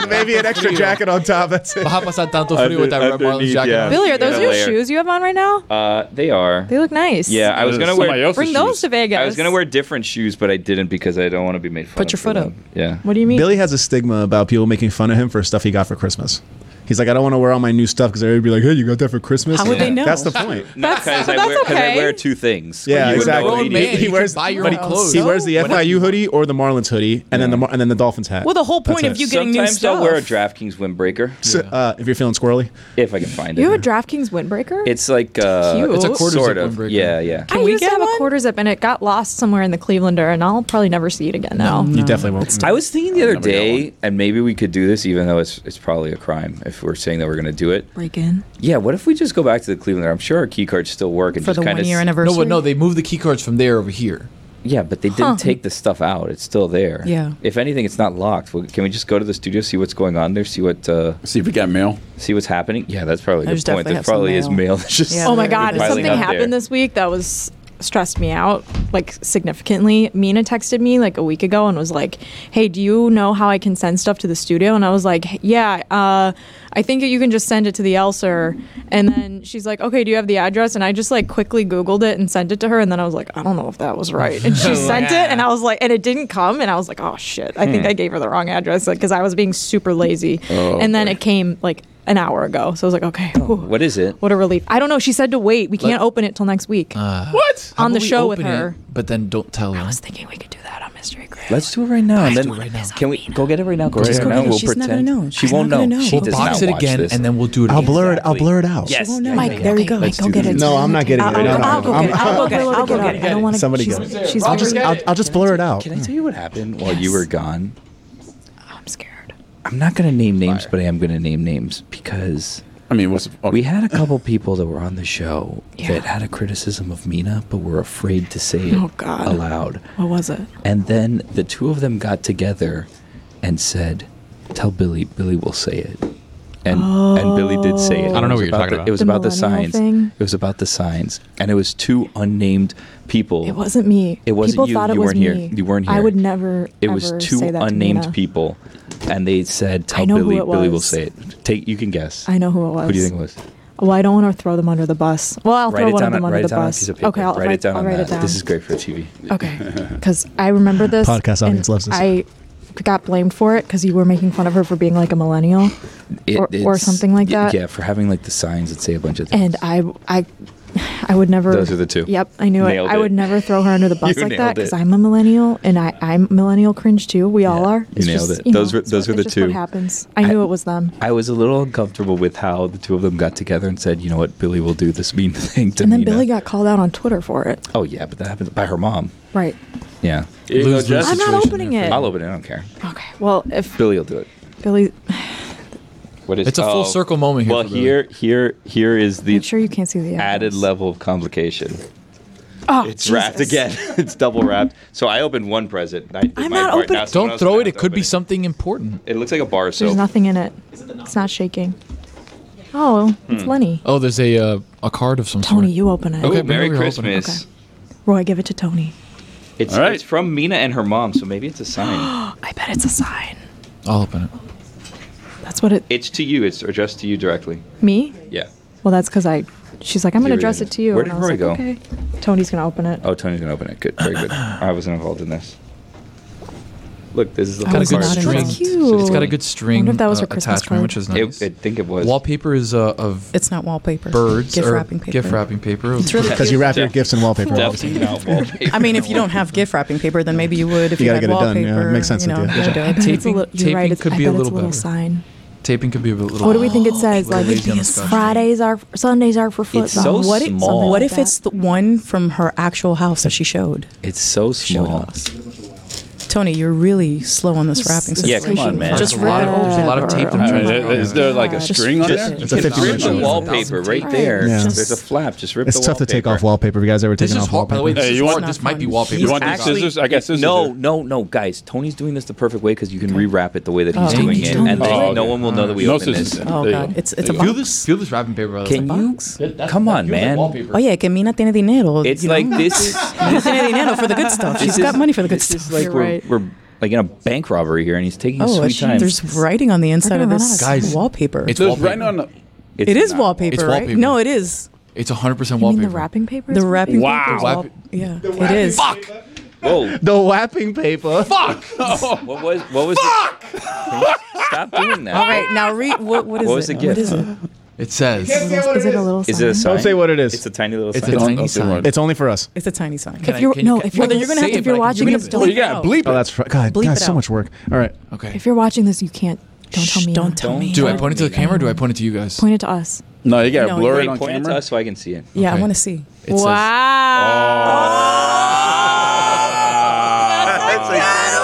Speaker 3: With maybe an extra jacket on top. That's it.
Speaker 2: Baja pasar tanto frío with that Red Marlins
Speaker 1: Underneath,
Speaker 2: jacket.
Speaker 1: yeah.
Speaker 2: on.
Speaker 7: Billy, are those
Speaker 1: Yeah,
Speaker 7: your
Speaker 1: layer.
Speaker 7: shoes you have on right now?
Speaker 1: Uh, they are.
Speaker 7: They look nice.
Speaker 1: Yeah, I was gonna
Speaker 4: Somebody
Speaker 1: wear.
Speaker 4: else's
Speaker 7: Bring those to
Speaker 4: shoes.
Speaker 7: Vegas.
Speaker 1: I was gonna wear different shoes, but I didn't because I don't want to be made fun.
Speaker 5: Put
Speaker 1: of
Speaker 5: your
Speaker 1: for
Speaker 5: foot
Speaker 1: them.
Speaker 5: up.
Speaker 1: Yeah.
Speaker 7: What do you
Speaker 3: *laughs*
Speaker 7: mean?
Speaker 3: Billy has a stigma about people making fun of him for stuff he got for Christmas. He's like, I don't want to wear all my new stuff because everybody'd be like, Hey, you got that for Christmas?
Speaker 5: How would they know?
Speaker 3: That's the point.
Speaker 1: Because I
Speaker 7: that's
Speaker 1: wear because I
Speaker 7: okay.
Speaker 1: wear two things.
Speaker 3: Yeah,
Speaker 1: You would know
Speaker 3: exactly.
Speaker 2: Grown
Speaker 1: immediately.
Speaker 2: man,
Speaker 3: He
Speaker 2: you
Speaker 3: wears-
Speaker 2: can buy your
Speaker 3: but
Speaker 2: own
Speaker 5: he-
Speaker 2: clothes.
Speaker 3: He wears the FIU hoodie or the Marlins hoodie, and then the Mar- and then the Dolphins hat.
Speaker 5: Well, the whole point
Speaker 3: That's
Speaker 5: of
Speaker 3: it.
Speaker 5: you getting new
Speaker 1: Sometimes
Speaker 5: stuff.
Speaker 1: I'll wear a DraftKings windbreaker
Speaker 3: So, uh, if you're feeling squirrely,
Speaker 1: if I can find it.
Speaker 7: you have a DraftKings windbreaker?
Speaker 1: It's like uh,
Speaker 7: Cute. It's a
Speaker 2: quarter
Speaker 1: sort
Speaker 2: zip
Speaker 1: of.
Speaker 2: windbreaker.
Speaker 1: Yeah, yeah.
Speaker 7: I
Speaker 5: we
Speaker 7: used
Speaker 5: get
Speaker 7: to have
Speaker 5: one?
Speaker 7: a quarter zip and it got lost somewhere in the Clevelander, and I'll probably never see it again now.
Speaker 3: you definitely won't.
Speaker 1: I was thinking the other
Speaker 4: never got
Speaker 1: day, and maybe we could do this, even though it's it's probably a crime if we're saying that we're gonna do it.
Speaker 5: break in
Speaker 1: Yeah, what if we just go back to the Cleveland? I'm sure our key cards still work and
Speaker 5: for
Speaker 1: just
Speaker 5: the
Speaker 1: kind
Speaker 5: one
Speaker 1: of
Speaker 5: year anniversary.
Speaker 2: No, but no, they moved the key cards from there over here.
Speaker 1: Yeah, but they didn't take the stuff out. It's still there.
Speaker 5: Yeah.
Speaker 1: If anything, it's not locked. Well, Can we just go to the studio, see what's going on there, see what uh,
Speaker 4: See if we got mail.
Speaker 1: see what's happening? Yeah, that's probably a
Speaker 5: There's
Speaker 1: good point.
Speaker 5: definitely
Speaker 1: There
Speaker 5: have some
Speaker 1: probably is
Speaker 5: mail.
Speaker 1: mail. *laughs* that's just
Speaker 5: Yeah.
Speaker 7: Oh my
Speaker 5: They're
Speaker 7: God!
Speaker 5: piling
Speaker 7: Something
Speaker 1: up
Speaker 7: happened
Speaker 1: there.
Speaker 7: this week that was stressed me out, like significantly. Mina texted me like a week ago and was like, "Hey, do you know how I can send stuff to the studio?" And I was like, "Yeah, uh, I think you can just send it to the Elser." And then she's like, "Okay, do you have the address?" And I just like quickly Googled it and sent it to her. And then I was like, "I don't know if that was right." And she sent it, and I was like, and it didn't come, and I was like, "Oh shit! I think I gave her the wrong address," like because I was being super lazy. and then it came like an hour ago, so I was like, "Okay." whew.
Speaker 1: What is it?
Speaker 7: What a relief. I don't know. She said to wait. We can't
Speaker 2: Let-
Speaker 7: open it till next week.
Speaker 2: What How
Speaker 7: On the
Speaker 2: about we
Speaker 7: show with
Speaker 2: open it,
Speaker 7: her.
Speaker 2: but then don't tell her.
Speaker 7: I was thinking we could do that on Mystery Crate.
Speaker 1: Let's do it right now. And then can we go get it right now? Go
Speaker 5: Just
Speaker 1: right
Speaker 5: go
Speaker 1: now.
Speaker 5: get it.
Speaker 1: We'll
Speaker 5: She's not gonna
Speaker 1: pretend
Speaker 5: know.
Speaker 1: she
Speaker 5: She's
Speaker 1: won't
Speaker 5: not
Speaker 1: know.
Speaker 5: gonna know.
Speaker 1: She
Speaker 2: We'll
Speaker 1: does
Speaker 2: box
Speaker 1: not
Speaker 2: it
Speaker 1: watch
Speaker 2: again,
Speaker 1: this.
Speaker 2: and then we'll do it.
Speaker 3: I'll
Speaker 2: again.
Speaker 3: blur it. I'll blur it out.
Speaker 1: Yes.
Speaker 5: No,
Speaker 1: Mike,
Speaker 5: Mike, there you go.
Speaker 1: Let's
Speaker 5: go
Speaker 1: do
Speaker 5: get
Speaker 1: this.
Speaker 5: it.
Speaker 3: No, I'm not getting it.
Speaker 5: I'll,
Speaker 3: No,
Speaker 5: I'll,
Speaker 3: no,
Speaker 5: I'll go
Speaker 3: no.
Speaker 5: get it. I'll go get it. I'll go get it. I don't want to.
Speaker 3: Somebody
Speaker 5: she's,
Speaker 3: get it.
Speaker 5: She's
Speaker 3: I'll just,
Speaker 5: watching.
Speaker 3: I'll, I'll just blur it out.
Speaker 1: Can I tell you what happened while you were gone?
Speaker 7: I'm scared.
Speaker 1: I'm not going to name names, but I am going to name names because
Speaker 4: I mean, what's oh. okay.
Speaker 1: we had a couple people that were on the show
Speaker 5: Yeah.
Speaker 1: that had a criticism of Mina, but were afraid to say it
Speaker 5: Oh, God.
Speaker 1: aloud.
Speaker 5: What was it?
Speaker 1: And then the two of them got together and said, "Tell Billy. Billy will say it." And and Billy did say it.
Speaker 8: I don't know
Speaker 1: It was
Speaker 8: what you're talking
Speaker 1: the-
Speaker 8: about.
Speaker 1: It was
Speaker 7: The
Speaker 1: about the
Speaker 7: millennial
Speaker 1: signs.
Speaker 7: thing?
Speaker 1: It was about the signs, and it was two unnamed people.
Speaker 7: It wasn't me.
Speaker 1: It wasn't
Speaker 7: People
Speaker 1: you.
Speaker 7: Thought it
Speaker 1: you
Speaker 7: was
Speaker 1: weren't
Speaker 7: me.
Speaker 1: here. You weren't here.
Speaker 7: I would never.
Speaker 1: It was
Speaker 7: ever
Speaker 1: two
Speaker 7: say that to
Speaker 1: unnamed
Speaker 7: Mina.
Speaker 1: people, and they said, "Tell
Speaker 7: know who
Speaker 1: Billy.
Speaker 7: it
Speaker 1: Billy will
Speaker 7: was.
Speaker 1: say it. Take. You can guess.
Speaker 7: I know who it was.
Speaker 1: Who do you think it was?
Speaker 7: Well, I don't want to throw them under the bus. Well, I'll
Speaker 1: write
Speaker 7: throw
Speaker 1: it
Speaker 7: one
Speaker 1: down.
Speaker 7: of them
Speaker 1: on,
Speaker 7: under
Speaker 1: write
Speaker 7: the
Speaker 1: it down on a
Speaker 7: bus.
Speaker 1: piece of paper.
Speaker 7: Okay, I'll
Speaker 1: write it down.
Speaker 7: I'll
Speaker 1: on
Speaker 7: write
Speaker 1: that.
Speaker 7: it down.
Speaker 1: This is great for TV.
Speaker 7: Okay, because I remember this
Speaker 3: Podcast
Speaker 7: and
Speaker 3: audience loves this.
Speaker 7: I got blamed for it because you were making fun of her for being like a millennial,
Speaker 1: It-
Speaker 7: or, or
Speaker 1: it's-
Speaker 7: something like
Speaker 1: y-
Speaker 7: that.
Speaker 1: Yeah, for having like the signs that say a bunch of things.
Speaker 7: And I, I, I would never.
Speaker 1: Those are the two.
Speaker 7: Yep, I knew
Speaker 1: Nailed
Speaker 7: it. I
Speaker 1: it.
Speaker 7: would never throw her under the
Speaker 1: *laughs*
Speaker 7: bus
Speaker 1: You
Speaker 7: like that
Speaker 1: nailed it.
Speaker 7: because I'm a millennial and I, I'm millennial cringe too. We all
Speaker 1: Yeah,
Speaker 7: are.
Speaker 1: you nailed it. Those were-
Speaker 7: it's
Speaker 1: those
Speaker 7: what-
Speaker 1: were the
Speaker 7: it's just what
Speaker 1: two.
Speaker 7: happens. I knew it was them.
Speaker 1: I was a little uncomfortable with how the two of them got together and said, "You know what? Billy will do this mean *laughs* thing to
Speaker 7: And then
Speaker 1: Mina."
Speaker 7: Billy got called out on Twitter for it.
Speaker 1: Oh yeah, but that happened by her mom.
Speaker 7: Right.
Speaker 1: Yeah,
Speaker 4: lose, lose.
Speaker 7: I'm not opening it.
Speaker 1: I'll open it. I don't care.
Speaker 7: Okay. Well, if
Speaker 1: Billy will do it.
Speaker 7: Billy,
Speaker 1: What is? Oh.
Speaker 2: It's a full circle moment here
Speaker 1: Well,
Speaker 2: for Billy.
Speaker 1: here, here, here is the
Speaker 7: make sure you can't see the
Speaker 1: added
Speaker 7: evidence.
Speaker 1: level of complication.
Speaker 7: Oh,
Speaker 1: It's wrapped
Speaker 7: Jesus.
Speaker 1: again. *laughs* it's double wrapped. So I opened one present. I did
Speaker 7: I'm
Speaker 1: my
Speaker 7: not
Speaker 1: part.
Speaker 7: opening-
Speaker 1: Now someone
Speaker 2: Don't
Speaker 1: else
Speaker 2: throw
Speaker 1: gonna
Speaker 2: it.
Speaker 1: have
Speaker 2: It
Speaker 1: to
Speaker 2: could
Speaker 1: open
Speaker 2: be something important.
Speaker 1: It looks like a bar
Speaker 7: There's
Speaker 1: soap.
Speaker 7: nothing in it. It's not shaking. Oh,
Speaker 1: Hmm.
Speaker 7: it's Lenny.
Speaker 2: Oh, there's a uh, a card of some
Speaker 7: Tony,
Speaker 2: sort.
Speaker 7: you open it.
Speaker 2: Okay.
Speaker 1: Ooh,
Speaker 2: but
Speaker 1: Merry
Speaker 2: we were opening.
Speaker 1: Christmas.
Speaker 7: Roy, give it to Tony.
Speaker 1: It's,
Speaker 4: All right.
Speaker 1: it's from Mina and her mom, so maybe it's a *gasps* sign.
Speaker 7: I bet it's a sign.
Speaker 2: I'll open it.
Speaker 7: That's what it.
Speaker 1: it's to you. It's addressed to you directly.
Speaker 7: me?
Speaker 1: Yeah.
Speaker 7: Well, that's because I. She's like, I'm gonna
Speaker 1: You
Speaker 7: address
Speaker 1: read
Speaker 7: it
Speaker 1: it.
Speaker 7: to you.
Speaker 1: Where
Speaker 7: and
Speaker 1: did
Speaker 7: I was
Speaker 1: Roy
Speaker 7: like,
Speaker 1: go?
Speaker 7: Okay. Tony's gonna open it.
Speaker 1: Oh, Tony's gonna open it. Good, *sighs* very good. I wasn't involved in this. Look, this is the
Speaker 7: I
Speaker 2: Got a
Speaker 7: was
Speaker 2: good
Speaker 7: not
Speaker 2: string.
Speaker 7: involved.
Speaker 2: So It's got a
Speaker 1: Cute.
Speaker 2: good string
Speaker 7: Wonder if that was
Speaker 2: uh,
Speaker 7: her Christmas
Speaker 2: attachment,
Speaker 7: card.
Speaker 2: which is
Speaker 1: It,
Speaker 2: nice.
Speaker 1: I think it was.
Speaker 2: Wallpaper is uh, of
Speaker 5: It's not wallpaper.
Speaker 2: birds
Speaker 5: Gift
Speaker 2: or
Speaker 5: wrapping paper.
Speaker 2: gift wrapping paper.
Speaker 5: It's really
Speaker 3: Because you wrap your gifts in wallpaper.
Speaker 1: Definitely not wallpaper.
Speaker 5: I mean, if you don't have gift wrapping paper, then maybe you would. If
Speaker 3: You
Speaker 5: you,
Speaker 3: gotta
Speaker 5: had
Speaker 3: get it done,
Speaker 5: wallpaper,
Speaker 3: yeah. Makes sense
Speaker 5: you
Speaker 3: with
Speaker 5: know,
Speaker 3: you. Good
Speaker 5: would
Speaker 2: job.
Speaker 5: do it.
Speaker 7: I bet it's a
Speaker 2: Taping-
Speaker 7: li- you're right.
Speaker 2: taping
Speaker 7: It's,
Speaker 2: could
Speaker 7: I
Speaker 2: be a
Speaker 7: bet it's
Speaker 2: little
Speaker 7: a little
Speaker 2: better.
Speaker 7: sign.
Speaker 2: Taping could be a little.
Speaker 7: What do we think it says?
Speaker 2: Little
Speaker 7: Like
Speaker 2: ladies on the Scotch
Speaker 7: Fridays are Sundays are for football.
Speaker 1: It's so
Speaker 5: What, if-
Speaker 1: small.
Speaker 5: what
Speaker 7: like
Speaker 5: if it's the one from her actual house that she showed?
Speaker 1: It's so
Speaker 5: Showed
Speaker 1: small.
Speaker 5: us. Tony, you're really slow on this wrapping
Speaker 1: Yeah,
Speaker 5: situation.
Speaker 1: come on, man.
Speaker 5: Just
Speaker 2: There's a lot
Speaker 5: wrap
Speaker 2: of- there's a lot of tape that I'm
Speaker 4: All
Speaker 2: trying
Speaker 4: right,
Speaker 2: to
Speaker 4: is, is there like a string on there?
Speaker 3: It's a 50
Speaker 1: Rip the
Speaker 3: inch.
Speaker 1: wallpaper right there.
Speaker 3: Yeah.
Speaker 1: There's a flap. Just rip
Speaker 3: It's
Speaker 1: the
Speaker 3: tough to take
Speaker 1: wallpaper.
Speaker 3: off wallpaper. If you guys ever
Speaker 2: This
Speaker 3: taken
Speaker 2: is
Speaker 3: off
Speaker 2: hard. By the way,
Speaker 3: wallpaper,
Speaker 2: this
Speaker 4: Hey,
Speaker 2: is
Speaker 4: you want-
Speaker 2: hard. This might be wallpaper.
Speaker 4: You want these
Speaker 1: Actually-
Speaker 4: scissors? I guess scissors.
Speaker 1: No,
Speaker 4: are-
Speaker 1: no, no, guys. Tony's doing this the perfect way because you can rewrap it the way that he's
Speaker 5: Oh.
Speaker 1: doing it, and then
Speaker 4: Oh, okay.
Speaker 1: no one will know that we
Speaker 4: No
Speaker 1: opened
Speaker 4: scissors.
Speaker 1: this.
Speaker 4: then.
Speaker 5: Oh,
Speaker 4: There you go.
Speaker 5: God. It's, it's a
Speaker 4: There
Speaker 2: Feel
Speaker 5: box.
Speaker 2: this. Feel this wrapping paper. brother.
Speaker 1: Can
Speaker 2: It's a
Speaker 1: you?
Speaker 5: box.
Speaker 1: Come on, man.
Speaker 5: Oh, yeah, que Mina tiene dinero.
Speaker 1: It's
Speaker 5: you
Speaker 1: like
Speaker 5: know?
Speaker 1: this.
Speaker 5: Mina tiene dinero for the
Speaker 1: *laughs*
Speaker 5: good stuff.
Speaker 1: This
Speaker 5: *laughs* She's
Speaker 1: is-
Speaker 5: got money for the good
Speaker 1: this
Speaker 5: stuff.
Speaker 1: is like
Speaker 7: You're
Speaker 1: we're,
Speaker 7: right.
Speaker 1: we're like in a bank robbery here, and he's taking his
Speaker 5: Oh,
Speaker 1: sweet time.
Speaker 5: there's writing on the inside of
Speaker 7: gonna run
Speaker 5: this
Speaker 7: out of
Speaker 2: time.
Speaker 5: wallpaper.
Speaker 2: It's-
Speaker 4: There's
Speaker 2: Wallpaper.
Speaker 4: right on the.
Speaker 5: it is
Speaker 1: not-
Speaker 5: wallpaper,
Speaker 2: It's
Speaker 5: right?
Speaker 2: wallpaper.
Speaker 5: No, it is.
Speaker 2: It's 100%
Speaker 7: You mean
Speaker 2: wallpaper.
Speaker 7: the wrapping paper? is
Speaker 5: The wrapping
Speaker 4: Wow.
Speaker 5: paper. is
Speaker 2: Wrap-
Speaker 5: wall- Yeah, it is.
Speaker 2: Fuck!
Speaker 1: Whoa!
Speaker 3: the wrapping paper.
Speaker 1: What was? What was? Fuck! *laughs* Stop doing that.
Speaker 5: All right, now read. What, what is
Speaker 1: What was
Speaker 5: it?
Speaker 1: the gift?
Speaker 5: What is it?
Speaker 2: It says.
Speaker 7: Is it a little?
Speaker 1: Is it a
Speaker 7: sign?
Speaker 1: sign?
Speaker 3: Don't say what it is.
Speaker 1: It's a tiny little
Speaker 2: It's a
Speaker 1: sign.
Speaker 2: tiny
Speaker 4: don't worry.
Speaker 2: sign.
Speaker 3: It's only for us.
Speaker 5: It's a tiny sign.
Speaker 7: If you're
Speaker 2: can-
Speaker 7: no,
Speaker 2: can-
Speaker 7: if you're
Speaker 2: well, then
Speaker 7: you're gonna have
Speaker 2: say
Speaker 7: to,
Speaker 2: it,
Speaker 7: if you're
Speaker 2: but I can
Speaker 7: watching
Speaker 2: bleep
Speaker 7: this,
Speaker 2: it.
Speaker 7: don't.
Speaker 4: Well, you gotta bleep
Speaker 3: Oh,
Speaker 4: it.
Speaker 3: that's fr- God.
Speaker 5: Bleep
Speaker 3: God,
Speaker 5: it
Speaker 3: so
Speaker 5: out.
Speaker 3: much work. All right.
Speaker 2: Okay.
Speaker 7: If you're watching this, you can't. Don't tell
Speaker 5: Shh,
Speaker 7: me.
Speaker 5: Don't tell
Speaker 1: Don't
Speaker 5: me.
Speaker 2: Do I point it to the camera or do I point it to you guys?
Speaker 7: Point it to us.
Speaker 4: No, you gotta
Speaker 5: No,
Speaker 4: blur
Speaker 5: wait,
Speaker 4: it on
Speaker 1: Point it to
Speaker 4: camera.
Speaker 1: us so I can see it.
Speaker 5: Yeah,
Speaker 2: Okay.
Speaker 5: I want to see.
Speaker 2: It says-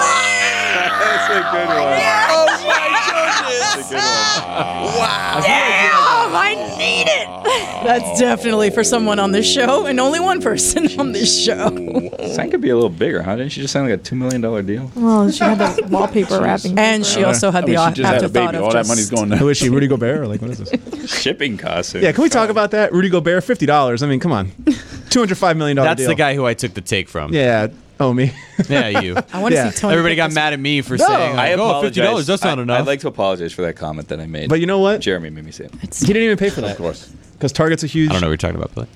Speaker 1: That's a good one. Oh my goodness!
Speaker 5: Oh, That's definitely for someone on this show and only one person *laughs* on this show.
Speaker 1: Sign could be a little bigger, huh? Didn't she just sign like a two million dollar deal?
Speaker 3: *laughs*
Speaker 7: Well, she had the wallpaper wrapping.
Speaker 5: And she also had
Speaker 4: I
Speaker 5: the
Speaker 4: mean, she just had a
Speaker 5: afterthought
Speaker 4: baby.
Speaker 5: of
Speaker 4: All that
Speaker 5: just,
Speaker 4: money's going
Speaker 5: *laughs*
Speaker 4: there.
Speaker 3: Who is she? Rudy Gobert? Or like what is this?
Speaker 1: Shipping costs.
Speaker 3: *laughs* Yeah, can we talk about that? Rudy Gobert, fifty dollars. I mean, come *laughs* on, two hundred five million dollars.
Speaker 6: That's the guy who I took the take from.
Speaker 3: Yeah, oh me.
Speaker 6: *laughs*
Speaker 3: *laughs*
Speaker 6: yeah, you.
Speaker 5: I want to
Speaker 3: Yeah.
Speaker 5: see Tony.
Speaker 6: Everybody
Speaker 5: pick *laughs*
Speaker 6: got
Speaker 5: this
Speaker 6: mad at me for
Speaker 3: No,
Speaker 6: saying,
Speaker 1: I
Speaker 6: like, oh,
Speaker 1: apologize.
Speaker 6: $50, that's not
Speaker 1: I,
Speaker 6: enough.
Speaker 1: I'd like to apologize for that comment that I made.
Speaker 3: but you know what?
Speaker 1: Jeremy made me say it.
Speaker 3: He didn't even pay for that
Speaker 4: Of course.
Speaker 3: because Target's a huge.
Speaker 6: I don't know what you're talking about, but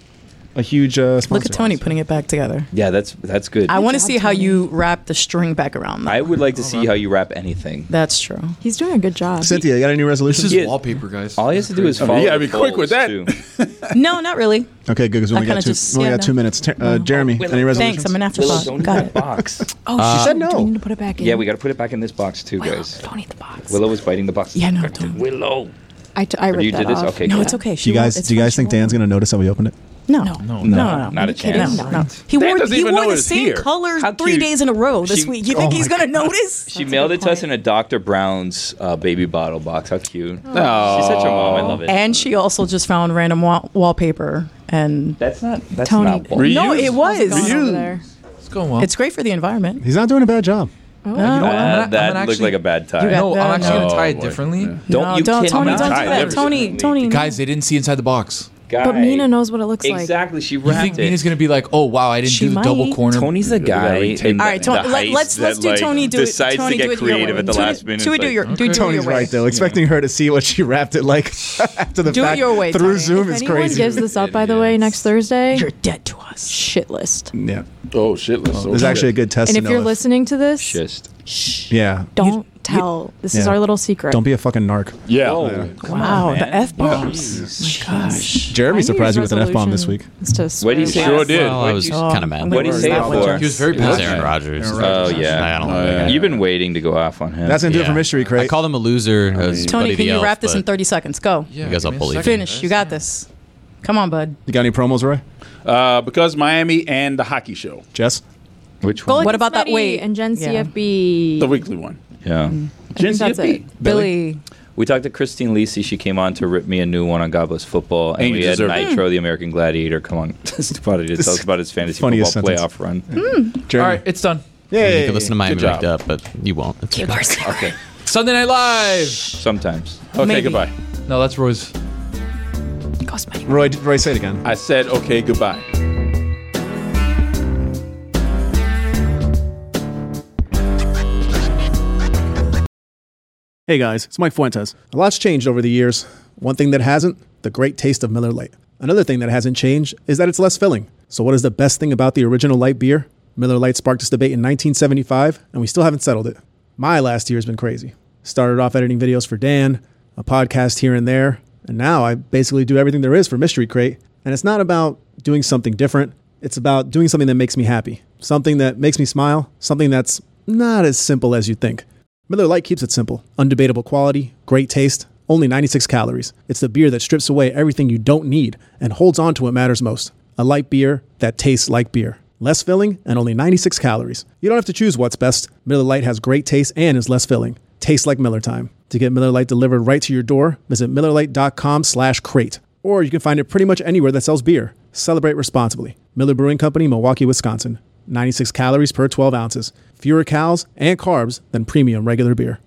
Speaker 3: a huge uh, sponsor.
Speaker 5: Look at Tony putting it back together.
Speaker 1: Yeah, that's that's good.
Speaker 5: I
Speaker 1: I
Speaker 5: want to see how you wrap the string back around. that.
Speaker 1: would like to see how you wrap anything.
Speaker 5: That's true.
Speaker 7: He's doing a good job.
Speaker 3: Cynthia, you got any
Speaker 2: This
Speaker 3: resolutions?
Speaker 2: is
Speaker 1: Yeah.
Speaker 2: wallpaper, guys.
Speaker 1: All he has to do is
Speaker 4: I mean,
Speaker 1: follow.
Speaker 4: you gotta
Speaker 1: the
Speaker 4: be quick with
Speaker 1: polls,
Speaker 4: that.
Speaker 1: too.
Speaker 5: No, not really.
Speaker 3: Okay, good because we
Speaker 5: I
Speaker 3: only got
Speaker 5: kinda
Speaker 3: two.
Speaker 5: just-
Speaker 3: we only
Speaker 5: yeah,
Speaker 3: got two
Speaker 5: no.
Speaker 3: minutes. Ter- uh, Jeremy, any resolutions?
Speaker 5: oh, Thanks. I'm an
Speaker 1: Willow,
Speaker 5: afterthought.
Speaker 1: don't eat
Speaker 5: Got
Speaker 1: that
Speaker 5: it.
Speaker 1: box.
Speaker 7: Oh,
Speaker 3: she said no.
Speaker 7: Do we need to put it back in?
Speaker 1: Yeah, we got to put it back in this box too, guys.
Speaker 7: Don't eat the box.
Speaker 1: Willow was biting the box.
Speaker 5: Yeah, no, don't.
Speaker 1: Willow.
Speaker 7: I, t- I ripped
Speaker 1: you
Speaker 7: that
Speaker 1: did this?
Speaker 7: off.
Speaker 1: Okay,
Speaker 5: No,
Speaker 1: good.
Speaker 5: it's okay.
Speaker 3: Do
Speaker 5: She
Speaker 3: you
Speaker 5: won't-
Speaker 3: guys,
Speaker 5: it's
Speaker 3: do you
Speaker 5: fine.
Speaker 3: guys
Speaker 5: She
Speaker 3: think
Speaker 5: won't.
Speaker 3: Dan's gonna notice that we opened it?
Speaker 5: No, no, no, no, no,
Speaker 1: Not a chance.
Speaker 5: No, no. He
Speaker 4: Dan
Speaker 5: wore
Speaker 4: doesn't
Speaker 5: he
Speaker 4: even
Speaker 5: wore
Speaker 4: know
Speaker 5: the
Speaker 4: it's
Speaker 5: same
Speaker 4: here.
Speaker 5: colors
Speaker 1: How
Speaker 5: three
Speaker 1: cute.
Speaker 5: days in a row this
Speaker 1: She-
Speaker 5: week. You think
Speaker 4: Oh
Speaker 5: he's gonna notice?
Speaker 1: She mailed it to us in a Dr. Brown's uh, baby bottle box. How cute. She's such a mom. I love it.
Speaker 5: Oh. And she also just found random wa- wallpaper, and
Speaker 1: that's not. That's
Speaker 7: Tony.
Speaker 1: not. wall-
Speaker 4: Reuse.
Speaker 5: no, it was.
Speaker 7: What's going on over there?
Speaker 2: It's going well.
Speaker 5: It's great for the environment.
Speaker 3: He's not doing a bad job.
Speaker 2: you know what? I'm
Speaker 1: Uh,
Speaker 2: gonna- I'm
Speaker 1: that
Speaker 2: gonna
Speaker 1: looked
Speaker 2: actually-
Speaker 1: like a bad
Speaker 5: You
Speaker 1: time.
Speaker 5: got- Mm-hmm.
Speaker 2: No, I'm
Speaker 5: No,
Speaker 2: actually gonna
Speaker 4: no.
Speaker 2: tie
Speaker 4: Oh,
Speaker 2: it
Speaker 4: boy.
Speaker 2: differently.
Speaker 4: Yeah.
Speaker 1: Don't
Speaker 5: no,
Speaker 1: you
Speaker 5: don't,
Speaker 1: kid-
Speaker 5: Tony,
Speaker 1: I'm
Speaker 5: don't
Speaker 1: not
Speaker 5: do
Speaker 1: tying
Speaker 5: that.
Speaker 1: it.
Speaker 5: Tony, Tony,
Speaker 2: Guys, they didn't see inside the box.
Speaker 1: Guy.
Speaker 7: But Mina knows what it looks like.
Speaker 1: exactly. She
Speaker 2: You
Speaker 1: wrapped
Speaker 2: think
Speaker 1: it.
Speaker 2: Mina's gonna be like, "Oh wow, I didn't
Speaker 5: She
Speaker 2: do the double
Speaker 5: might.
Speaker 2: corner."
Speaker 1: Tony's the guy.
Speaker 4: we take
Speaker 1: in
Speaker 5: All right,
Speaker 1: the
Speaker 5: Tony, let,
Speaker 1: heist
Speaker 5: let's let's
Speaker 1: that,
Speaker 5: do
Speaker 1: like,
Speaker 5: Tony do it.
Speaker 1: decides
Speaker 5: Tony
Speaker 1: to get
Speaker 5: do it your
Speaker 1: creative
Speaker 5: way.
Speaker 1: at the
Speaker 5: Do it-
Speaker 1: last minute.
Speaker 5: Do it
Speaker 1: It's
Speaker 5: do
Speaker 1: like,
Speaker 5: your do it
Speaker 3: Tony's
Speaker 5: your way.
Speaker 3: right though. Expecting her to see what she wrapped it like *laughs* after the
Speaker 5: Do it
Speaker 3: fact
Speaker 5: your way,
Speaker 3: through
Speaker 5: Tony.
Speaker 3: Zoom
Speaker 7: If
Speaker 3: is
Speaker 7: anyone
Speaker 3: crazy.
Speaker 7: gives this up, by the way, next Thursday,
Speaker 5: You're dead to us.
Speaker 7: shit list. And
Speaker 3: yeah,
Speaker 4: Oh shit! Let's
Speaker 3: there's actually a good test. to
Speaker 7: if
Speaker 3: know
Speaker 7: you're listening to this,
Speaker 1: Just.
Speaker 3: yeah,
Speaker 7: don't tell. this is
Speaker 3: Yeah.
Speaker 7: our little secret.
Speaker 3: don't be a fucking narc.
Speaker 4: yeah.
Speaker 5: Wow, the f bomb.
Speaker 3: Jeremy surprised you with an f bomb this week.
Speaker 7: It's just
Speaker 1: What do you
Speaker 7: swear
Speaker 1: say?
Speaker 7: less.
Speaker 4: Sure did.
Speaker 8: Well, I
Speaker 1: What'd
Speaker 8: was
Speaker 1: you-
Speaker 8: kind of
Speaker 5: I'm
Speaker 8: mad.
Speaker 5: gonna
Speaker 1: What do you
Speaker 5: burn
Speaker 1: say
Speaker 5: that
Speaker 1: it
Speaker 5: one,
Speaker 1: for?
Speaker 5: Jeremy.
Speaker 8: He
Speaker 2: was very
Speaker 8: It was
Speaker 2: passionate.
Speaker 8: Aaron Rodgers.
Speaker 1: Oh yeah.
Speaker 8: I don't like that.
Speaker 1: You've been waiting to go off on him.
Speaker 3: That's gonna do it
Speaker 8: Yeah.
Speaker 3: for mystery crate.
Speaker 8: I called him a loser. It was
Speaker 5: Tony,
Speaker 8: Buddy
Speaker 5: can
Speaker 8: the
Speaker 5: you
Speaker 8: Elf,
Speaker 5: wrap this in
Speaker 8: but
Speaker 5: 30 seconds? Go.
Speaker 2: Yeah,
Speaker 8: You guys
Speaker 2: give
Speaker 8: are
Speaker 2: me a
Speaker 8: bullies.
Speaker 2: second,
Speaker 5: Finish.
Speaker 2: guys.
Speaker 5: You got this. Come on, bud.
Speaker 3: you got any promos, Roy?
Speaker 4: Uh, because Miami and the hockey show,
Speaker 3: Jess,
Speaker 1: Which
Speaker 7: Go
Speaker 1: one?
Speaker 7: like
Speaker 5: What about that
Speaker 7: Smitty
Speaker 5: weight?
Speaker 7: and Gen
Speaker 5: Yeah.
Speaker 7: CFB?
Speaker 4: the weekly one.
Speaker 1: Yeah.
Speaker 7: I think that's it.
Speaker 5: Billy.
Speaker 1: We talked to Christine Lisi. She came on to rip me a new one on God Bless Football, and,
Speaker 4: And you
Speaker 1: we had
Speaker 4: deserve it.
Speaker 1: Nitro, the American Gladiator, come on *laughs* Spotted to tell us about his fantasy football
Speaker 3: Funniest sentence.
Speaker 1: playoff run.
Speaker 2: All
Speaker 3: Jeremy.
Speaker 2: right, it's done.
Speaker 3: Yay.
Speaker 8: You could listen to Miami
Speaker 4: Good job.
Speaker 8: Wrapped Up, but you won't. It's okay.
Speaker 1: Okay,
Speaker 2: Sunday Night Live.
Speaker 1: sometimes.
Speaker 4: Okay,
Speaker 5: Maybe.
Speaker 4: goodbye.
Speaker 2: No, that's Roy's.
Speaker 7: Go Smitty.
Speaker 3: Roy, Roy, say it again.
Speaker 4: I said okay, goodbye.
Speaker 3: Hey guys, it's Mike Fuentes. A lot's changed over the years. One thing that hasn't, the great taste of Miller Lite. Another thing that hasn't changed is that it's less filling. So, what is the best thing about the original light beer? Miller Lite sparked this debate in 1975, and we still haven't settled it. My last year has been crazy. Started off editing videos for Dan, a podcast here and there, and now I basically do everything there is for Mystery Crate. And it's not about doing something different, it's about doing something that makes me happy, something that makes me smile, something that's not as simple as you think. Miller Lite keeps it simple. Undebatable quality, great taste, only 96 calories. It's the beer that strips away everything you don't need and holds on to what matters most. A light beer that tastes like beer. Less filling and only 96 calories. You don't have to choose what's best. Miller Lite has great taste and is less filling. Tastes like Miller time. To get Miller Lite delivered right to your door, visit MillerLite.com slash crate. Or you can find it pretty much anywhere that sells beer. Celebrate responsibly. Miller Brewing Company, Milwaukee, Wisconsin. 96 calories per 12 ounces, fewer calories and carbs than premium regular beer.